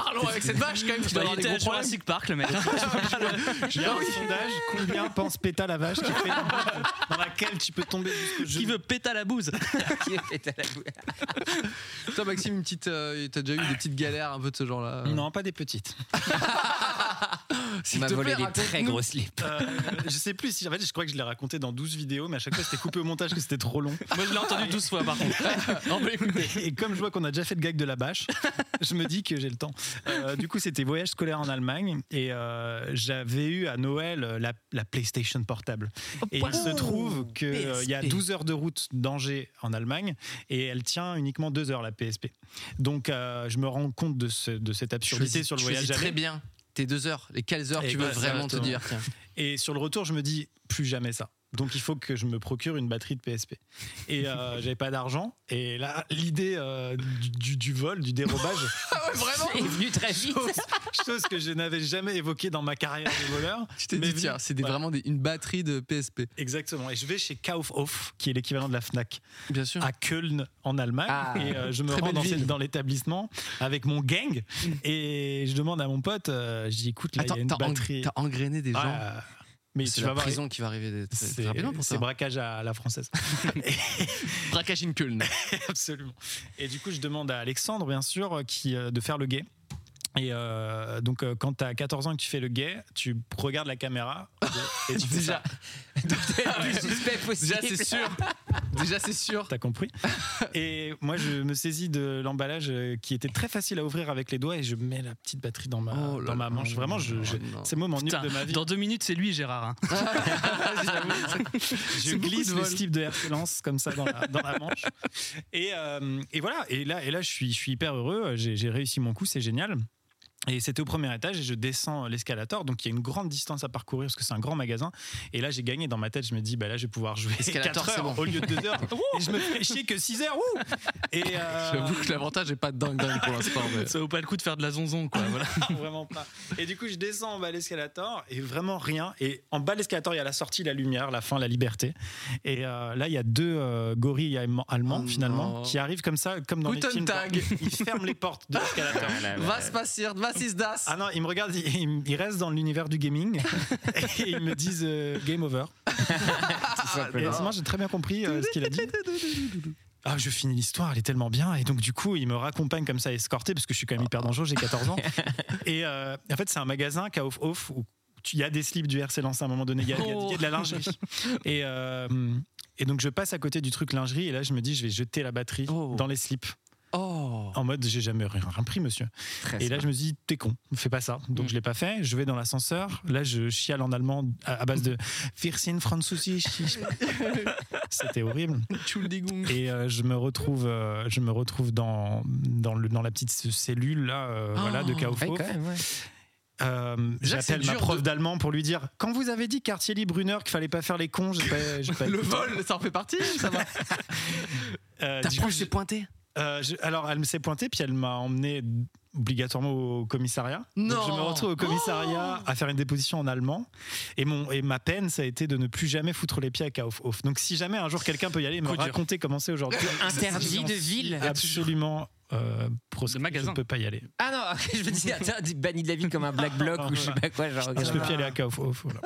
Speaker 1: Parlons avec cette vache quand même. qui doit
Speaker 4: Bah,
Speaker 1: avoir
Speaker 4: il
Speaker 1: des
Speaker 4: était
Speaker 1: gros
Speaker 4: à
Speaker 1: problèmes. Ah,
Speaker 4: Jurassic Park, le mec.
Speaker 2: Il y a un sondage combien pense péta la vache qui fait dans laquelle tu peux tomber jusqu'au
Speaker 4: Qui
Speaker 2: genou
Speaker 4: veut péter à la bouse
Speaker 3: Qui a fait à la boule.
Speaker 1: Toi, Maxime, une petite, euh, t'as déjà eu des petites galères un peu de ce genre-là euh
Speaker 2: Non, pas des petites.
Speaker 3: On
Speaker 1: S'il
Speaker 3: m'a
Speaker 1: te
Speaker 3: volé
Speaker 1: plaît,
Speaker 3: des très
Speaker 1: raconte-nous.
Speaker 3: grosses slips.
Speaker 2: Euh, je sais plus si en fait, je crois que je l'ai raconté dans 12 vidéos, mais à chaque fois c'était coupé au montage que c'était trop long.
Speaker 4: Moi, je l'ai entendu 12 fois, par contre. On peut l'écouter.
Speaker 2: Et comme je vois qu'on a déjà fait le gag de la bâche, je me dis que j'ai le temps. Euh, du coup, c'était voyage scolaire en Allemagne et euh, j'avais eu à Noël euh, la, la PlayStation portable. Et il
Speaker 1: Oh.
Speaker 2: se trouve qu'il y a
Speaker 3: PSP.
Speaker 2: 12 heures de route d'Angers en Allemagne et elle tient uniquement 2 heures la PSP. Donc euh, je me rends compte de, ce- de cette absurdité
Speaker 1: Choisis-
Speaker 2: sur le
Speaker 1: choisis
Speaker 2: voyage
Speaker 1: très
Speaker 2: aller.
Speaker 1: bien tes deux heures, les quelles heures
Speaker 2: Et
Speaker 1: tu veux
Speaker 2: voilà,
Speaker 1: vraiment te
Speaker 2: exactement.
Speaker 1: divertir.
Speaker 2: Et sur le retour, je me dis plus jamais ça. Donc il faut que je me procure une batterie de PSP. Et euh, j'avais pas d'argent. Et là, l'idée euh, du- du- du vol, du dérobage,
Speaker 1: Ah ouais, vraiment
Speaker 3: Il est venu très vite.
Speaker 2: chose, chose que je n'avais jamais évoquée dans ma carrière de voleur.
Speaker 1: Tu t'es
Speaker 2: Mais
Speaker 1: dit,
Speaker 2: vu-
Speaker 1: tiens, c'est des-
Speaker 2: Ouais.
Speaker 1: vraiment des- une batterie de PSP.
Speaker 2: Exactement. Et je vais chez Kaufhof, qui est l'équivalent de la Fnac,
Speaker 1: Bien sûr.
Speaker 2: à Köln, en Allemagne.
Speaker 3: Ah,
Speaker 2: et euh, je me
Speaker 1: très
Speaker 2: rends
Speaker 1: belle
Speaker 2: dans,
Speaker 1: ville.
Speaker 2: cette- dans l'établissement avec mon gang. Et je demande à mon pote, euh, je dis, écoute, là, il y
Speaker 1: Attends,
Speaker 2: a une
Speaker 1: t'as en-
Speaker 2: batterie.
Speaker 1: t'as engrainé des gens.
Speaker 2: Ah, mais
Speaker 1: c'est
Speaker 2: tu
Speaker 1: la
Speaker 2: vas voir.
Speaker 1: prison qui va arriver très- très
Speaker 2: C'est
Speaker 1: rapidement pour
Speaker 2: c'est
Speaker 1: ça.
Speaker 2: braquage à la française.
Speaker 1: Braquage in Köln.
Speaker 2: Absolument. Et du coup, je demande à Alexandre, bien sûr, qui, euh, de faire le guet. Et euh, donc, euh, quand t'as 14 ans et que tu fais le guet, tu regardes la caméra et et tu fais ça.
Speaker 3: Déjà. Le plus suspect possible.
Speaker 1: Déjà, c'est sûr. Déjà, c'est sûr.
Speaker 2: T'as compris Et moi, je me saisis de l'emballage euh, qui était très facile à ouvrir avec les doigts et je mets la petite batterie dans ma,
Speaker 1: Oh là
Speaker 2: dans ma
Speaker 1: là.
Speaker 2: manche. Vraiment, Ah, je, je-
Speaker 1: Oh non.
Speaker 2: c'est le moment nul
Speaker 4: Putain,
Speaker 2: de ma vie.
Speaker 4: dans deux minutes, c'est lui, Gérard. hein.
Speaker 2: je
Speaker 1: beaucoup
Speaker 2: glisse
Speaker 1: de
Speaker 2: le
Speaker 1: vol.
Speaker 2: slip de Hercule Lance comme ça dans la, dans la manche. Et, euh, et voilà. Et là, et là je, suis, je suis hyper heureux. J'ai j'ai réussi mon coup. C'est génial. Et c'était au premier étage et je descends l'escalator. Donc il y a une grande distance à parcourir parce que c'est un grand magasin. Et là j'ai gagné dans ma tête. Je me dis, bah là je vais pouvoir jouer
Speaker 1: Escalator,
Speaker 2: 4
Speaker 1: c'est
Speaker 2: heures
Speaker 1: bon.
Speaker 2: au lieu de 2 heures. et je me fais chier que 6 heures. ouh et euh,
Speaker 1: J'avoue que l'avantage est pas dingue dingue pour l'instant. mais-
Speaker 4: Ça vaut pas le coup de faire de la zonzon, quoi. Voilà.
Speaker 2: vraiment pas. Et du coup, je descends en bas l'escalator et vraiment rien. Et en bas l'escalator, il y a la sortie, la lumière, la fin, la liberté. Et euh, là, il y a deux euh, gorilles allem- allemands
Speaker 1: Oh
Speaker 2: finalement
Speaker 1: non.
Speaker 2: qui arrivent comme ça, comme dans les
Speaker 1: Guten
Speaker 2: films.
Speaker 1: Tag.
Speaker 2: quoi. Ils ferment les portes de l'escalator.
Speaker 1: Va se passer, va is das.
Speaker 2: Ah non, ils me regardent, ils, ils- ils restent dans l'univers du gaming et ils me disent euh, game over. Et moi, j'ai très bien compris euh, ce qu'il a dit. Ah, je finis l'histoire, elle est tellement bien. Et donc, du coup, il me raccompagne comme ça, escorté, parce que je suis quand même hyper dangereux, j'ai 14 ans. Et euh, en fait, c'est un magasin, Kauf Off, où tu- il y a des slips du RC Lens à un moment donné, il y a, il y a- il y a de la lingerie. Et, euh,
Speaker 3: Mm.
Speaker 2: et donc, je passe à côté du truc lingerie, et là, je me dis, je vais jeter la batterie
Speaker 1: Oh.
Speaker 2: dans les slips.
Speaker 1: Oh.
Speaker 2: En mode, j'ai jamais rien pris, monsieur. Et là, je me dis, t'es con, fais pas ça. Donc,
Speaker 3: Mm.
Speaker 2: je l'ai pas fait. Je vais dans l'ascenseur. Là, je chiale en allemand à, à base de Firsin Franzusi. C'était horrible.
Speaker 1: Entschuldigung.
Speaker 2: Et euh, je me retrouve, euh, je me retrouve dans, dans, le, dans la petite c- cellule là, euh,
Speaker 1: Oh,
Speaker 2: voilà, de
Speaker 3: Ouais,
Speaker 2: Kaufhof.
Speaker 3: quand même, ouais.
Speaker 2: Euh,
Speaker 1: Déjà,
Speaker 2: J'appelle
Speaker 1: c'est
Speaker 2: ma
Speaker 1: dur
Speaker 2: prof
Speaker 1: de-
Speaker 2: d'allemand pour lui dire Quand vous avez dit quartier libre une heure qu'il fallait pas faire les cons, j'ai pas. j'ai pas-
Speaker 1: Le vol, ça en fait partie ça va
Speaker 2: Euh,
Speaker 1: Ta
Speaker 2: du coup,
Speaker 1: proche s'est pointée
Speaker 2: euh, je- alors, elle me s'est pointée, puis elle m'a emmené obligatoirement au commissariat. Donc,
Speaker 1: Non.
Speaker 2: je me retrouve au
Speaker 1: Oh
Speaker 2: commissariat à faire une déposition en allemand. Et, mon, et ma peine, ça a été de ne plus jamais foutre les pieds à Kaufhof. Donc, si jamais un jour quelqu'un peut y aller et me
Speaker 4: Coup dur.
Speaker 2: raconter comment c'est aujourd'hui,
Speaker 3: Interdit
Speaker 2: j'en
Speaker 3: de
Speaker 2: suis
Speaker 3: ville.
Speaker 2: Absolument. Euh, proscrit,
Speaker 4: De magasin.
Speaker 2: Je ne peux pas y aller.
Speaker 3: Ah non, je me dis, attends, dis banni de la ville comme un black bloc ou je sais pas quoi. Genre,
Speaker 2: je ne peux plus aller à Kaufhof. voilà.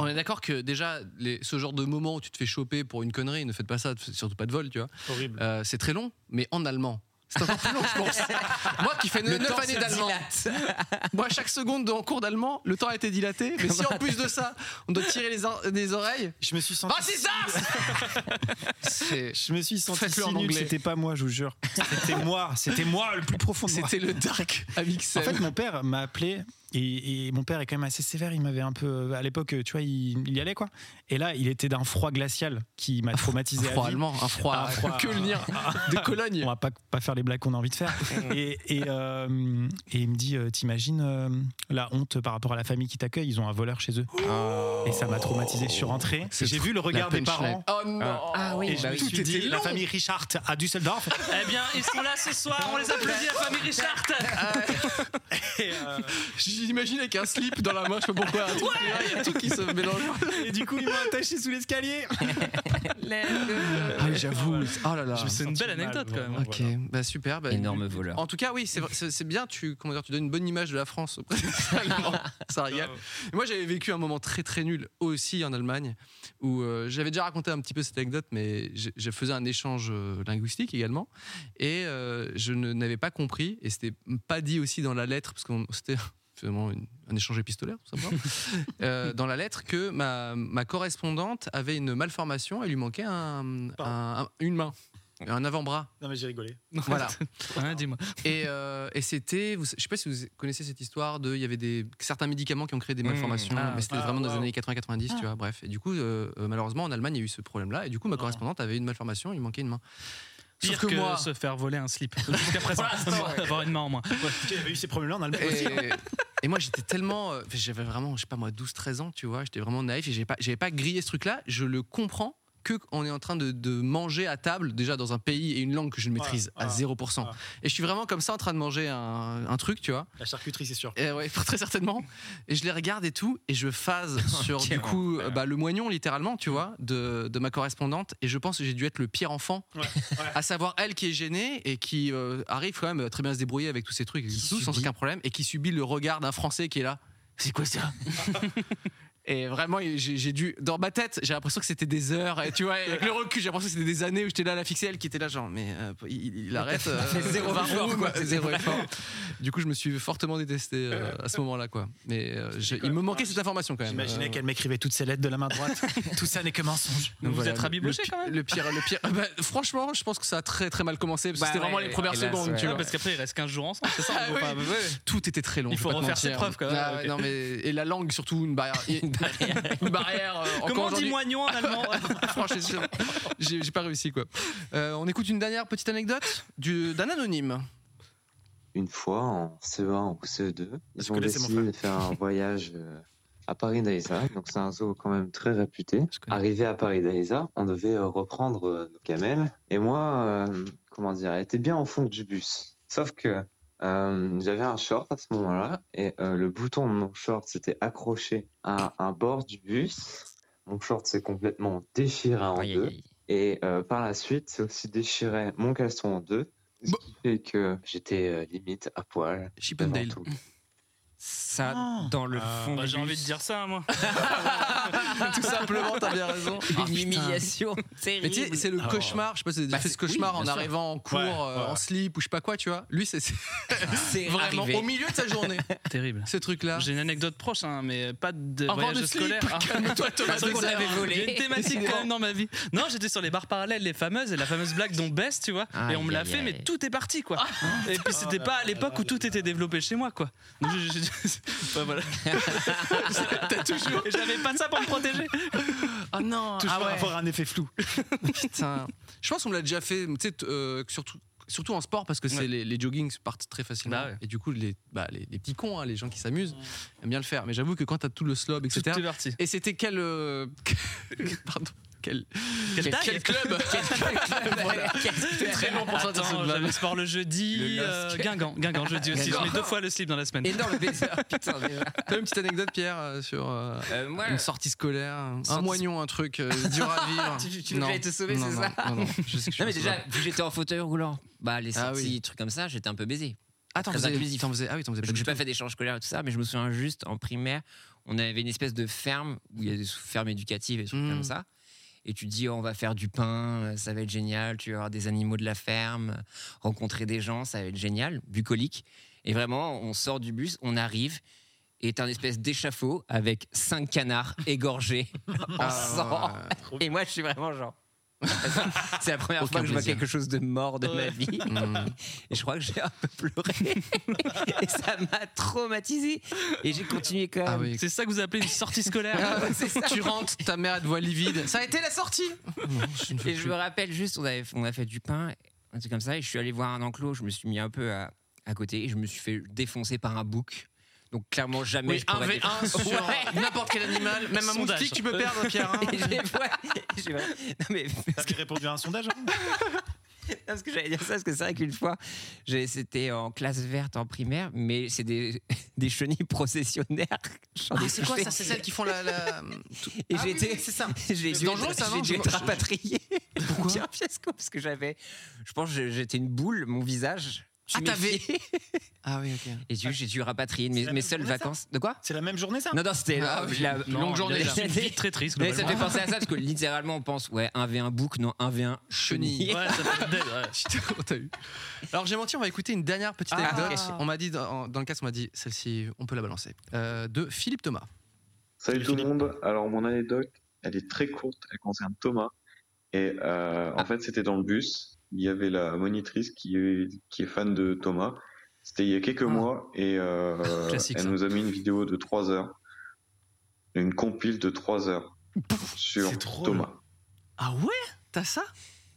Speaker 1: On est d'accord que déjà, les- ce genre de moment où tu te fais choper pour une connerie, ne faites pas ça, surtout pas de vol, tu vois.
Speaker 2: Horrible.
Speaker 1: Euh, c'est très long, mais en allemand. C'est encore plus long, je pense. Moi qui fais
Speaker 3: Le
Speaker 1: 9
Speaker 3: temps
Speaker 1: années
Speaker 3: se
Speaker 1: d'allemand. Moi, chaque seconde en cours d'allemand, le temps a été dilaté. Mais si en plus de ça, on doit tirer les, or- des oreilles.
Speaker 2: Je me suis senti.
Speaker 1: Ah, c'est ça C'est-
Speaker 2: je me suis senti
Speaker 1: Faites-le
Speaker 2: si
Speaker 1: en
Speaker 2: nul,
Speaker 1: anglais.
Speaker 2: c'était pas moi, je vous jure. C'était moi, c'était moi le plus profond de moi.
Speaker 1: C'était le dark à
Speaker 2: En
Speaker 1: Mixel.
Speaker 2: fait, mon père m'a appelé Et, et mon père est quand même assez sévère. Il m'avait un peu. À l'époque, tu vois, il, il y allait, quoi. Et là, il était d'un froid glacial qui m'a traumatisé. à
Speaker 1: froid
Speaker 2: vie.
Speaker 1: allemand, un froid- que le dire, de Cologne.
Speaker 2: On va pas, pas faire les blagues qu'on a envie de faire. et, et, euh, et il me dit euh, T'imagines euh, la honte par rapport à la famille qui t'accueille Ils ont un voleur chez eux. Et ça m'a traumatisé. Je suis rentré.
Speaker 1: Oh. C'est
Speaker 2: J'ai
Speaker 1: trop-
Speaker 2: vu le regard
Speaker 1: la
Speaker 2: des parents.
Speaker 1: punchline. Oh non. Ah oui,
Speaker 2: Et je
Speaker 1: bah
Speaker 2: me
Speaker 1: oui.
Speaker 2: suis
Speaker 1: Tout était
Speaker 2: dit, la
Speaker 1: long.
Speaker 2: famille Richard à Düsseldorf.
Speaker 4: Eh bien, ils sont là ce soir, on les applaudit, la famille Richard
Speaker 2: euh,
Speaker 1: J'imagine avec un slip dans la main, je sais pas pourquoi. un truc- Il y a tout qui se mélange.
Speaker 2: Et du coup, ils m'ont attaché sous l'escalier.
Speaker 1: Ah oui, j'avoue. Oh là là.
Speaker 4: C'est une belle anecdote quand même.
Speaker 1: Ok, bah super. bah,
Speaker 3: Énorme voleur.
Speaker 1: En tout cas, oui, c'est vrai- c'est c'est bien. Tu, comment dire, tu donnes une bonne image de la France auprès des Allemands. Ça régale. Et Moi, j'avais vécu un moment très très nul aussi en Allemagne, où euh, j'avais déjà raconté un petit peu cette anecdote, mais je, je faisais un échange euh, linguistique également, et euh, je ne- n'avais pas compris, et c'était pas dit aussi dans la lettre, parce que c'était finalement une- un échange épistolaire, tout simplement, euh, dans la lettre que ma, ma correspondante avait une malformation, elle lui manquait un, un- un- une main, un avant-bras.
Speaker 2: Non, mais j'ai rigolé.
Speaker 1: Voilà.
Speaker 4: Hein, dis-moi.
Speaker 1: Et, euh, et c'était, vous- je sais pas si vous connaissez cette histoire de, il y avait des certains médicaments qui ont créé des malformations,
Speaker 4: Ah,
Speaker 1: mais c'était
Speaker 2: ah,
Speaker 1: vraiment dans les
Speaker 2: waouh.
Speaker 1: années 80-90, tu vois. Bref, et du coup, euh, euh, malheureusement, en Allemagne, il y a eu ce problème-là. Et du coup, ma
Speaker 2: Ah.
Speaker 1: correspondante avait une malformation, il manquait une main.
Speaker 4: Pire
Speaker 1: Sauf que, moi,
Speaker 4: se faire voler un slip. Jusqu'à présent, avoir une main en moins.
Speaker 2: Il avait eu ces problèmes-là en Allemagne. aussi.
Speaker 1: et, et moi, j'étais tellement, euh, j'avais vraiment, je sais pas moi, 12-13 ans, tu vois. J'étais vraiment naïf et j'avais pas, j'avais pas grillé ce truc-là. Je le comprends que on est en train de, de manger à table déjà dans un pays et une langue que je ne maîtrise
Speaker 2: ah,
Speaker 1: à 0%.
Speaker 2: ah.
Speaker 1: Et je suis vraiment comme ça en train de manger un- un truc, tu vois.
Speaker 2: La charcuterie, c'est sûr.
Speaker 1: Eh ouais, très certainement. Et je les regarde et tout, et je phase sur
Speaker 3: quel
Speaker 1: du coup euh, bah, le moignon littéralement,
Speaker 3: Mm.
Speaker 1: tu vois, de, de ma correspondante. Et je pense que j'ai dû être le pire enfant,
Speaker 2: Ouais, ouais.
Speaker 1: à savoir elle qui est gênée et qui euh, arrive quand même très bien à se débrouiller avec tous ces trucs, et
Speaker 3: Qui
Speaker 1: tout, sans
Speaker 3: subit.
Speaker 1: aucun problème, et qui subit le regard d'un Français qui est là. C'est quoi ça Et vraiment, j'ai j'ai dû. Dans ma tête, j'ai l'impression que c'était des heures. Et tu vois, avec le recul, j'ai l'impression que c'était des années où j'étais là à la fixer, elle qui était là, genre, mais euh, il, il arrête. euh,
Speaker 3: Bah, fait zéro
Speaker 1: 20
Speaker 3: effort,
Speaker 1: euros,
Speaker 3: quoi.
Speaker 1: c'est Zéro effort. Du coup, je me suis fortement détesté euh, à ce moment-là, quoi. Mais euh, je- il me manquait cette information quand même.
Speaker 2: J'imaginais
Speaker 1: Euh,
Speaker 2: qu'elle m'écrivait toutes ses lettres de la main droite. Tout ça n'est que mensonge.
Speaker 4: Vous
Speaker 1: voilà,
Speaker 4: êtes
Speaker 1: le- le
Speaker 4: rabiboché
Speaker 1: pi-
Speaker 4: quand même
Speaker 1: Le pire, le pire. Bah, franchement, je pense que ça a très très mal commencé parce que
Speaker 3: Bah
Speaker 1: c'était vraiment
Speaker 3: ouais,
Speaker 1: les premières
Speaker 3: hélas,
Speaker 1: secondes,
Speaker 3: ouais.
Speaker 1: tu
Speaker 4: Ah,
Speaker 1: vois.
Speaker 4: Parce qu'après, il reste 15 jours ensemble, c'est ça
Speaker 1: Ah
Speaker 4: on
Speaker 1: oui.
Speaker 4: peut pas- ouais, ouais.
Speaker 1: Tout était très long.
Speaker 4: Il
Speaker 1: je
Speaker 4: faut
Speaker 1: vais pas te
Speaker 4: refaire ses
Speaker 1: mentir.
Speaker 4: preuves, quand même.
Speaker 1: Ah,
Speaker 4: Ok.
Speaker 1: Non mais et la langue surtout une barrière, une barrière, une barrière, euh, encore
Speaker 4: Comment on dit
Speaker 1: aujourd'hui.
Speaker 4: moignon en allemand
Speaker 1: Franchement, j'ai- j'ai j'ai pas réussi quoi. Euh, on écoute une dernière petite anecdote du- d'un anonyme.
Speaker 9: une fois en CE1 ou CE2.
Speaker 2: Parce que
Speaker 9: Ils ont
Speaker 2: là, c'est mon
Speaker 9: décidé
Speaker 2: frère.
Speaker 9: de faire un voyage euh, à Paris d'Aïsa. Donc, c'est un zoo quand même très réputé.
Speaker 1: Je connais.
Speaker 9: Arrivé à Paris d'Aïsa, on devait euh, reprendre euh, nos camels. Et moi, euh, comment dire, elle était bien au fond du bus. Sauf que euh, j'avais un short à ce moment-là et euh, le bouton de mon short s'était accroché à un bord du bus. Mon short s'est complètement déchiré en
Speaker 3: Aïe, aïe,
Speaker 9: deux.
Speaker 3: aïe.
Speaker 9: Et euh, par la suite, c'est aussi déchiré mon caleçon en deux,
Speaker 3: Bah.
Speaker 9: ce qui fait que j'étais euh, limite à poil.
Speaker 1: Chip and
Speaker 9: devant
Speaker 1: Dale.
Speaker 9: tout.
Speaker 3: Ça,
Speaker 2: Ah.
Speaker 3: dans le
Speaker 2: Ah,
Speaker 3: fond.
Speaker 4: Bah,
Speaker 3: du
Speaker 4: J'ai envie
Speaker 3: bus.
Speaker 4: de dire ça, moi.
Speaker 1: Tout simplement, t'as bien raison.
Speaker 3: Une
Speaker 1: Ah, putain.
Speaker 3: humiliation
Speaker 1: Mais tu sais,
Speaker 3: terrible.
Speaker 1: c'est le
Speaker 2: Ah,
Speaker 1: cauchemar. Je sais pas si vous avez déjà
Speaker 3: Bah,
Speaker 1: fait ce
Speaker 3: c'est-
Speaker 1: cauchemar
Speaker 3: oui,
Speaker 1: en
Speaker 3: bien sûr.
Speaker 1: arrivant en cours,
Speaker 2: Ouais,
Speaker 1: euh,
Speaker 2: ouais.
Speaker 1: en slip ou je sais pas quoi, tu vois. Lui, c'est c'est
Speaker 3: C'est
Speaker 1: vraiment
Speaker 3: arrivé.
Speaker 1: au milieu de sa journée,
Speaker 4: Terrible.
Speaker 1: ce truc-là.
Speaker 4: J'ai une anecdote proche, hein, mais pas de
Speaker 1: Encore
Speaker 4: voyage
Speaker 1: de slip.
Speaker 4: scolaire. Ah.
Speaker 1: Calme-toi, Thomas.
Speaker 4: Parce qu'on
Speaker 1: Dexter.
Speaker 4: l'avait volé. J'ai une thématique
Speaker 1: Décidément.
Speaker 4: quand même dans ma vie. Non, j'étais sur les barres parallèles, les fameuses, et la fameuse blague dont baisse, tu vois.
Speaker 3: Aïe,
Speaker 4: et on me l'a
Speaker 3: aïe,
Speaker 4: fait,
Speaker 3: aïe.
Speaker 4: mais tout est parti, quoi.
Speaker 1: Ah.
Speaker 4: et puis c'était pas à l'époque où tout était développé chez moi, quoi. Donc, j'ai- j'ai- Ouais, voilà.
Speaker 1: T'as toujours.
Speaker 4: Et J'avais pas ça pour me protéger.
Speaker 1: Oh non.
Speaker 2: Toujours
Speaker 1: ah ouais.
Speaker 2: avoir un effet flou.
Speaker 1: Putain. Je pense qu'on me l'a déjà fait, tu sais, t- euh, surtout. Surtout en sport, parce que c'est
Speaker 4: Ouais.
Speaker 1: les, les joggings partent très facilement.
Speaker 4: Bah ouais.
Speaker 1: Et du coup, les, bah, les, les petits cons, hein, les gens qui s'amusent, aiment bien le faire. Mais j'avoue que quand t'as tout le slob,
Speaker 4: Tout
Speaker 1: etc.
Speaker 4: est parti.
Speaker 1: Et c'était quel. euh, Pardon. Quel,
Speaker 4: Quelle taille
Speaker 1: quel club Voilà. C'était très long pour ça de
Speaker 4: Attends, j'avais sport le jeudi.
Speaker 3: Le
Speaker 4: euh,
Speaker 3: LOSC.
Speaker 4: Guingamp, Guingamp, jeudi aussi. Je
Speaker 3: Guingamp.
Speaker 4: mets deux fois le slip dans la semaine.
Speaker 3: Énorme baiser, putain, déjà.
Speaker 1: euh, T'as une petite anecdote, Pierre, euh, sur euh,
Speaker 3: Euh, moi,
Speaker 1: une sortie scolaire, un
Speaker 3: sortie-
Speaker 1: moignon, un truc euh, dur à vivre.
Speaker 3: Tu- tu devais te sauver,
Speaker 1: non,
Speaker 3: c'est
Speaker 1: non,
Speaker 3: ça
Speaker 1: Non, non, je sais que je suis
Speaker 3: non, mais
Speaker 1: un
Speaker 3: déjà,
Speaker 1: sauveur.
Speaker 3: vu que j'étais en fauteuil roulant, bah, les
Speaker 1: Ah
Speaker 3: sorties,
Speaker 1: oui.
Speaker 3: trucs comme ça, j'étais un peu baisé.
Speaker 1: Ah, t'en
Speaker 3: très
Speaker 1: faisais,
Speaker 3: inclusif.
Speaker 1: t'en faisais. Ah oui, t'en faisais pas
Speaker 3: Donc
Speaker 1: du
Speaker 3: j'ai pas
Speaker 1: tout.
Speaker 3: fait d'échange scolaire et tout ça, mais je me souviens juste en primaire, on avait une espèce de ferme où il y a des fermes éducatives et des trucs
Speaker 1: Mm.
Speaker 3: comme ça. Et tu te dis, oh, on va faire du pain, euh, ça va être génial, tu vas avoir des animaux de la ferme, euh, rencontrer des gens, ça va être génial, bucolique. Et vraiment, on sort du bus, on arrive, et t'as un espèce d'échafaud avec cinq canards égorgés en
Speaker 1: Ah,
Speaker 3: sang.
Speaker 1: ouais.
Speaker 3: Et moi, je suis vraiment genre, C'est la première
Speaker 1: Aucun
Speaker 3: fois que je vois
Speaker 1: plaisir.
Speaker 3: quelque chose de mort de ma
Speaker 1: Ouais.
Speaker 3: vie.
Speaker 1: Mm.
Speaker 3: Et je crois que j'ai un peu pleuré. Et ça m'a traumatisé. Et j'ai continué quand même.
Speaker 4: C'est ça que vous appelez une sortie scolaire.
Speaker 3: Ah ouais, c'est ça.
Speaker 1: Ah Tu rentres, ta mère elle te voit livide. Ça a été la sortie
Speaker 3: et je me rappelle juste, on, avait, on a fait du pain, un truc comme ça, et je suis allé voir un enclos, je me suis mis un peu à, à côté, et je me suis fait défoncer par un bouc. Donc clairement jamais
Speaker 1: Oui,
Speaker 3: je pourrais
Speaker 1: 1v1
Speaker 3: défendre.
Speaker 1: sur n'importe quel animal, même un
Speaker 3: Sondage.
Speaker 1: moustique, tu peux perdre, Pierre, hein.
Speaker 3: Et j'ai- ouais, j'ai- non mais parce que répondu à un sondage. parce que j'allais dire ça parce que c'est vrai qu'une fois, j'ai- c'était en classe verte en primaire, mais c'est des, des chenilles processionnaires. J'en ai
Speaker 1: Ah, C'est quoi
Speaker 3: touché.
Speaker 1: ça C'est celles qui font la. la-
Speaker 3: Et
Speaker 1: Ah oui,
Speaker 3: j'ai été,
Speaker 1: oui, c'est ça.
Speaker 3: J'ai
Speaker 1: C'est
Speaker 3: dû
Speaker 1: dangereux,
Speaker 3: être-
Speaker 1: ça, non
Speaker 3: j'ai dû
Speaker 1: Je-
Speaker 3: être
Speaker 1: je-
Speaker 3: rapatrié. Pourquoi Bien fiasco, parce que j'avais, je pense, que j'étais une boule, mon visage.
Speaker 1: Ah, t'avais-
Speaker 3: Ah oui, ok. Et du coup, j'ai dû rapatrier mes, mes seules vacances. De quoi
Speaker 2: C'est la même journée, ça
Speaker 3: Non, non, c'était
Speaker 2: Ah
Speaker 3: la,
Speaker 2: oui.
Speaker 3: la-
Speaker 2: Longue
Speaker 3: non,
Speaker 2: journée,
Speaker 3: la-
Speaker 2: ça.
Speaker 3: la-
Speaker 2: Une vie très triste,
Speaker 3: Mais ça me fait
Speaker 2: globalement.
Speaker 3: penser à ça, parce que littéralement, on pense, ouais, 1v1 bouc, non, 1v1 chenille.
Speaker 1: Ouais, ça peut être dead, Putain, comment t'as eu Alors j'ai menti, on va écouter une dernière petite
Speaker 3: Ah,
Speaker 1: anecdote.
Speaker 3: ok.
Speaker 1: On m'a dit dans, dans le cas, on m'a dit celle-ci, on peut la balancer. Euh, de Philippe Thomas.
Speaker 9: Salut tout le monde. Alors mon anecdote, elle est très courte, elle concerne Thomas. Et euh, en fait, c'était dans le bus. Il y avait la monitrice qui est, qui est fan de Thomas. C'était il y a quelques mois et euh,
Speaker 10: Classique,
Speaker 9: elle
Speaker 10: ça.
Speaker 9: nous a mis une vidéo de 3 heures, une compile de 3 heures sur Thomas.
Speaker 4: Ah ouais T'as ça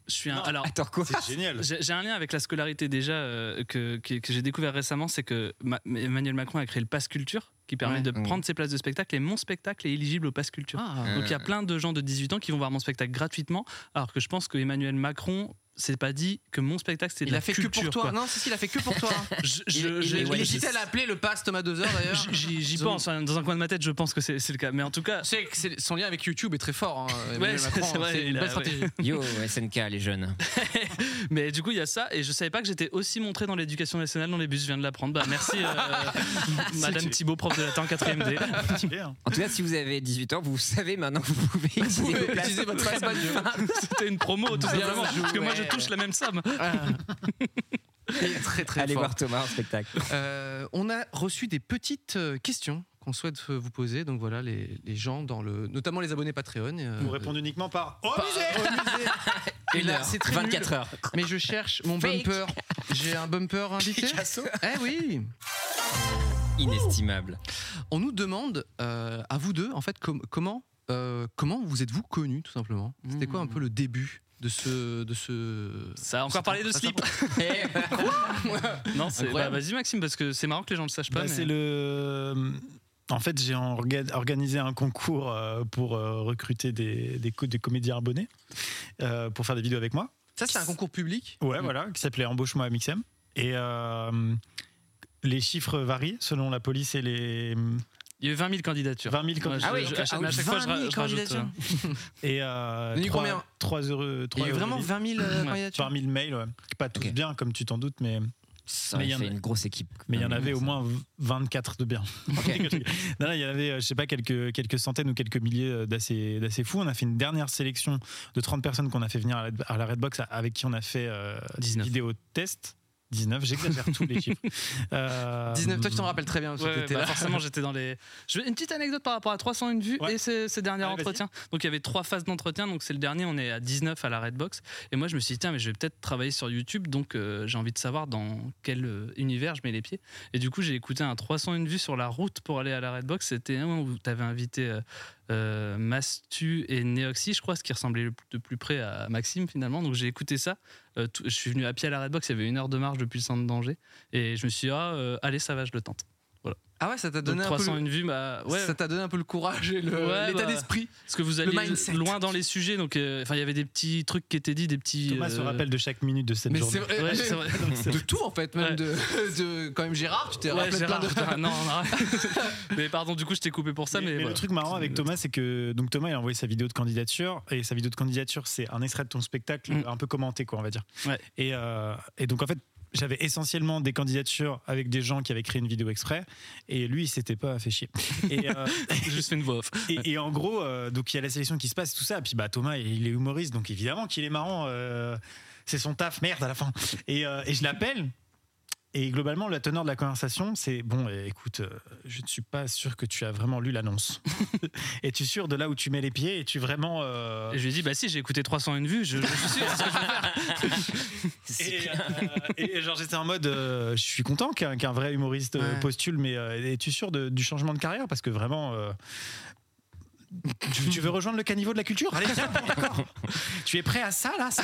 Speaker 4: je suis un, alors,
Speaker 3: Attends, quoi
Speaker 4: C'est génial. J'ai j'ai un lien avec la scolarité déjà euh, que, que- que j'ai découvert récemment, c'est que Ma- Emmanuel Macron a créé le pass culture qui permet
Speaker 3: Ouais.
Speaker 4: de
Speaker 3: Mmh.
Speaker 4: prendre ses places de spectacle et mon spectacle est éligible au pass culture.
Speaker 3: Ah.
Speaker 4: Donc il y a plein de gens de 18 ans qui vont voir mon spectacle gratuitement, alors que je pense que Emmanuel Macron s'est pas dit que mon spectacle c'est de
Speaker 1: Il
Speaker 4: la
Speaker 1: a fait que
Speaker 4: culture.
Speaker 1: pour toi.
Speaker 4: quoi.
Speaker 1: Non, si, si, il a fait que pour toi. hein.
Speaker 4: Je- je-
Speaker 1: il,
Speaker 4: je-
Speaker 1: il-
Speaker 4: ouais,
Speaker 1: il hésitait
Speaker 4: je-
Speaker 1: à l'appeler le pass Thomas 2 heures d'ailleurs.
Speaker 4: J'y j'y
Speaker 1: Ils ont-
Speaker 4: pense, hein, dans un coin de ma tête, je pense que c'est c'est le cas. Mais en tout cas,
Speaker 1: Tu sais que c'est- son lien avec YouTube est très fort. hein, Emmanuel
Speaker 4: c'est-
Speaker 1: Macron,
Speaker 4: c'est vrai,
Speaker 1: c'est
Speaker 4: il
Speaker 1: une
Speaker 4: a-
Speaker 1: bonne
Speaker 4: ouais.
Speaker 1: stratégie.
Speaker 3: Yo, SNK, les jeunes.
Speaker 4: Mais du coup, il y a ça, et je savais pas que j'étais aussi montré dans l'éducation nationale dans les bus. Je viens de l'apprendre. Bah, merci, euh, Madame Thibault, prof de latin en 4ème D.
Speaker 2: Ah,
Speaker 3: En tout cas, si vous avez 18 ans, vous savez maintenant que vous pouvez utiliser
Speaker 4: pouvez
Speaker 3: vos places.
Speaker 4: utiliser votre passe bagnole. C'était une promo,
Speaker 2: Ah,
Speaker 4: tout
Speaker 3: Bien
Speaker 4: simplement.
Speaker 3: joué.
Speaker 4: Parce que moi, je touche la même somme.
Speaker 1: très très
Speaker 3: Allez
Speaker 1: fort.
Speaker 3: voir Thomas en spectacle.
Speaker 1: Euh, on a reçu des petites euh, questions qu'on souhaite euh, vous poser. Donc voilà, les, les gens dans le, notamment les abonnés Patreon. euh,
Speaker 2: Vous répondez uniquement par Oh, musée
Speaker 1: Et
Speaker 2: Une
Speaker 1: là,
Speaker 2: heure,
Speaker 1: c'est très
Speaker 2: 24
Speaker 1: nul.
Speaker 2: heures.
Speaker 1: Mais je cherche mon
Speaker 2: Fake.
Speaker 1: bumper. J'ai un bumper invité. Eh oui.
Speaker 3: Inestimable.
Speaker 1: On nous demande euh, à vous deux, en fait, com- comment euh, comment vous êtes-vous connus tout simplement C'était quoi un peu le début de ce de ce
Speaker 4: Ça a encore parlé de slip. Eh, non, c'est- bah,
Speaker 1: Incroyable.
Speaker 4: vas-y, Maxime, parce que c'est marrant que les gens le sachent pas.
Speaker 2: Bah,
Speaker 4: mais-
Speaker 2: C'est le. euh, En fait, j'ai orga- organisé un concours euh, pour euh, recruter des, des, co- des comédiens abonnés euh, pour faire des vidéos avec moi.
Speaker 1: Ça c'est un concours public.
Speaker 4: Mm.
Speaker 2: Ouais, voilà, qui s'appelait Embauche-moi à Mixem. Et euh, les chiffres varient selon la police et les.
Speaker 4: Il y a eu 20 000 candidatures.
Speaker 2: 20 000
Speaker 4: Ouais, je-
Speaker 2: candidatures.
Speaker 4: je- à
Speaker 3: ah
Speaker 4: chaque- à
Speaker 2: Ah
Speaker 4: chaque fois, je ra- je rajoute, euh,
Speaker 2: Et euh,
Speaker 1: Il y a eu
Speaker 2: 3,
Speaker 1: combien
Speaker 2: euros.
Speaker 1: Il y a eu vraiment 20 000, euh,
Speaker 2: 20 000 mails, ouais. Pas tous bien, comme tu t'en doutes, mais.
Speaker 3: Ça
Speaker 2: mais il y en
Speaker 3: fait
Speaker 2: a-
Speaker 3: une grosse équipe.
Speaker 2: Ah, mais il y en
Speaker 3: Ouais,
Speaker 2: avait au
Speaker 3: ça.
Speaker 2: moins v- 24 de bien. non, non, il y en avait, euh, je sais pas, quelques, quelques centaines ou quelques milliers euh, d'assez, d'assez fous. On a fait une dernière sélection de 30 personnes qu'on a fait venir à la, à la Redbox, avec qui on a fait euh, des vidéos test. 19, j'exagère tous les chiffres. Euh,
Speaker 1: 19, toi tu t'en rappelles très bien. parce que
Speaker 4: Ouais,
Speaker 1: t'étais
Speaker 4: bah,
Speaker 1: là.
Speaker 4: forcément, j'étais dans les. Je veux- Une petite anecdote par rapport à 301 vues et ces, ces derniers
Speaker 2: Allez,
Speaker 4: entretiens. Donc il y avait trois phases d'entretien. Donc c'est le dernier, on est à 19 à la Redbox. Et moi je me suis dit, tiens, mais je vais peut-être travailler sur YouTube. Donc euh, j'ai envie de savoir dans quel euh, univers je mets les pieds. Et du coup, j'ai écouté un 301 vues sur la route pour aller à la Redbox. C'était un où tu avais invité. euh, euh, Mastu et Neoxy, je crois, ce qui ressemblait le- de plus près à Maxime finalement. Donc j'ai écouté ça. Euh, tout- je suis venu à pied à la Redbox, il y avait une heure de marche depuis le centre d'Angers. Et je me suis dit, ah, euh, allez, ça va, je le tente. Voilà.
Speaker 1: Ah ouais, ça t'a
Speaker 4: Donc
Speaker 1: donné un
Speaker 4: 301
Speaker 1: peu le-
Speaker 4: vues, bah, ouais.
Speaker 1: Ça t'a donné un peu le courage et le-
Speaker 4: Ouais,
Speaker 1: l'état
Speaker 4: bah,
Speaker 1: d'esprit.
Speaker 4: Parce que vous
Speaker 1: Le
Speaker 4: allez
Speaker 1: mindset.
Speaker 4: loin dans les sujets, donc euh, enfin il y avait des petits trucs qui étaient dits, des petits.
Speaker 2: Thomas se rappelle de chaque minute de cette
Speaker 4: Mais
Speaker 2: journée.
Speaker 4: c'est vrai- Ouais, c'est vrai.
Speaker 1: de tout en fait, même de, de- quand même Gérard, tu t'es
Speaker 4: Ouais,
Speaker 1: rappelé
Speaker 4: Gérard,
Speaker 1: plein de
Speaker 4: putain, non, non, arrête. mais pardon, du coup je t'ai coupé pour ça. Mais,
Speaker 2: Mais
Speaker 4: voilà.
Speaker 2: le truc marrant avec Thomas, c'est que donc Thomas, il a envoyé sa vidéo de candidature et sa vidéo de candidature, c'est un extrait de ton spectacle un peu commenté, quoi, on va dire. Et, euh, et donc en fait, j'avais essentiellement des candidatures avec des gens qui avaient créé une vidéo exprès et lui, il s'était pas fait chier. Et, euh,
Speaker 4: Juste une voix off.
Speaker 2: Et, et en gros, euh, donc il y a la sélection qui se passe, tout ça. Et puis bah Thomas, il est humoriste, donc évidemment qu'il est marrant. euh, c'est son taf, merde à la fin. Et, euh, et je l'appelle. Et globalement, la teneur de la conversation, c'est bon, eh, écoute, euh, je ne suis pas sûr que tu as vraiment lu l'annonce. Es-tu sûr de là où tu mets les pieds Es-tu vraiment. euh,
Speaker 4: Et je lui ai dit, bah si, j'ai écouté 301 vues, je, je suis sûr, c'est ce que je vais faire.
Speaker 2: et, euh, et genre j'étais en mode euh, je suis content qu'un qu'un vrai humoriste euh,
Speaker 4: Ouais.
Speaker 2: postule mais euh, es-tu sûr de- du changement de carrière parce que vraiment euh, tu, tu veux rejoindre le caniveau de la culture Allez, viens, bon, d'accord. Tu es prêt à ça, là ça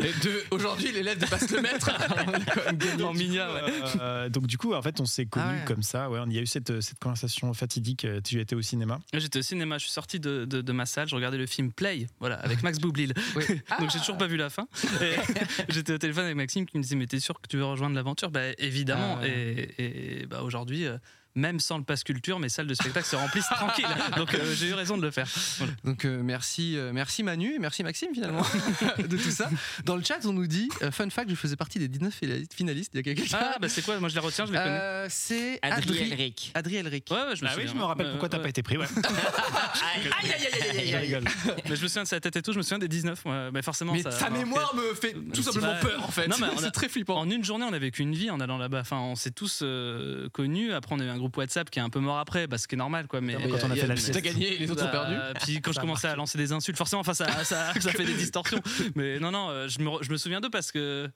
Speaker 1: Et de- Aujourd'hui, l'élève dépasse le maître.
Speaker 4: Ah,
Speaker 1: On est quand même gaiement mignard. ouais.
Speaker 2: Euh, donc du coup, en fait, on s'est connus
Speaker 1: ouais.
Speaker 2: comme ça. Ouais, on y a eu cette, cette conversation fatidique. euh, Tu étais au cinéma.
Speaker 4: J'étais au cinéma, je suis sorti de, de- de ma salle, je regardais le film Play, voilà, avec Max Boublil. Donc j'ai toujours pas vu la fin. Et J'étais au téléphone avec Maxime qui me disait Mais t'es sûr que tu veux rejoindre l'aventure Bah évidemment.
Speaker 3: Ah ouais.
Speaker 4: Et, et, bah, aujourd'hui, euh, même sans le pass culture, mes salles de spectacle se remplissent tranquille. Donc euh, j'ai eu raison de le faire. Voilà.
Speaker 1: Donc euh, merci, euh, merci Manu et merci Maxime finalement de tout ça. Dans le chat, on nous dit euh, fun fact, je faisais partie des 19 finalistes- finalistes il y a quelques
Speaker 4: Ah bah c'est quoi Moi je la retiens, je les connais.
Speaker 1: Euh, c'est
Speaker 3: Adrien
Speaker 1: Adri
Speaker 3: Elric.
Speaker 1: Adri Elric.
Speaker 4: Ouais, ouais, je me
Speaker 2: ah oui,
Speaker 4: souviens.
Speaker 2: je me rappelle
Speaker 4: Euh,
Speaker 2: pourquoi t'as
Speaker 4: ouais.
Speaker 2: pas été pris. Ouais.
Speaker 3: Aïe, aïe, aïe, aïe, aïe, aïe,
Speaker 2: Je
Speaker 3: aïe.
Speaker 2: rigole.
Speaker 4: Mais je me souviens de sa tête et tout, je me souviens des 19. ouais. Mais forcément,
Speaker 1: Mais
Speaker 4: ça-
Speaker 1: sa mémoire me fait tout simplement
Speaker 4: Ouais.
Speaker 1: peur en fait.
Speaker 4: Non, mais on a-
Speaker 1: c'est très flippant.
Speaker 4: En une journée, on a vécu une vie en allant là-bas. Enfin, on s'est tous euh, connus. Après, on a eu un groupe WhatsApp qui est un peu mort après, parce que c'est normal, quoi. Mais
Speaker 2: Ah quand on a fait la
Speaker 1: T'as
Speaker 2: sieste.
Speaker 1: gagné et les autres ont
Speaker 4: Bah,
Speaker 1: perdu.
Speaker 4: Puis quand je commençais à lancer des insultes, forcément, enfin, ça, ça, ça fait des distorsions. Mais non, non, euh, je me, re- je me souviens d'eux parce que,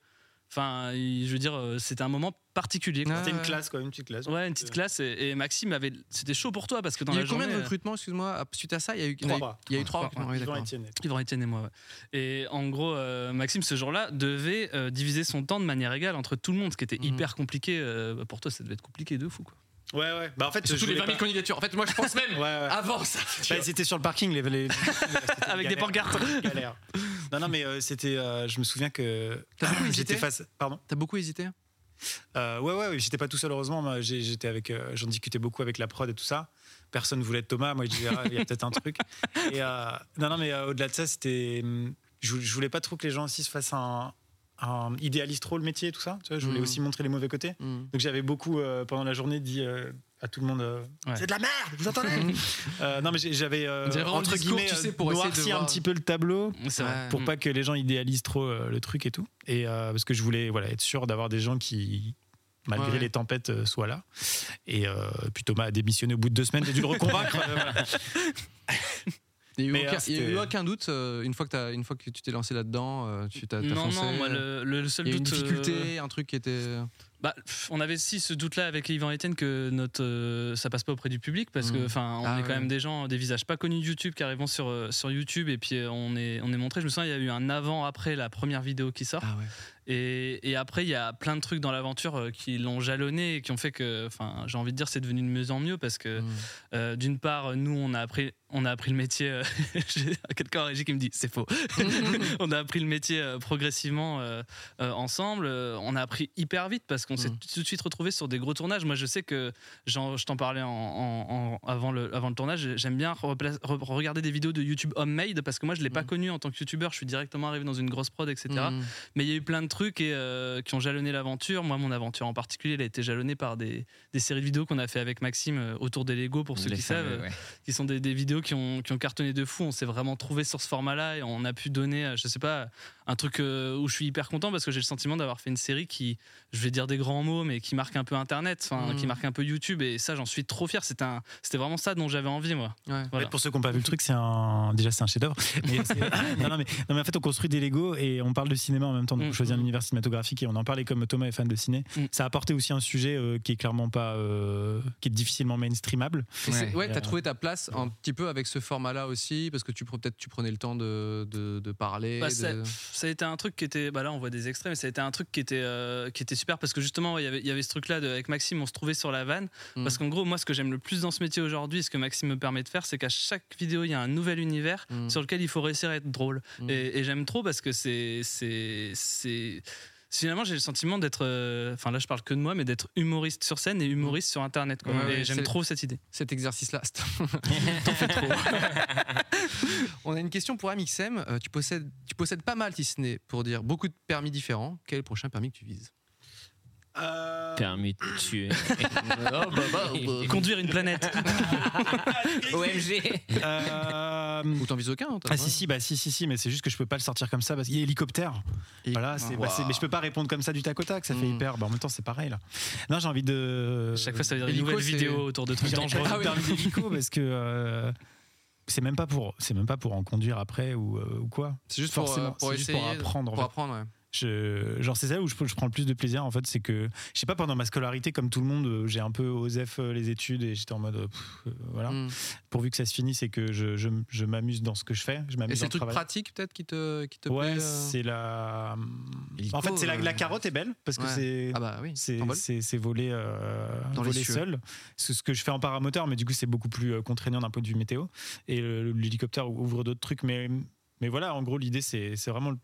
Speaker 4: enfin, il- je veux dire, euh, c'était un moment particulier. quoi.
Speaker 1: Ah,
Speaker 2: C'était une
Speaker 1: ouais.
Speaker 2: classe, quoi, une petite classe.
Speaker 4: Ouais, une petite classe. Et, et Maxime avait, c'était chaud pour toi parce que dans
Speaker 1: Euh. Il y a
Speaker 4: la
Speaker 1: eu combien
Speaker 4: journée,
Speaker 1: de
Speaker 4: euh,
Speaker 1: recrutements, excuse-moi, à- suite à ça Il y a eu il y en a
Speaker 2: Trois
Speaker 1: eu-
Speaker 2: bras.
Speaker 1: Il y a eu trois
Speaker 4: Trois,
Speaker 1: recrutements.
Speaker 2: Yvan
Speaker 1: oui, d'accord.
Speaker 2: Etienne.
Speaker 4: Yvan Etienne et moi. ouais. Et en gros, euh, Maxime, ce jour-là, devait euh, diviser son temps de manière égale entre tout le monde, ce qui était
Speaker 1: Mhm.
Speaker 4: hyper compliqué. euh, bah, pour toi, ça devait être compliqué de fou. Quoi.
Speaker 2: Ouais, ouais. Bah en fait,
Speaker 1: Et Surtout
Speaker 2: je
Speaker 1: les
Speaker 2: voulais
Speaker 1: 20 000
Speaker 2: pas-
Speaker 1: candidatures. En fait, moi je pense même
Speaker 2: Ouais, ouais.
Speaker 1: avant ça.
Speaker 2: Bah, ils étaient sur le parking, les, les- c'était
Speaker 4: Avec des
Speaker 2: galère.
Speaker 4: pancartes.
Speaker 2: Galère. Non, non, mais euh, c'était. euh, je me souviens que.
Speaker 1: T'as beaucoup hésité
Speaker 2: J'étais face. Pardon.
Speaker 1: T'as beaucoup hésité
Speaker 2: Euh, ouais, ouais, ouais, j'étais pas tout seul, heureusement. Moi, j'ai- J'étais avec, euh, j'en discutais beaucoup avec la prod et tout ça. Personne voulait être Thomas. Moi, je disais, ah, il y a peut-être un truc. Et, euh, non, non, mais euh, au-delà de ça, c'était. hum, Je, je voulais pas trop que les gens aussi se fassent un, un idéalisent trop le métier et tout ça. Tu vois, je voulais
Speaker 1: Mhm.
Speaker 2: aussi montrer les mauvais côtés.
Speaker 1: Mm.
Speaker 2: Donc j'avais beaucoup euh, pendant la journée dit euh, à tout le monde. euh,
Speaker 4: Ouais.
Speaker 2: C'est de la merde, vous entendez Euh, Non, mais j'ai- j'avais euh,
Speaker 1: On dirait vraiment
Speaker 2: entre
Speaker 1: le discours,
Speaker 2: guillemets
Speaker 1: tu
Speaker 2: euh,
Speaker 1: sais, pour essayer de
Speaker 2: noirci un
Speaker 1: voir-
Speaker 2: petit peu le tableau
Speaker 4: C'est vrai.
Speaker 1: Ouais.
Speaker 2: pour
Speaker 4: Mm.
Speaker 2: pas que les gens idéalisent trop euh, le truc et tout. Et euh, parce que je voulais voilà, être sûr d'avoir des gens qui, malgré
Speaker 1: Ouais, ouais.
Speaker 2: les tempêtes, euh, soient là. Et euh, puis Thomas a démissionné au bout de deux semaines, j'ai dû le reconvaincre. euh, voilà.
Speaker 1: Il n'y
Speaker 2: Mais,
Speaker 1: a, eu
Speaker 2: euh,
Speaker 1: aucun- il y a eu
Speaker 2: c'était-
Speaker 1: aucun doute euh, une fois que t'as- une fois que tu t'es lancé là-dedans, euh, tu t'as t'as
Speaker 4: Non,
Speaker 1: foncé.
Speaker 4: non, moi, le, le seul
Speaker 1: Il y a eu une
Speaker 4: doute. euh,
Speaker 1: difficulté, un truc qui était.
Speaker 4: Bah, pff, on avait si ce doute-là avec Yvan Etienne que notre euh, ça passe pas auprès du public parce que
Speaker 1: Mm.
Speaker 4: enfin on
Speaker 1: Ah
Speaker 4: est
Speaker 1: ouais.
Speaker 4: quand même des gens des visages pas connus de YouTube qui arrivent sur euh, sur YouTube et puis euh, on est on est montré. Je me souviens il y a eu un avant après la première vidéo qui sort
Speaker 1: Ah ouais.
Speaker 4: et, et après il y a plein de trucs dans l'aventure euh, qui l'ont jalonné et qui ont fait que enfin j'ai envie de dire c'est devenu de mieux en mieux parce que
Speaker 1: Mm.
Speaker 4: euh, d'une part nous on a appris on a appris le métier euh, j'ai quelqu'un en régie qui me dit c'est faux on a appris le métier euh, progressivement euh, euh, ensemble. Euh, on a appris hyper vite parce qu'on s'est
Speaker 1: Mm.
Speaker 4: tout de suite retrouvé sur des gros tournages. Moi, je sais que j'en- je t'en parlais en, en- en- avant, le, avant le tournage. J'aime bien repla- re- regarder des vidéos de YouTube homemade parce que moi, je l'ai pas
Speaker 1: Mm.
Speaker 4: connu en tant que YouTuber. Je suis directement arrivé dans une grosse prod, etc.
Speaker 1: Mm.
Speaker 4: Mais il y a eu plein de trucs et, euh, qui ont jalonné l'aventure. Moi, mon aventure en particulier, elle a été jalonnée par des, des séries de vidéos qu'on a fait avec Maxime euh, autour des Lego pour ceux
Speaker 3: Les
Speaker 4: qui savent
Speaker 3: fameux, ouais.
Speaker 4: qui sont des, des vidéos qui ont, qui ont cartonné de fou. On s'est vraiment trouvé sur ce format-là et on a pu donner, euh, je sais pas, un truc euh, où je suis hyper content parce que j'ai le sentiment d'avoir fait une série qui, je vais dire des grands mots, mais qui marque un peu Internet, enfin,
Speaker 1: Mhm.
Speaker 4: qui marque un peu YouTube et ça, j'en suis trop fier. C'était un- c'était vraiment ça dont j'avais envie, moi.
Speaker 1: Ouais.
Speaker 4: Voilà.
Speaker 2: En fait, Pour ceux qui n'ont pas vu le truc, c'est un... déjà c'est un chef-d'œuvre. Mais c'est- non, non, mais, non, mais en fait, on construit des Lego et on parle de cinéma en même temps. Donc, on
Speaker 4: Mm.
Speaker 2: choisit un univers cinématographique et on en parlait comme Thomas est fan de ciné.
Speaker 4: Mm.
Speaker 2: Ça a apporté aussi un sujet euh, qui est clairement pas, euh, qui est difficilement mainstreamable.
Speaker 1: Et c'est-
Speaker 3: Ouais.
Speaker 1: Ouais,
Speaker 2: Et,
Speaker 1: t'as
Speaker 2: euh,
Speaker 1: trouvé ta place un petit peu avec ce format-là aussi, parce que tu pre- peut-être tu prenais le temps de, de, de parler.
Speaker 4: Bah,
Speaker 1: de-
Speaker 4: ça, ça a été un truc qui était. Bah là, on voit des extraits, mais ça a été un truc qui était, euh, qui était super parce que justement, il y avait- il y avait ce truc-là de- avec Maxime, on se trouvait sur la vanne.
Speaker 1: Mm.
Speaker 4: Parce qu'en gros, moi, ce que j'aime le plus dans ce métier aujourd'hui, et ce que Maxime me permet de faire, c'est qu'à chaque vidéo, il y a un nouvel univers
Speaker 1: Mm.
Speaker 4: sur lequel il faut réussir à être drôle.
Speaker 1: Mm.
Speaker 4: Et, et j'aime trop parce que c'est. c'est- c'est- Finalement, j'ai le sentiment d'être. euh, Enfin, là, je parle que de moi, mais d'être humoriste sur scène et humoriste sur Internet. quoi.
Speaker 1: Ouais,
Speaker 4: et
Speaker 1: ouais, c'est-
Speaker 4: j'aime trop cette idée.
Speaker 1: Cet exercice-là, c'est- t'en fais trop. On a une question pour Amixem. Euh, tu, possèdes, tu possèdes pas mal, si ce n'est pour dire beaucoup de permis différents. Quel est le prochain permis que tu vises
Speaker 3: Permis de tuer.
Speaker 1: Ah,
Speaker 3: Oh, bah, bah, bah.
Speaker 4: Conduire une planète.
Speaker 3: OMG.
Speaker 1: Ou t'en vises aucun hein, t'as
Speaker 2: Ah
Speaker 1: le
Speaker 2: si si bah si si si mais c'est juste que je peux pas le sortir comme ça parce qu'il y a hélicoptère. Voilà, c'est, bah,
Speaker 1: Waouh.
Speaker 2: c'est- mais je peux pas répondre comme ça du tac au tac, ça fait
Speaker 1: Hmm.
Speaker 2: hyper. Bah, en même temps c'est pareil là. Non j'ai envie
Speaker 3: Euh,
Speaker 2: de.
Speaker 4: Chaque fois, ça veut dire une Hélico, nouvelle c'est- vidéo autour de trucs
Speaker 2: J'ai-
Speaker 4: dangereux.
Speaker 2: j'ai envie
Speaker 4: Ah oui.
Speaker 2: d'un hélico parce que euh, c'est même pas pour c'est même pas pour en conduire après ou, euh, ou quoi.
Speaker 1: C'est juste pour,
Speaker 2: Forcément,
Speaker 1: euh, pour
Speaker 2: c'est juste pour
Speaker 1: essayer,
Speaker 2: apprendre. en
Speaker 1: pour
Speaker 2: fait.
Speaker 1: apprendre, ouais.
Speaker 2: Je- genre c'est ça où je, je prends le plus de plaisir en fait c'est que je sais pas pendant ma scolarité comme tout le monde euh, j'ai un peu osé f- les études et j'étais en mode euh, pff, euh, voilà
Speaker 1: Hmm.
Speaker 2: pourvu que ça se finisse et que je, je, je m'amuse dans ce que je fais je m'amuse
Speaker 1: Et
Speaker 2: dans
Speaker 1: c'est
Speaker 2: le
Speaker 1: le truc
Speaker 2: travail.
Speaker 1: pratique peut-être qui te, qui te
Speaker 2: ouais
Speaker 1: plaît, euh
Speaker 2: c'est la en fait c'est la,
Speaker 1: euh,
Speaker 2: la carotte est belle parce que
Speaker 1: ouais.
Speaker 2: c'est
Speaker 1: Ah bah oui,
Speaker 2: c'est
Speaker 1: t'envoles.
Speaker 2: c'est c'est volé euh,
Speaker 1: Dans les
Speaker 2: volé
Speaker 1: cieux.
Speaker 2: seul c'est ce que je fais en paramoteur mais du coup c'est beaucoup plus euh, contraignant d'un point de vue météo et euh, l'hélicoptère ouvre d'autres trucs mais mais voilà en gros l'idée c'est c'est vraiment le-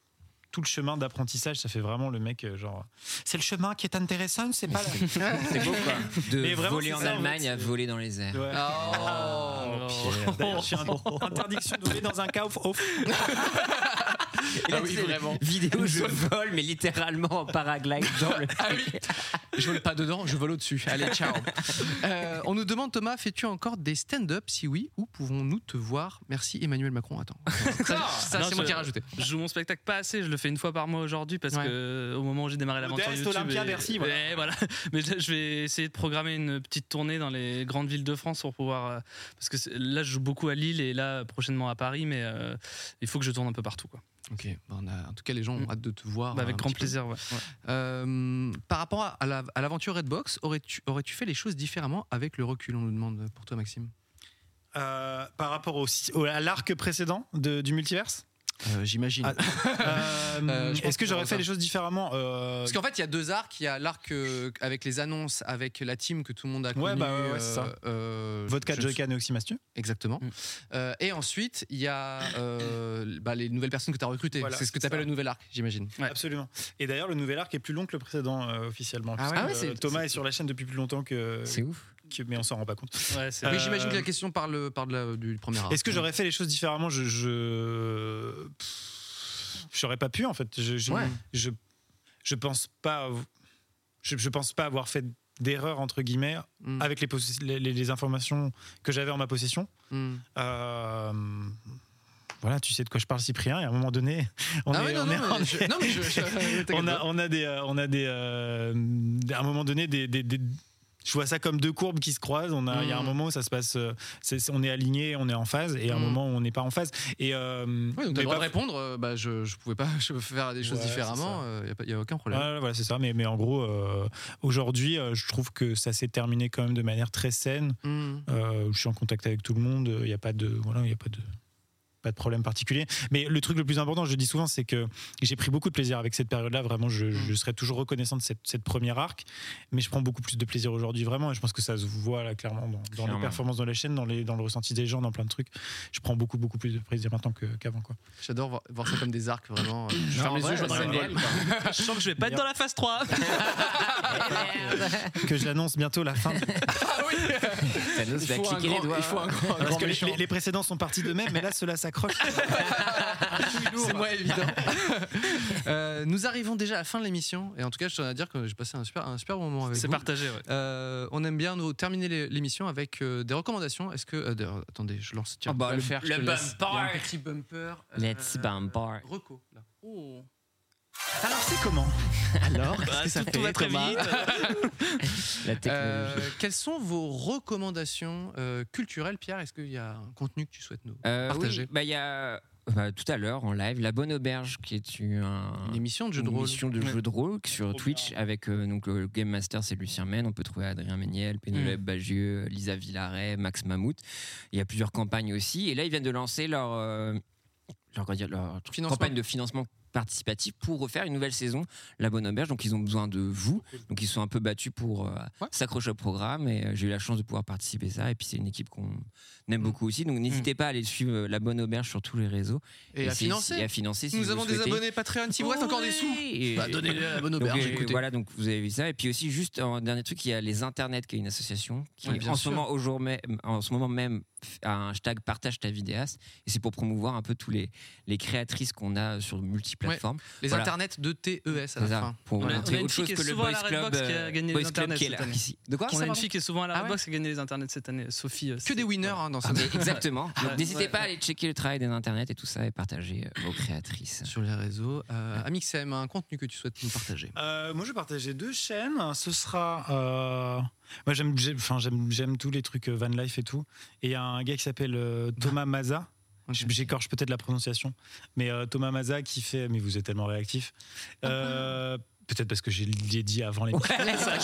Speaker 2: tout le chemin d'apprentissage, ça fait vraiment le mec euh, genre. C'est le chemin qui est intéressant, c'est pas.
Speaker 3: C'est beau quoi. De
Speaker 2: Mais vraiment,
Speaker 3: voler
Speaker 2: c'est
Speaker 3: en
Speaker 2: ça, en
Speaker 3: Allemagne
Speaker 2: fait,
Speaker 3: à
Speaker 2: c'est-
Speaker 3: voler dans les airs. Oh,
Speaker 2: Ouais. Oh, Pierre.
Speaker 4: Oh,
Speaker 2: D'ailleurs, je suis un- interdiction de voler dans un cas off. off.
Speaker 3: Et là,
Speaker 2: Ah oui,
Speaker 3: c'est
Speaker 2: vraiment.
Speaker 3: Vidéo, je vole, mais littéralement en paraglide dans le.
Speaker 2: Ah
Speaker 1: Je vole pas dedans, je vole au-dessus. Allez, ciao. Euh, on nous demande, Thomas, fais-tu encore des stand-up Si oui, où pouvons-nous te voir Merci Emmanuel Macron. Attends. Ça, ça,
Speaker 4: Non,
Speaker 1: c'est moi
Speaker 4: je-
Speaker 1: qui ai rajouté.
Speaker 4: Je joue mon spectacle pas assez, je le fais une fois par mois aujourd'hui parce que euh, au moment où j'ai démarré l'aventure
Speaker 2: Modeste
Speaker 4: YouTube.
Speaker 2: Olympia,
Speaker 4: et-
Speaker 2: Bercy, voilà.
Speaker 4: et voilà. Mais là, je vais essayer de programmer une petite tournée dans les grandes villes de France pour pouvoir euh, parce que c'est- là je joue beaucoup à Lille et là prochainement à Paris, mais euh, il faut que je tourne un peu partout quoi.
Speaker 1: Ok, bah, on a- en tout cas, les gens ont hâte de te voir.
Speaker 4: Bah, avec
Speaker 1: un
Speaker 4: grand
Speaker 1: petit peu.
Speaker 4: plaisir. Ouais.
Speaker 1: Euh, par rapport à, à la- à l'aventure Redbox, aurais-tu aurais fait les choses différemment avec le recul On nous demande pour toi, Maxime.
Speaker 2: Euh, par rapport au, au- à l'arc précédent de- du multiverse Ah,
Speaker 1: J'imagine.
Speaker 2: Euh,
Speaker 1: Euh, je pense
Speaker 2: Est-ce que
Speaker 1: qu'on
Speaker 2: j'aurais
Speaker 1: verra
Speaker 2: fait
Speaker 1: ça.
Speaker 2: les choses différemment Euh,
Speaker 1: Parce qu'en fait, il y a deux arcs. Il y a l'arc euh, avec les annonces, avec la team que tout le monde a
Speaker 2: Ouais,
Speaker 1: connue,
Speaker 2: bah ouais, ouais, c'est ça.
Speaker 1: euh,
Speaker 2: Vodka,
Speaker 1: je-
Speaker 2: Joycan et Oxymastu.
Speaker 1: Exactement. Euh, et ensuite, il y a euh, bah, les nouvelles personnes que tu as recrutées.
Speaker 2: Voilà,
Speaker 1: c'est ce que
Speaker 2: c'est
Speaker 1: tu appelles
Speaker 2: ça.
Speaker 1: le nouvel arc, j'imagine.
Speaker 2: Absolument. Et d'ailleurs, le nouvel arc est plus long que le précédent euh, officiellement.
Speaker 1: Ah ouais,
Speaker 2: puisque,
Speaker 1: ah ouais, c'est-
Speaker 2: euh, Thomas est, sur la chaîne depuis plus longtemps que.
Speaker 3: C'est ouf.
Speaker 2: que- mais on s'en rend pas compte.
Speaker 4: Ouais, c'est
Speaker 2: Euh,
Speaker 1: Oui, j'imagine que la question parle, parle de la- du premier arc.
Speaker 2: Est-ce que j'aurais fait les choses différemment Je. je... Pff, J'aurais pas pu en fait. Je, je,
Speaker 1: Ouais.
Speaker 2: je, je pense pas. Je, je pense pas avoir fait d'erreur entre guillemets
Speaker 1: Mm.
Speaker 2: avec les, possi- les, les- les informations que j'avais en ma possession.
Speaker 1: Hmm.
Speaker 2: Euh, Voilà, tu sais de quoi je parle, Cyprien. Et à un moment donné, on
Speaker 1: Ah
Speaker 2: est-
Speaker 1: ouais, non,
Speaker 2: on
Speaker 1: non,
Speaker 2: est-
Speaker 1: mais
Speaker 2: on
Speaker 1: je-
Speaker 2: est-
Speaker 1: non, mais je- je- t'inquiète
Speaker 2: on a,
Speaker 1: pas.
Speaker 2: on a des, euh, on a des, euh, à un moment donné, des, des- des- je vois ça comme deux courbes qui se croisent. On a, il y a un
Speaker 1: Mm.
Speaker 2: moment où ça se passe, euh, c'est- c'est- on est aligné, on est en phase, et à un
Speaker 1: Mm.
Speaker 2: moment où on n'est pas en phase. Et euh,
Speaker 1: Ouais, donc t'as
Speaker 2: mais
Speaker 1: le droit
Speaker 2: pas-
Speaker 1: de répondre, euh, bah, je, je pouvais pas je peux faire des choses
Speaker 2: Ouais,
Speaker 1: différemment, il n'y a, aucun problème.
Speaker 2: Ouais, voilà, c'est ça. Mais, mais en gros, euh, aujourd'hui, euh, je trouve que ça s'est terminé quand même de manière très saine.
Speaker 1: Hmm.
Speaker 2: Euh, je suis en contact avec tout le monde. Il n'y a pas de, voilà, il y a pas de, pas de problème particulier. Mais le truc le plus important, je le dis souvent, c'est que j'ai pris beaucoup de plaisir avec cette période-là. Vraiment, je,
Speaker 1: Mm.
Speaker 2: je serai toujours reconnaissant de cette, cette première arc. Mais je prends beaucoup plus de plaisir aujourd'hui, vraiment. Et je pense que ça se voit là clairement dans, dans
Speaker 3: Clairement.
Speaker 2: les performances dans la chaîne, dans, les, dans le ressenti des gens, dans plein de trucs. Je prends beaucoup, beaucoup plus de plaisir maintenant que- qu'avant, quoi.
Speaker 1: J'adore voir, voir ça comme des arcs, vraiment. euh, Je
Speaker 3: Non,
Speaker 1: ferme les
Speaker 3: ouais, Ah
Speaker 1: yeux, je vois
Speaker 3: c'est
Speaker 1: Dragon Ball.
Speaker 3: réel, quoi.
Speaker 4: Je sens que je vais pas être dans la phase 3.
Speaker 2: Que je l'annonce bientôt la fin. Ah
Speaker 3: Ça nous
Speaker 1: Il
Speaker 3: va
Speaker 1: faut un
Speaker 3: cliquer les
Speaker 1: grand-
Speaker 3: doigts.
Speaker 1: il faut un grand- un
Speaker 2: Parce
Speaker 1: grand
Speaker 2: que les,
Speaker 1: méchant.
Speaker 2: les- les précédents sont partis de même, mais là, cela s'accroche.
Speaker 1: C'est moins évident. Euh, nous arrivons déjà à la fin de l'émission. Et en tout cas, je tiens à dire que j'ai passé un super, un super bon moment avec
Speaker 4: C'est
Speaker 1: vous.
Speaker 4: partagé. Ouais.
Speaker 1: Euh, on aime bien nous terminer l'é- l'émission avec euh, des recommandations. Est-ce que. euh, d'ailleurs, attendez, je lance. Tiens,
Speaker 3: Ah bah,
Speaker 1: on va
Speaker 3: le-
Speaker 1: faire. je
Speaker 3: le
Speaker 1: te laisse.
Speaker 3: bumper.
Speaker 1: Il y a un petit bumper. euh,
Speaker 3: Let's bumper.
Speaker 1: Reco, là. Oh.
Speaker 2: Alors, c'est comment
Speaker 1: Alors,
Speaker 4: Bah,
Speaker 1: qu'est-ce que ça
Speaker 4: tout-
Speaker 1: fait
Speaker 4: tout va très
Speaker 1: Thomas
Speaker 4: vite.
Speaker 3: La technologie.
Speaker 1: Euh, Quelles sont vos recommandations euh, culturelles, Pierre Est-ce qu'il y a un contenu que tu souhaites nous
Speaker 3: Euh,
Speaker 1: partager
Speaker 3: oui, bah, il y a bah, tout à l'heure en live La Bonne Auberge qui est une, un-
Speaker 1: Une émission de jeu de
Speaker 3: une
Speaker 1: rôle.
Speaker 3: émission de jeux de rôle sur
Speaker 2: Trop
Speaker 3: Twitch avec euh, donc le Game Master c'est Lucien Men, on peut trouver Adrien Méniel,
Speaker 1: Mm.
Speaker 3: Pénélope Bagieux, Lisa Villaret, Max Mammouth. Il y a plusieurs campagnes aussi et là ils viennent de lancer leur euh, leur, comment dire, leur truc-
Speaker 1: Financement.
Speaker 3: campagne de financement participatif pour refaire une nouvelle saison La Bonne Auberge donc ils ont besoin de vous. Donc ils se sont un peu battus pour euh,
Speaker 1: Ouais.
Speaker 3: s'accrocher au programme et euh, j'ai eu la chance de pouvoir participer à ça et puis c'est une équipe qu'on aime
Speaker 1: Mm.
Speaker 3: beaucoup aussi donc n'hésitez pas à aller suivre euh, La Bonne Auberge sur tous les réseaux
Speaker 1: Et à
Speaker 3: si-
Speaker 1: financer.
Speaker 3: et à financer si
Speaker 1: Nous
Speaker 3: vous
Speaker 1: avons
Speaker 3: le
Speaker 1: des
Speaker 3: souhaitez.
Speaker 1: abonnés Patreon. S'il vous reste encore des sous,
Speaker 3: Et-
Speaker 1: bah, donnez-le à la bonne
Speaker 3: donc,
Speaker 1: auberge.
Speaker 3: euh,
Speaker 1: écoutez.
Speaker 3: voilà, donc vous avez vu ça. Et puis aussi, juste un dernier truc, il y a les internets, qui est une association qui,
Speaker 1: Oui, bien
Speaker 3: en, ce
Speaker 1: sûr.
Speaker 3: moment, au jour mai- en ce moment même, f- a un hashtag partage ta vidéaste. Et c'est pour promouvoir un peu tous les, les créatrices qu'on a sur multi multiplateformes.
Speaker 1: Les
Speaker 3: Voilà.
Speaker 1: internets de TES à la
Speaker 3: C'est ça,
Speaker 1: fin.
Speaker 3: pour
Speaker 1: On a- on a
Speaker 3: montrer
Speaker 1: une
Speaker 3: autre
Speaker 1: fille
Speaker 3: chose
Speaker 1: qui est
Speaker 3: que le
Speaker 1: souvent à
Speaker 3: Boys
Speaker 1: la
Speaker 3: Club,
Speaker 1: Redbox qui a
Speaker 3: euh,
Speaker 1: gagné
Speaker 3: Boys
Speaker 1: les
Speaker 3: Club
Speaker 1: internets
Speaker 3: qui est
Speaker 1: cette
Speaker 3: là,
Speaker 1: année.
Speaker 3: ici. De quoi
Speaker 1: On
Speaker 3: Ça,
Speaker 1: a une
Speaker 3: pardon
Speaker 1: fille qui est souvent à la
Speaker 3: Ah ouais
Speaker 1: Redbox qui a gagné les internets cette année. Sophie. Que des winners hein, dans
Speaker 3: Ah, mais
Speaker 1: cette
Speaker 3: exactement. Donc,
Speaker 1: Ouais.
Speaker 3: N'hésitez
Speaker 1: Ouais.
Speaker 3: pas à aller checker le travail des internets et tout ça et partager euh, vos créatrices.
Speaker 1: Sur les réseaux. Euh, Amixem, un contenu que tu souhaites nous partager
Speaker 2: Euh, moi, je vais partager deux chaînes. Ce sera. euh, Moi, j'aime, j'aime- enfin, j'aime, j'aime tous les trucs euh, van life et tout. Et il y a un gars qui s'appelle euh, Thomas Maza. J- J'écorche peut-être la prononciation, mais euh, Thomas Maza qui fait. Mais vous êtes tellement réactif. Euh, Peut-être parce que je l'ai dit avant les.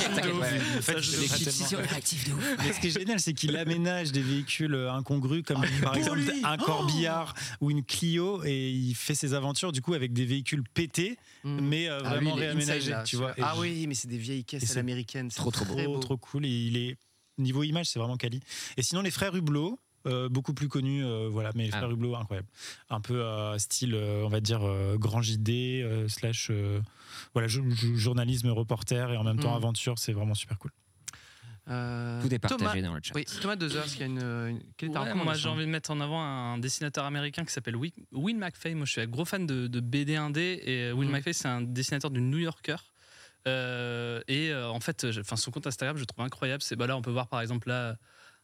Speaker 2: En fait, je l'ai fait tellement. Mais ce qui est génial, c'est qu'il aménage des véhicules euh, incongrus comme par
Speaker 10: beau,
Speaker 2: exemple
Speaker 10: Ah, lui.
Speaker 2: un
Speaker 10: Oh.
Speaker 2: corbillard ou une Clio et il fait ses aventures du coup avec des véhicules pétés
Speaker 10: Mm.
Speaker 2: mais euh,
Speaker 1: Ah oui,
Speaker 2: vraiment
Speaker 1: il est inside,
Speaker 2: réaménagés,
Speaker 1: là,
Speaker 2: tu vois.
Speaker 1: celui-là.
Speaker 2: Et
Speaker 1: Ah
Speaker 2: je-
Speaker 1: oui, mais c'est des vieilles caisses
Speaker 2: et
Speaker 1: à
Speaker 2: c'est
Speaker 1: l'américaine. c'est
Speaker 2: Trop trop
Speaker 1: très
Speaker 2: beau, trop cool. Et il est niveau image, c'est vraiment quali. Et sinon les frères Hublot. euh, beaucoup plus connus, euh, voilà, mais les
Speaker 1: Ah.
Speaker 2: frères Hublot, incroyable. Un peu euh, style, euh, on va dire, euh, grand JD, euh, slash, euh, voilà, jo- jo- journalisme, reporter et en même temps
Speaker 1: Mm.
Speaker 2: aventure, c'est vraiment super cool.
Speaker 1: Euh,
Speaker 2: Tout est partagé
Speaker 1: Thomas-
Speaker 2: dans le chat.
Speaker 1: Oui, Thomas Deuzer, qui a une. euh, une- Quelle est ta
Speaker 4: Ouais,
Speaker 1: recommandation
Speaker 4: moi j'ai envie de mettre en avant un dessinateur américain qui s'appelle Wi- Will McFay. Moi je suis un gros fan de, de BD indé et euh, Will
Speaker 1: Mhm.
Speaker 4: McFay c'est un dessinateur du New Yorker. Euh, et euh, en fait, je- enfin son compte Instagram je le trouve incroyable. C'est bah là on peut voir par exemple là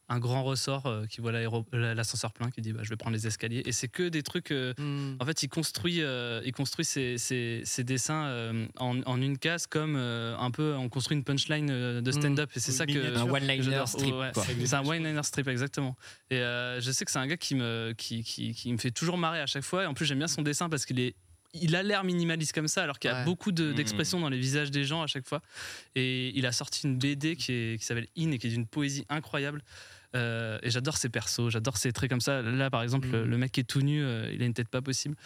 Speaker 4: un grand ressort euh, qui voit l'aéro- la- l'ascenseur plein qui dit bah, je vais prendre les escaliers et c'est que des trucs euh,
Speaker 1: Mhm.
Speaker 4: en fait il construit euh, il construit ses, ses- ses dessins euh, en, en une case comme euh, un peu on construit une punchline euh,
Speaker 1: Mhm.
Speaker 4: de stand-up et c'est
Speaker 3: Une
Speaker 4: ça que
Speaker 3: miniature. Un one-liner
Speaker 4: j'adore.
Speaker 3: strip, quoi.
Speaker 4: c'est un one-liner strip exactement et euh, je sais que c'est un gars qui me qui, qui- qui me fait toujours marrer à chaque fois et en plus j'aime bien son dessin parce qu'il est il a l'air minimaliste comme ça, alors qu'il y a
Speaker 1: Ouais.
Speaker 4: beaucoup de-
Speaker 1: Mhm.
Speaker 4: d'expressions dans les visages des gens à chaque fois. Et il a sorti une BD qui est- qui s'appelle In et qui est d'une poésie incroyable. Euh, et j'adore ses persos, j'adore ses traits comme ça. Là, par exemple,
Speaker 1: Mhm.
Speaker 4: le mec qui est tout nu, euh, il a une tête pas possible.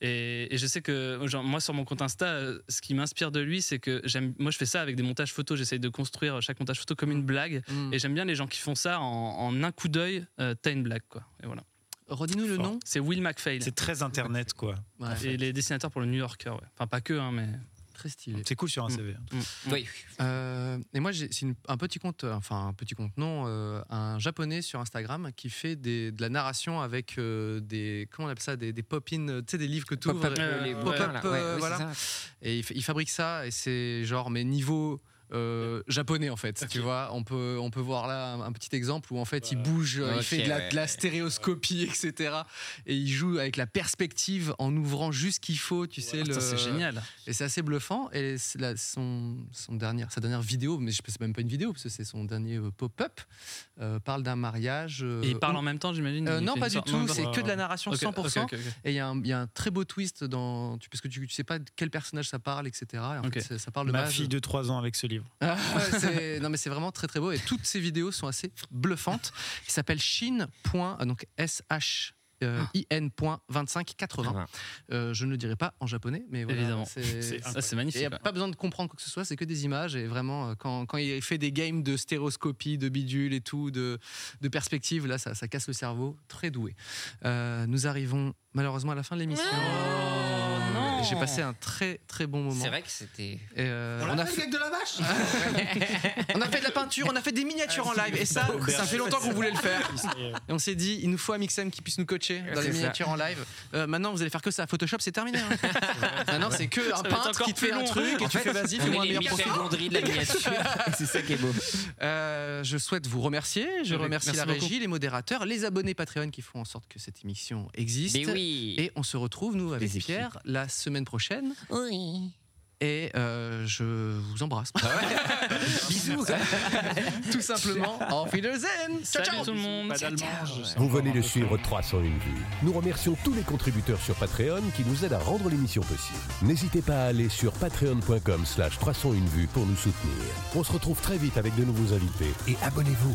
Speaker 4: Et, et je sais que genre, moi, sur mon compte Insta, euh, ce qui m'inspire de lui, c'est que j'aime. Moi, je fais ça avec des montages photos. J'essaye de construire chaque montage photo comme une blague.
Speaker 1: Mhm.
Speaker 4: Et j'aime bien les gens qui font ça en, en un coup d'œil. euh, T'as une blague, quoi. Et voilà.
Speaker 1: Redis-nous le nom.
Speaker 4: C'est Will MacPhail.
Speaker 2: C'est très internet, quoi.
Speaker 4: Ouais,
Speaker 2: en fait.
Speaker 4: Et les dessinateurs pour le New Yorker, ouais. enfin pas que, hein, mais.
Speaker 1: Très stylé.
Speaker 2: C'est cool sur un hein.
Speaker 1: Mm.
Speaker 2: CV.
Speaker 4: Mm. Oui.
Speaker 1: Euh, et moi, j'ai- c'est une- un petit compte, euh, enfin un petit compte, non, euh, un japonais sur Instagram qui fait des- de la narration avec euh, des, comment on appelle ça, des, des pop-in, euh, tu sais, des livres que tu
Speaker 3: Pop-up, euh, les bouquins, là. Ouais, oui,
Speaker 1: voilà. Et il, fa- il fabrique ça et c'est genre, mais niveau. euh, japonais en fait tu vois on peut on peut voir là un, un petit exemple où en fait il bouge euh,
Speaker 3: Ok,
Speaker 1: il fait de la,
Speaker 3: ouais.
Speaker 1: de la stéréoscopie etc et il joue avec la perspective en ouvrant juste ce qu'il faut tu sais
Speaker 4: ça,
Speaker 1: le-
Speaker 4: c'est génial.
Speaker 1: et c'est assez bluffant. Et c'est la- son, son dernière, sa dernière vidéo, mais je sais même pas une vidéo, parce que c'est son dernier euh, pop-up, euh, parle d'un mariage. euh,
Speaker 4: Et ils parlent
Speaker 1: où-
Speaker 4: en même temps, j'imagine
Speaker 1: Euh,
Speaker 4: il
Speaker 1: non,
Speaker 4: fait
Speaker 1: pas
Speaker 4: une
Speaker 1: du
Speaker 4: sorte-
Speaker 1: tout,
Speaker 4: Ouais,
Speaker 1: c'est
Speaker 4: ouais,
Speaker 1: que de la
Speaker 4: ouais.
Speaker 1: narration
Speaker 4: Ok, ok,
Speaker 1: 100%.
Speaker 4: ok, ok.
Speaker 1: Et il y, a un- il y a un très beau twist, dans, tu- parce que tu ne sais pas de quel personnage ça parle, etc. Et Ah, en fait, ça, ça parle de
Speaker 2: Ma
Speaker 1: mariage.
Speaker 2: fille de 3 ans avec ce livre.
Speaker 1: Ah, c'est- non mais c'est vraiment très très beau et toutes ces vidéos sont assez bluffantes. Il s'appelle Shin. point- euh, Donc S H E in.2580. Euh, je ne le dirai pas en japonais, mais voilà,
Speaker 4: Évidemment. C'est- ça, c'est magnifique,
Speaker 1: Et Il n'y a
Speaker 4: ouais.
Speaker 1: pas besoin de comprendre quoi que ce soit, c'est que des images. Et vraiment, euh, quand, quand il fait des games de stéréoscopie, de bidule et tout, de, de perspective, là, ça, ça casse le cerveau. Très doué. Euh, nous arrivons malheureusement à la fin de l'émission. J'ai passé un très très bon moment.
Speaker 3: C'est vrai que c'était.
Speaker 1: Et, euh, on, a fait,
Speaker 3: de la vache
Speaker 1: on a fait de la peinture, on a fait des
Speaker 3: Ah,
Speaker 1: miniatures en
Speaker 2: Ah,
Speaker 1: live. Et ça, ça fait longtemps qu'on voulait le faire. Et on s'est dit, il nous faut un Mixem qui puisse nous coacher dans
Speaker 3: C'est
Speaker 1: les
Speaker 3: ça.
Speaker 1: miniatures en live. Euh, maintenant, vous allez faire que ça. Photoshop, c'est terminé. hein. Maintenant, c'est que
Speaker 3: Ça
Speaker 1: un
Speaker 3: va être
Speaker 1: peintre
Speaker 3: encore
Speaker 1: qui te
Speaker 3: plus
Speaker 1: fait un
Speaker 3: long.
Speaker 1: truc et
Speaker 3: En
Speaker 1: tu
Speaker 3: fait,
Speaker 1: fais vas-y,
Speaker 3: on
Speaker 1: fais-moi
Speaker 3: est
Speaker 1: un
Speaker 3: les
Speaker 1: meilleur
Speaker 3: Michel
Speaker 1: profil.
Speaker 3: Gondry de la miniature. C'est ça qui est beau.
Speaker 1: Euh, je souhaite vous remercier. Je
Speaker 3: Avec-
Speaker 1: remercie
Speaker 3: merci
Speaker 1: la
Speaker 3: beaucoup.
Speaker 1: régie, les modérateurs, les abonnés Patreon qui font en sorte que cette émission existe.
Speaker 3: Mais oui.
Speaker 1: Et on se retrouve, nous, avec Pierre, la semaine prochaine.
Speaker 3: Oui.
Speaker 1: Et euh, je vous embrasse.
Speaker 4: Ah
Speaker 1: Bisous. Tout simplement. Auf Wiedersehen. Ciao,
Speaker 4: Salut
Speaker 1: ciao.
Speaker 4: tout le monde. Pas d'allemand, je sais.
Speaker 5: Vous venez de suivre 301 vues. Nous remercions tous les contributeurs sur Patreon qui nous aident à rendre l'émission possible. N'hésitez pas à aller sur patreon.com slash 301 vues pour nous soutenir. On se retrouve très vite avec de nouveaux invités et abonnez-vous.